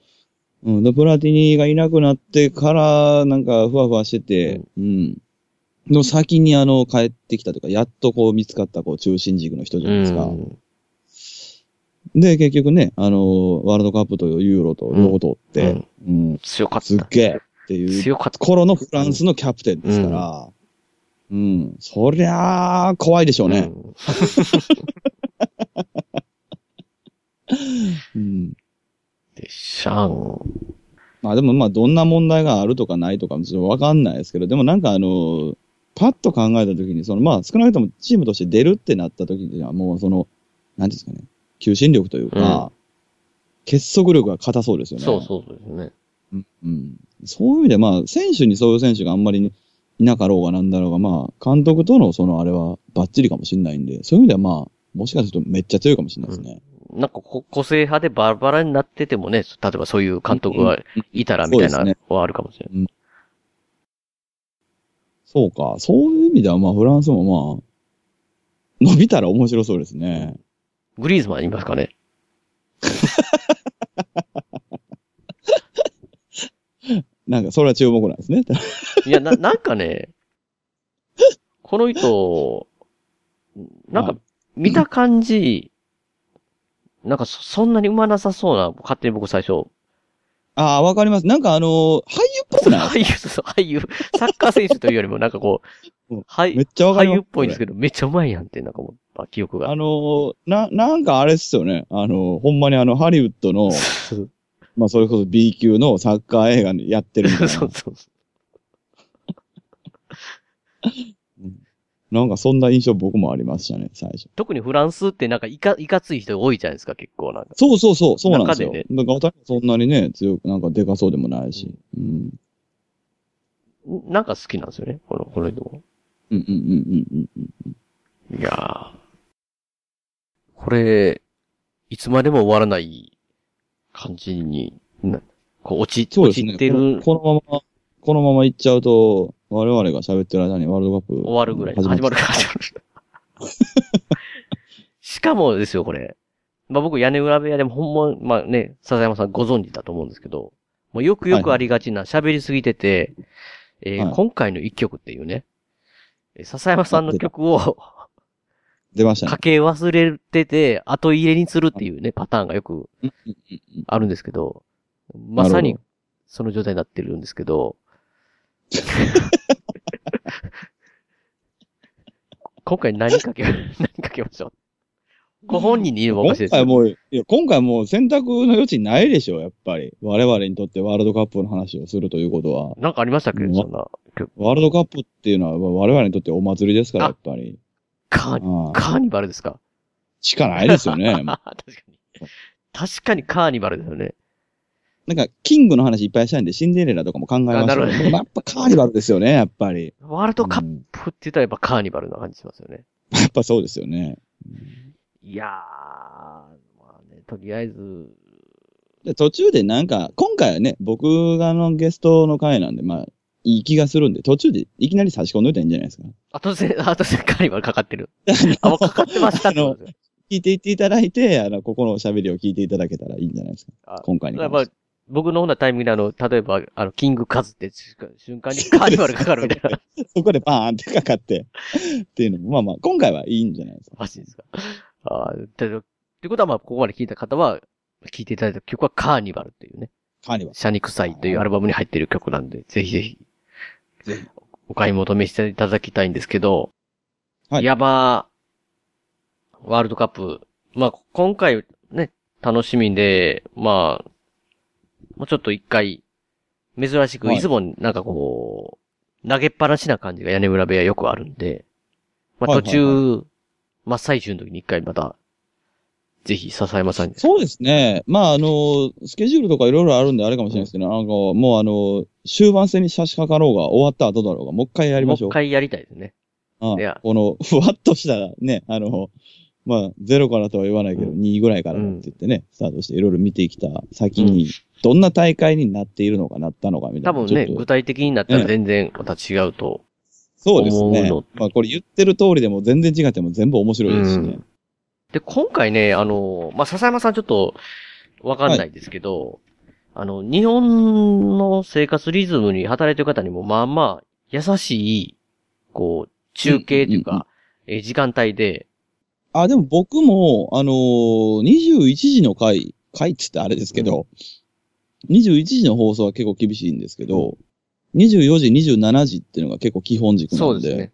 Speaker 3: うん、でプラティニがいなくなってから、なんかふわふわしてて、うん。の先にあの、帰ってきたとか、やっとこう見つかったこう中心軸の人じゃないですか。で、結局ね、あのーワールドカップとユーロと両方取って、うん
Speaker 2: 強かった。
Speaker 3: すっげえっていう
Speaker 2: 強かった。
Speaker 3: 頃のフランスのキャプテンですから、うん、そりゃあ、怖いでしょうね。うん。
Speaker 2: デシャン。
Speaker 3: まあでもまあ、どんな問題があるとかないとか、ちょっとわかんないですけど、でもなんかあの、パッと考えたときに、そのまあ、少なくともチームとして出るってなったときには、もうその、なんていうんですかね、求心力というか、結束力が硬そうですよね。
Speaker 2: そうそうそうですね。
Speaker 3: うんそういう意味で、まあ、選手にそういう選手があんまりいなかろうがなんだろうが、まあ、監督とのそのあれはバッチリかもしれないんで、そういう意味ではまあ、もしかするとめっちゃ強いかもしれないですね。
Speaker 2: なんかこ個性派でバラバラになっててもね、例えばそういう監督がいたらみたい
Speaker 3: そ
Speaker 2: な
Speaker 3: うですね
Speaker 2: のはあるかもしれない。
Speaker 3: そうか。そういう意味ではまあ、フランスもまあ、伸びたら面白そうですね。
Speaker 2: グリーズマンいますかね
Speaker 3: なんか、それは注目なんですね。
Speaker 2: いや、な、なんかね、この人、なんか、見た感じ、なんかそ、そんなにうまなさそうな、勝手に僕最初。
Speaker 3: ああ、わかります。なんかあのー俳優っぽくない
Speaker 2: 俳優、そう俳優、サッカー選手というよりも、なんかこう、はい、
Speaker 3: めっちゃわかり
Speaker 2: 俳
Speaker 3: ます
Speaker 2: 優っぽいんですけど、めっちゃうまいやんって、なんか思った記憶が。
Speaker 3: あのーな、なんかあれっすよね。あのーほんまにあの、ハリウッド の、まあ、それこそ B 級のサッカー映画やってるみたいな。
Speaker 2: そうそう
Speaker 3: なんかそんな印象僕もありましたね、最初。
Speaker 2: 特にフランスってなんかいか、いかつい人多いじゃないですか、結構なんか。
Speaker 3: そうそうそう、そうなんですよ。
Speaker 2: 中でね
Speaker 3: だから私もそんなにね、強く、なんかでかそうでもないし。うん。
Speaker 2: なんか好きなんですよね、この、この人も。
Speaker 3: うんうんうんうんうん。
Speaker 2: いやーこれ、いつまでも終わらない感じに、なこう落ち、
Speaker 3: そう
Speaker 2: 落
Speaker 3: です
Speaker 2: ち
Speaker 3: ね。
Speaker 2: てる、
Speaker 3: このこのまま、このまま行っちゃうと、我々が喋ってる間にワールドカップ。
Speaker 2: 終わるぐらい、始まるから始まる。しかもですよ、これ。まあ僕、屋根裏部屋でもほんま、まあね、笹山さんご存知だと思うんですけど、もうよくよくありがちな喋りすぎてて、えー
Speaker 3: はい
Speaker 2: 今回の一曲っていうね、えー笹山さんの曲を、
Speaker 3: 出ましたね
Speaker 2: か。け忘れてて、後入れにするっていうね、パターンがよくあるんですけど、まさ
Speaker 3: な
Speaker 2: に
Speaker 3: る
Speaker 2: その状態になってるんです けど、今回 何かけ、何かけましょう。ご本人に言えばおかし
Speaker 3: 今
Speaker 2: いですよ
Speaker 3: 回もう、いや、今回もう選択の余地ないでしょ、やっぱり。我々にとってワールドカップの話をするということは。
Speaker 2: なんかありましたっけ
Speaker 3: うん
Speaker 2: そんな曲。
Speaker 3: ワールドカップっていうのは我々にとってお祭りですから、やっぱり。
Speaker 2: カーニ、
Speaker 3: ああ
Speaker 2: カーニバルですか
Speaker 3: しかないですよ ね。
Speaker 2: 確かに。確かにカーニバルですよね。
Speaker 3: なんか、キングの話いっぱいしたいんで、シンデレラとかも考えましたけ
Speaker 2: あなるほど
Speaker 3: まあやっぱカーニバルですよね、やっぱり。
Speaker 2: ワールドカッ
Speaker 3: うん
Speaker 2: プって言ったらやっぱカーニバルな感じしますよね。
Speaker 3: やっぱそうですよね。
Speaker 2: いやー、まあね、とりあえず、
Speaker 3: で途中でなんか、今回はね、僕があのゲストの回なんで、まあ、いい気がするんで、途中でいきなり差し込んでおいたらいいんじゃないですか。
Speaker 2: あとで、 あとでカーニバルかかってる。あ、もうかかってましたってことですよ
Speaker 3: 聞いていっていただいて、あの、ここのおしゃべりを聞いていただけたらいいんじゃないですか。
Speaker 2: あ
Speaker 3: 今回に
Speaker 2: やっ
Speaker 3: 関
Speaker 2: ぱ
Speaker 3: して。
Speaker 2: 僕のほうなタイミングで、あの、例えば、あの、キングカズって瞬間に カーニバルかかるみたいな
Speaker 3: そこでバーンってかかって、っていうのも、まあまあ、今回はいいんじゃないですか。
Speaker 2: 話ですか。ああ、ということは、まあ、ここまで聞いた方は、聞いていただいた曲はカーニバルっていうね、
Speaker 3: カーニバル。
Speaker 2: シャニクサイというアルバムに入っている曲なんで、ぜひぜひ、
Speaker 3: ぜひ
Speaker 2: お買い求めしていただきたいんですけど、
Speaker 3: はい
Speaker 2: やばワールドカップ、まあ、今回ね、楽しみで、まあ、もうちょっと一回、珍しく、
Speaker 3: はい
Speaker 2: いつもなんかこう、投げっぱなしな感じが屋根裏部屋よくあるんで、まあ
Speaker 3: はい
Speaker 2: 途
Speaker 3: はいはい
Speaker 2: 中、真っ最中の時に一回また、ぜひ笹山さんに。
Speaker 3: そうですね。まあ、あの、スケジュールとかいろいろあるんであれかもしれないですけど、なんか、もうあの、終盤戦に差し掛かろうが、終わった後だろうが、もう一回やり
Speaker 2: もう
Speaker 3: ましょ
Speaker 2: 一
Speaker 3: う。
Speaker 2: 回やりたいですね。
Speaker 3: うん
Speaker 2: いや
Speaker 3: この、ふわっとしたね、あの、まあ、ゼロからとは言わないけど、
Speaker 2: うん
Speaker 3: 2位ぐらいから
Speaker 2: う
Speaker 3: って
Speaker 2: ん
Speaker 3: 言ってね、スタートしていろいろ見てきた先に、どんな大会になっているのかなったのかみた
Speaker 2: 多
Speaker 3: いな。
Speaker 2: 分
Speaker 3: ちょっ
Speaker 2: ね、
Speaker 3: と
Speaker 2: 具体的になったら全然また違うと。
Speaker 3: そうですね
Speaker 2: 思うの。
Speaker 3: まあ、これ言ってる通りでも全然違っても全部面白いですしね。
Speaker 2: で、今回ね、あの、まあ、笹山さんちょっと、わかんないですけど、あの、日本の生活リズムに働いてる方にも、まあまあ、優しい、こう、中継とい
Speaker 3: うんう
Speaker 2: う
Speaker 3: ん
Speaker 2: か、えー時間帯で、
Speaker 3: あ、でも僕も、あのー、21時の回、回っつってあれですけど、21時の放送は結構厳しいんですけど、24時、27時っていうのが結構基本軸なんで。
Speaker 2: そうですね。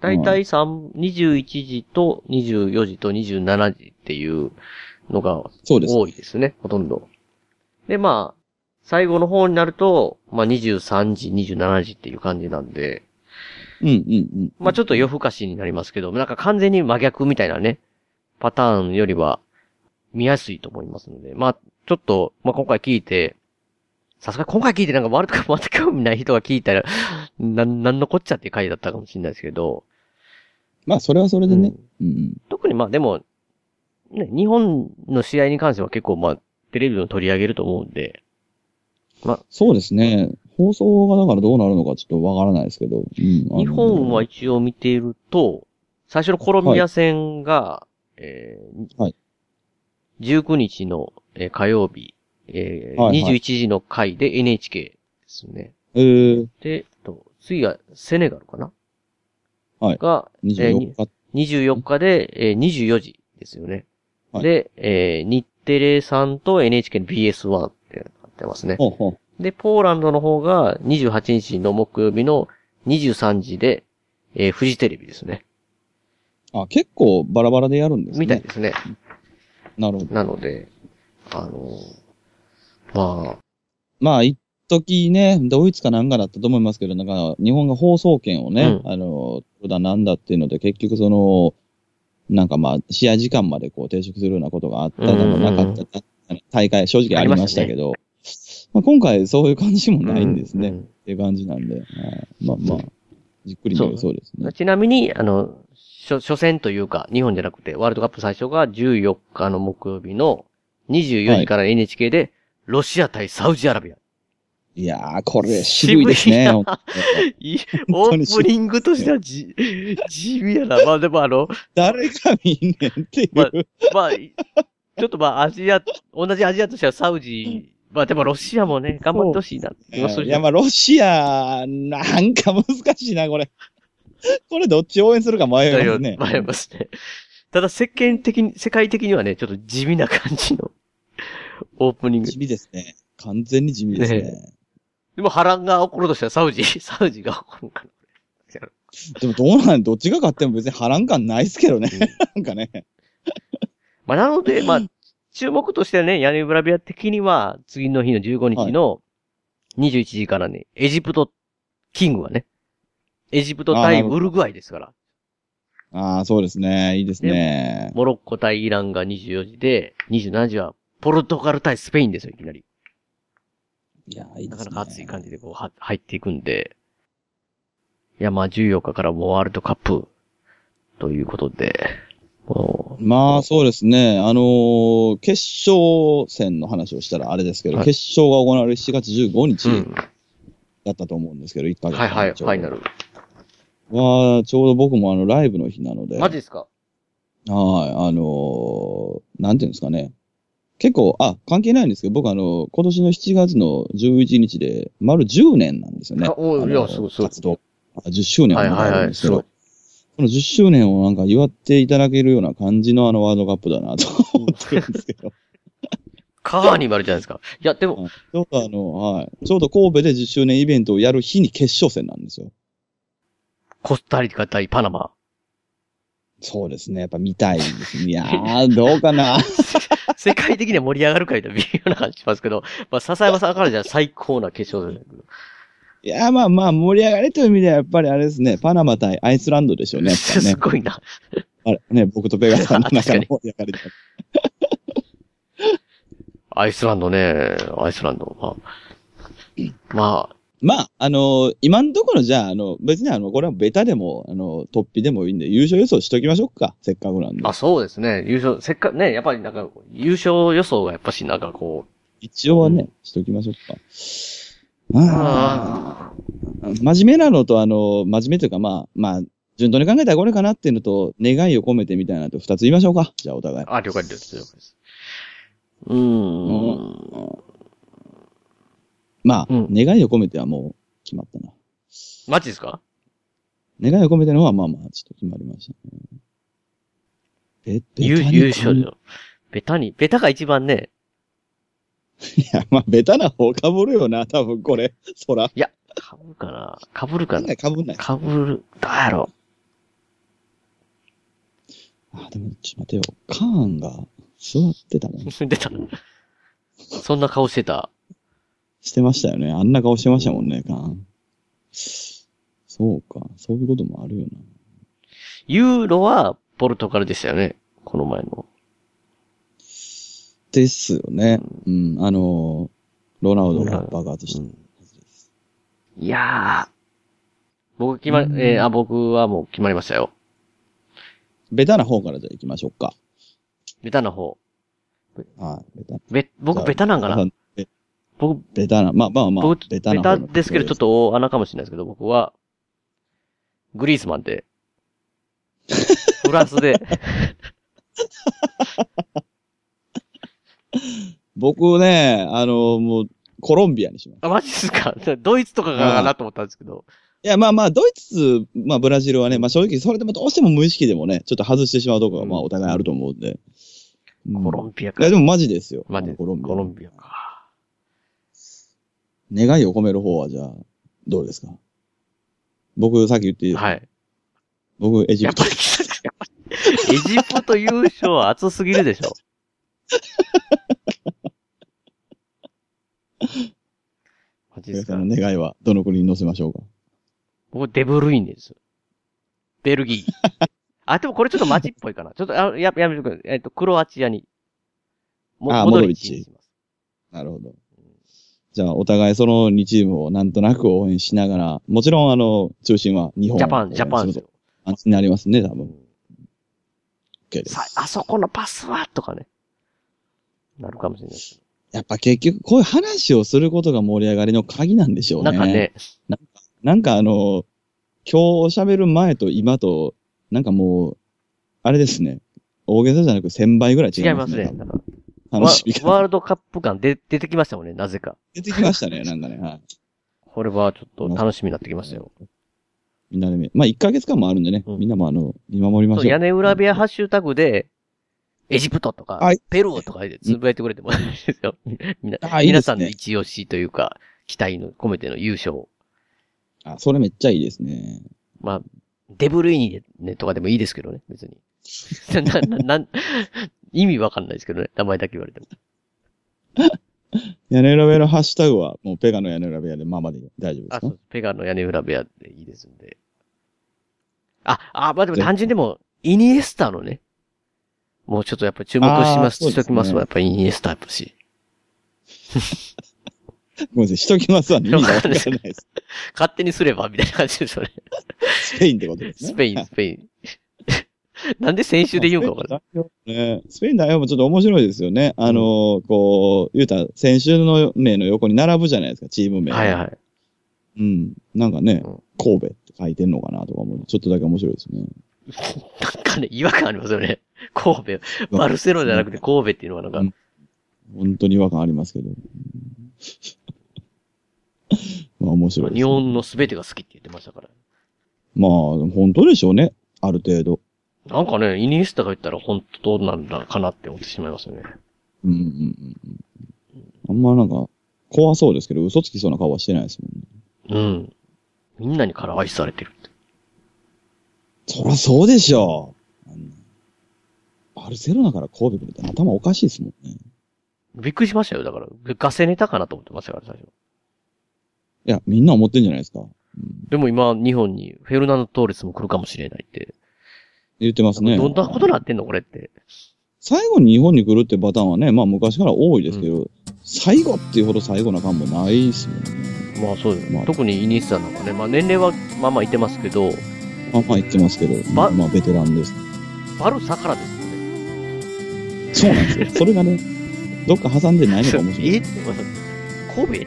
Speaker 2: だいたい3、21時と24時と27時っていうのが
Speaker 3: そうです。
Speaker 2: 多いですね、ほとんど。で、まあ、最後の方になると、まあ23時、27時っていう感じなんで、
Speaker 3: うんうんうん。
Speaker 2: まあちょっと夜更かしになりますけど、なんか完全に真逆みたいなね、パターンよりは見やすいと思いますので、まあちょっと、まあ今回聞いて、さすがに今回聞いてなんかワールドカップ全く興味ない人が聞いたら、なん、なんのこっちゃっていう回だったかもしれないですけど、
Speaker 3: まあ、それはそれでね。うん、
Speaker 2: 特にまあでも、ね、日本の試合に関しては結構まあテレビでも取り上げると思うんで、
Speaker 3: そうですね。放送がだからどうなるのかちょっとわからないですけど。うん、あの
Speaker 2: 日本は一応見ていると、最初のコロンビア戦が、えー
Speaker 3: はい
Speaker 2: 19日の、えー火曜日、えー
Speaker 3: はいはい
Speaker 2: 21時の回で NHK ですね。
Speaker 3: えー、
Speaker 2: で、えっと次がセネガルかな
Speaker 3: はい。
Speaker 2: が、えーに
Speaker 3: 24日。
Speaker 2: 24日で、えー24時ですよね。で、えー日テレさんと NHK の BS1 ってなってますね。で、ポーランドの方が28日の木曜日の23時で、えーフジテレビですね。
Speaker 3: あ、結構バラバラでやるんですね。
Speaker 2: みたいですね。
Speaker 3: なるほど。
Speaker 2: なので、あのまあ。
Speaker 3: まあ、一時ね、ドイツかなんかだったと思いますけど、なんか、日本が放送権をね、あの、だなんだっていうので、結局その、なんかまあ、試合時間までこう停止するようなことがあっただの、
Speaker 2: うんうんう
Speaker 3: なんかっただの大会、正直ありましたけど、まあ、今回そういう感じもないんですね、っていう感じなんで、はいまあまあ、じっくり見るそうですね。
Speaker 2: ちなみに、あの、初、初戦というか、日本じゃなくて、ワールドカップ最初が14日の木曜日の24時から NHK で、ロシア対サウジアラビア。
Speaker 3: いやー、これ渋いですね。
Speaker 2: 渋いな
Speaker 3: 本当に
Speaker 2: いオープニングとしてはじ、地味やな。まあでもあの、
Speaker 3: 誰が見んねんっていう。
Speaker 2: まあ、まあ、ちょっとまあアジア、同じアジアとしてはサウジ、まあでもロシアもね、頑張ってほしいな。今それ
Speaker 3: いや、まあ、ロシア、なんか難しいな、これ。これどっち応援するか迷いますね。
Speaker 2: 迷いますね。ただ世間的に、世界的にはね、ちょっと地味な感じのオープニング。地
Speaker 3: 味ですね。完全に地味ですね。
Speaker 2: でも波乱が起こるとしたらサウジ、 サウジが起こるか
Speaker 3: でもどうなんどっちが勝っても別に波乱感ないですけどね。なんかね。
Speaker 2: まあ、なので、まあ、注目としてはね、屋根裏部屋的には、次の日の15日の21時からね、エジプト、キングはね、エジプト
Speaker 3: あな
Speaker 2: 対
Speaker 3: るほど
Speaker 2: ウルグアイですから、
Speaker 3: ああ、そうですね。いいですね。
Speaker 2: モロッコ対イランが24時で、27時はポルトガル対スペインですよ、いきなり。
Speaker 3: いや、いいです
Speaker 2: ね。なかなか熱い感じでこう、は、入っていくんで、いや、まあ14日からもうワールドカップ、ということで、
Speaker 3: まあ、そうですね。あのー決勝戦の話をしたらあれですけど、
Speaker 2: はい
Speaker 3: 決勝が行われる7月15日だったと思うんですけど、1ヶ月
Speaker 2: はいはい、
Speaker 3: ち
Speaker 2: フ
Speaker 3: ょうど
Speaker 2: ァイナル。
Speaker 3: は、ちょうど僕もあの、ライブの日なので。
Speaker 2: マジですか
Speaker 3: はい、あのーなんていうんですかね。結構、あ、関係ないんですけど、僕あの、今年の7月の11日で、丸10年なんですよね。
Speaker 2: あお
Speaker 3: あの
Speaker 2: いやすごいすごい
Speaker 3: 活動。あ10周年を
Speaker 2: はいはい
Speaker 3: 迎え
Speaker 2: は
Speaker 3: るん
Speaker 2: い、
Speaker 3: ですけ
Speaker 2: す
Speaker 3: ど
Speaker 2: ごい。
Speaker 3: この10周年をなんか祝っていただけるような感じのあのワールドカップだなと思ってるんですけど。
Speaker 2: カーニバルじゃないですか。いや、でも、
Speaker 3: ちょうどあの、はい。ちょうど神戸で10周年イベントをやる日に決勝戦なんですよ。
Speaker 2: コスタリカ対パナマ。
Speaker 3: そうですね。やっぱ見たいですね。いや ー、どうかな。
Speaker 2: 世界的には盛り上がるかいと微妙な感じしますけど、まあ、笹山さんからじゃ最高な決勝ですけど。
Speaker 3: いや、まあまあ、盛り上がりという意味では、やっぱりあれですね、パナマ対アイスランドでしょうね、やっぱね。
Speaker 2: すごいな。
Speaker 3: あれ、ね、僕とベガさんの中の
Speaker 2: 確
Speaker 3: 盛り上がりで。
Speaker 2: アイスランドね、アイスランド。まあ、まあ、
Speaker 3: まあ、あのー今のところじゃあ、あの、別にあの、これはベタでも、あの、突飛でもいいんで、優勝予想しときましょうか、せっかくなんで。
Speaker 2: あ、そうですね。優勝、せっかくね、やっぱりなんか、優勝予想がやっぱしなんかこう、
Speaker 3: 一応はね、しときましょうか。ああ。真面目なのと、あの、真面目というか、まあ、まあ、順当に考えたらこれかなっていうのと、願いを込めてみたいなのと二つ言いましょうか。じゃあ、お互い。
Speaker 2: あ、了解です、了解です。うーん。
Speaker 3: まあ、願いを込めてはもう決まったな。
Speaker 2: マジですか
Speaker 3: 願いを込めてのは、まあまあ、ちょっと決まりましたね。べ、
Speaker 2: 優
Speaker 3: ベタに
Speaker 2: 優勝じゃん。ベタに、ベタが一番ね、
Speaker 3: いや、まあ、ベタな方かぶるよな、多分これ、そら。
Speaker 2: いや、かぶるかな。かぶるかな。
Speaker 3: かぶんない。
Speaker 2: かぶる、どうやろ
Speaker 3: あ、でも、ちょっと待てよ。カーンが座ってたもん。
Speaker 2: う。出た。そんな顔してた。
Speaker 3: してましたよね。あんな顔してましたもんね、カーン。そうか、そういうこともあるよな。
Speaker 2: ユーロはポルトガルでしたよね。この前の。
Speaker 3: ですよね。うん、あのー、ロナウドが爆発した。
Speaker 2: いやー。僕決ま、えーあ、僕はもう決まりましたよ。
Speaker 3: ベタな方からじゃあ行きましょうか。
Speaker 2: ベタな方。
Speaker 3: はい、ベタ。
Speaker 2: べ、僕ベタなんかな
Speaker 3: じゃあベ
Speaker 2: 僕、
Speaker 3: ベタな、まあまあまあ
Speaker 2: 僕、、
Speaker 3: ベタな
Speaker 2: ベ
Speaker 3: 方
Speaker 2: タ
Speaker 3: の
Speaker 2: ですけど、ちょっと大穴かもしれないですけど、僕は、グリースマ ンで、フランスで、
Speaker 3: 僕ね、あのーもう、コロンビアにします。
Speaker 2: あ、マジっすかドイツとかかなと思ったんですけど、
Speaker 3: いや、まあまあ、ドイツ、まあブラジルはね、まあ正直それでもどうしても無意識でもね、ちょっと外してしまうところがまあお互いあると思うんで。コロン
Speaker 2: ピア
Speaker 3: か。いや、でもマジですよ。マジコロンビア。コロ
Speaker 2: ンビアか。
Speaker 3: 願いを込める方はじゃあ、どうですか僕、さっき言っていいですか
Speaker 2: はい。
Speaker 3: 僕、エジプト。
Speaker 2: エジプト優勝は熱すぎ るでしょ。マジです
Speaker 3: かの 願いはどの国に乗せましょうか
Speaker 2: 僕、デブルイネです。ベルギー。 あ、でもこれちょっと街っぽいかな。ちょっと、あや、やめてください。えっと、クロアチアに。も
Speaker 3: あー
Speaker 2: 戻り
Speaker 3: モドリッチなるほど。じゃあ、お互いその2チームをなんとなく応援しながら、もちろんあの、中心は日本を
Speaker 2: ジャパン
Speaker 3: 応援すると
Speaker 2: ジャパンですよ。
Speaker 3: 感じになりますね、多分。OK です。
Speaker 2: あそこのパスはとかね。なるかもしれない。
Speaker 3: やっぱ結局、こういう話をすることが盛り上がりの鍵なんでしょうね。
Speaker 2: なんかね。
Speaker 3: なんか、なんかあの、今日喋る前と今と、なんかもう、あれですね。大げさじゃなく1000倍ぐらい違
Speaker 2: 違い
Speaker 3: い
Speaker 2: ま
Speaker 3: ますす
Speaker 2: ね
Speaker 3: ね。。
Speaker 2: なんか
Speaker 3: 多分
Speaker 2: わ
Speaker 3: 楽しみが。
Speaker 2: ワールドカップ感で出てきましたもんね、なぜか。
Speaker 3: 出てきましたね、なんかね。はい。
Speaker 2: これはちょっと楽しみになってきましたよ。
Speaker 3: みんなで見、まあ1ヶ月間もあるんでね。みんなもあの、見守りま
Speaker 2: そ
Speaker 3: し
Speaker 2: う、
Speaker 3: ょ
Speaker 2: 屋
Speaker 3: う。
Speaker 2: 根裏部屋ハッシュタグで、エジプトとか、ペルーとかでつぶやいてくれてもいいですよ。みんな、
Speaker 3: あいいで
Speaker 2: 皆
Speaker 3: すね
Speaker 2: さんの一押しというか、期待の込めての優勝。
Speaker 3: あ、それめっちゃいいですね。
Speaker 2: まあ、デブルイニで、ね、とかでもいいですけどね、別に。 な、な、な、意味わかんないですけどね、名前だけ言われても。
Speaker 3: 屋根裏部屋のハッシュタグは、もうペガの屋根裏部屋でまあまで大丈夫です
Speaker 2: あ、そ
Speaker 3: か
Speaker 2: う、ペガの屋根裏部屋でいいですんで。あ、あ、まあでも単純にでも、イニエスタのね、もうちょっとやっぱり注目しま
Speaker 3: あ
Speaker 2: す、
Speaker 3: ーそうですね
Speaker 2: しときますわ、やっぱイニエスタやっぱし。
Speaker 3: ごめんなさい、しときますわね。意味がわからないです。
Speaker 2: 勝手にすれば、みたいな感じですよね。
Speaker 3: スペインってことですね。
Speaker 2: スペイン、スペイン。 なんで先週で言うんかわか
Speaker 3: な
Speaker 2: ら
Speaker 3: い。ね、スペイン代表もちょっと面白いですよね。あのーこう、言うたら、先週の名の横に並ぶじゃないですか、チーム名。
Speaker 2: はいはい。
Speaker 3: うん。なんかね、神戸って書いてんのかなとか思う。ちょっとだけ面白いですね。
Speaker 2: なんかね、違和感ありますよね。神戸。バルセロナじゃなくて神戸っていうのはなんか、
Speaker 3: 本当に違和感ありますけど。うん まあ面白いです。
Speaker 2: 日本の全てが好きって言ってましたから。
Speaker 3: まあ、本当でしょうね。ある程度。
Speaker 2: なんかね、イニエスタが言ったら本当なんだかなって思ってしまいますよね。
Speaker 3: うんうんうんうん。あんまなんか、怖そうですけど、嘘つきそうな顔はしてないですもんね。
Speaker 2: うん。みんなにから愛されてるって。
Speaker 3: そらそうでしょう。あんなバルセロナから神戸来るって頭おかしいですもんね。
Speaker 2: びっくりしましたよ。だから、ガセネタかなと思ってましたから、最初。
Speaker 3: いや、みんな思ってんじゃないですか。
Speaker 2: でも今、日本にフェルナンド・トーレスも来るかもしれないって。
Speaker 3: 言ってますね。
Speaker 2: どんなことなってんのこれって。
Speaker 3: 最後に日本に来るってパターンはね、まあ昔から多いですけど、最後っていうほど最後な感もないですもんね。
Speaker 2: まあそうですね。特にイニエスタなんかね、まあ年齢はまあまあいってますけど、
Speaker 3: まあまあ言ってますけど、まあまあベテランです。
Speaker 2: バルサからです
Speaker 3: そう
Speaker 2: よね。
Speaker 3: なん ですよ。それがね、どっか挟んでないのが面白い。
Speaker 2: えって神戸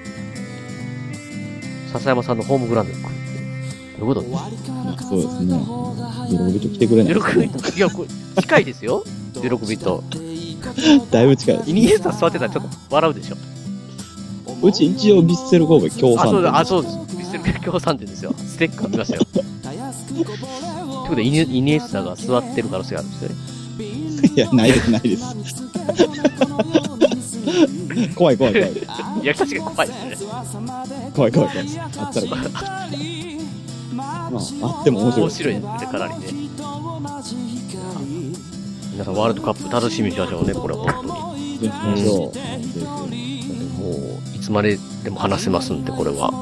Speaker 2: 笹山さんのホームグラウンドに来るって。どういうこと
Speaker 3: まあそうですね。喜びと来てくれないで
Speaker 2: ゼロ
Speaker 3: す
Speaker 2: ク
Speaker 3: か
Speaker 2: ビ
Speaker 3: ね。
Speaker 2: ット、いや、これ、近いですよ。ゼロクビット。
Speaker 3: だいぶ近いです
Speaker 2: イニエスタ座ってたらちょっと笑うでしょ。
Speaker 3: うち一応ヴィッセル神戸共
Speaker 2: あ、そう
Speaker 3: 産
Speaker 2: だ、あ、そうです。ミステル結共産点ですよ。ステッカー見ましたよ。ということで、イニエイニエスタが座ってる可能性があるんですよね。
Speaker 3: いや、ないです、ないです。怖い怖い怖い。
Speaker 2: いや、確かに怖いですね。
Speaker 3: 怖い怖い怖い。あったら怖い。まあ、あっても面白い。
Speaker 2: 面白いですね、かなりね。皆さん、ワールドカップ楽しみにしましょうね、これは本当に。
Speaker 3: 行きましょ
Speaker 2: うんもう、いつまででも話せますんで、これは。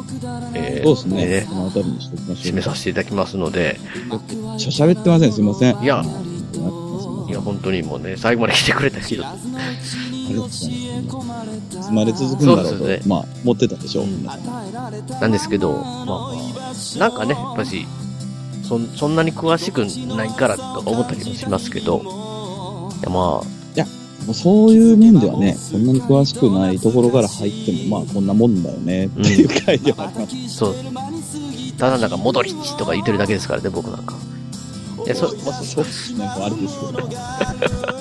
Speaker 2: え
Speaker 3: そうですね
Speaker 2: ね
Speaker 3: この辺りにしておきましょ
Speaker 2: 締めさせていただきますので。
Speaker 3: う。しゃ喋ってません、すいません。
Speaker 2: いや、いや、本当にもうね、最後まで来てくれたけど。
Speaker 3: ありがとうございます。いつまで続くんだろう
Speaker 2: そう
Speaker 3: と、
Speaker 2: ですね
Speaker 3: まあ、持ってたでしょう、皆さん。
Speaker 2: なんですけど、まあまあ、なんかね、やっぱし、そんそんなに詳しくないからとか思ったりもしますけど、いやまあ、
Speaker 3: いや、もうそういう面ではね、そんなに詳しくないところから入っても、まあ、こんなもんだよね、っていう回ではあります。
Speaker 2: そう、ただなんか、モドリッチとか言ってるだけですからね、僕なんか。いや、そ、
Speaker 3: まあ、そうですね、あれですけど。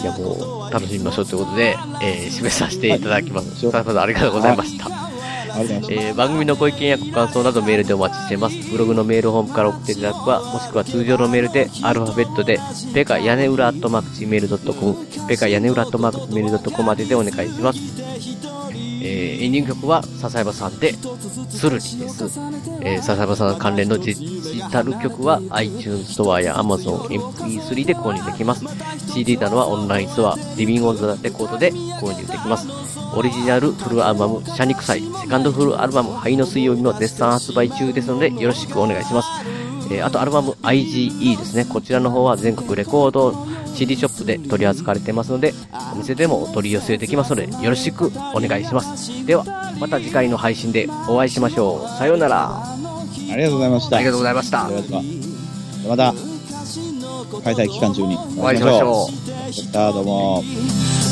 Speaker 2: いやもう、楽しみましょうということで、えー、締めさせていただきます。さださんありがとうございました。えー番組のご意見やご感想などメールでお待ちしています。ブログのメールフォームから送っていただくか、もしくは通常のメールで、アルファベットで、ペカ屋根裏アットマーク Gmail.com、ペカ屋根裏アットマーク Gmail.com まででお願いします。えーエンディング曲は、笹山さんで、スルリです。えー笹山さん関連のデジタル曲は iTunes ストアや Amazon MP3 で購入できます。CD などはオンラインストア、リビングオンザレコードで購入できます。オリジナルフルアルバム、シャニクサイ、セカンドフルアルバム、灰の水曜日も絶賛発売中ですので、よろしくお願いします。えーあとアルバム IGE ですね。こちらの方は全国レコード CD ショップで取り扱われてますので、お店でもお取り寄せできますので、よろしくお願いします。では、また次回の配信でお会いしましょう。さようなら。
Speaker 3: ありがとうございました。
Speaker 2: ありがとうございました
Speaker 3: それではまた、開催期間中に
Speaker 1: お会いしましょ
Speaker 3: う。やったどうも。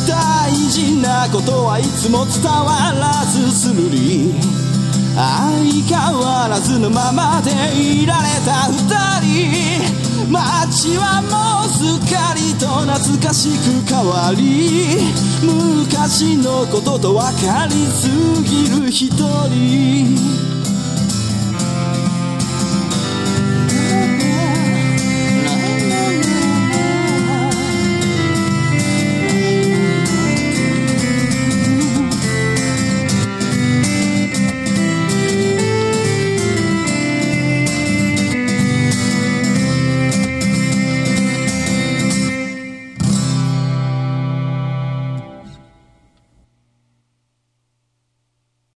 Speaker 1: 大事なことはいつも伝わらずするり相変わらずのままでいられた二人街はもうすっかりと懐かしく変わり昔のことと分かりすぎる一人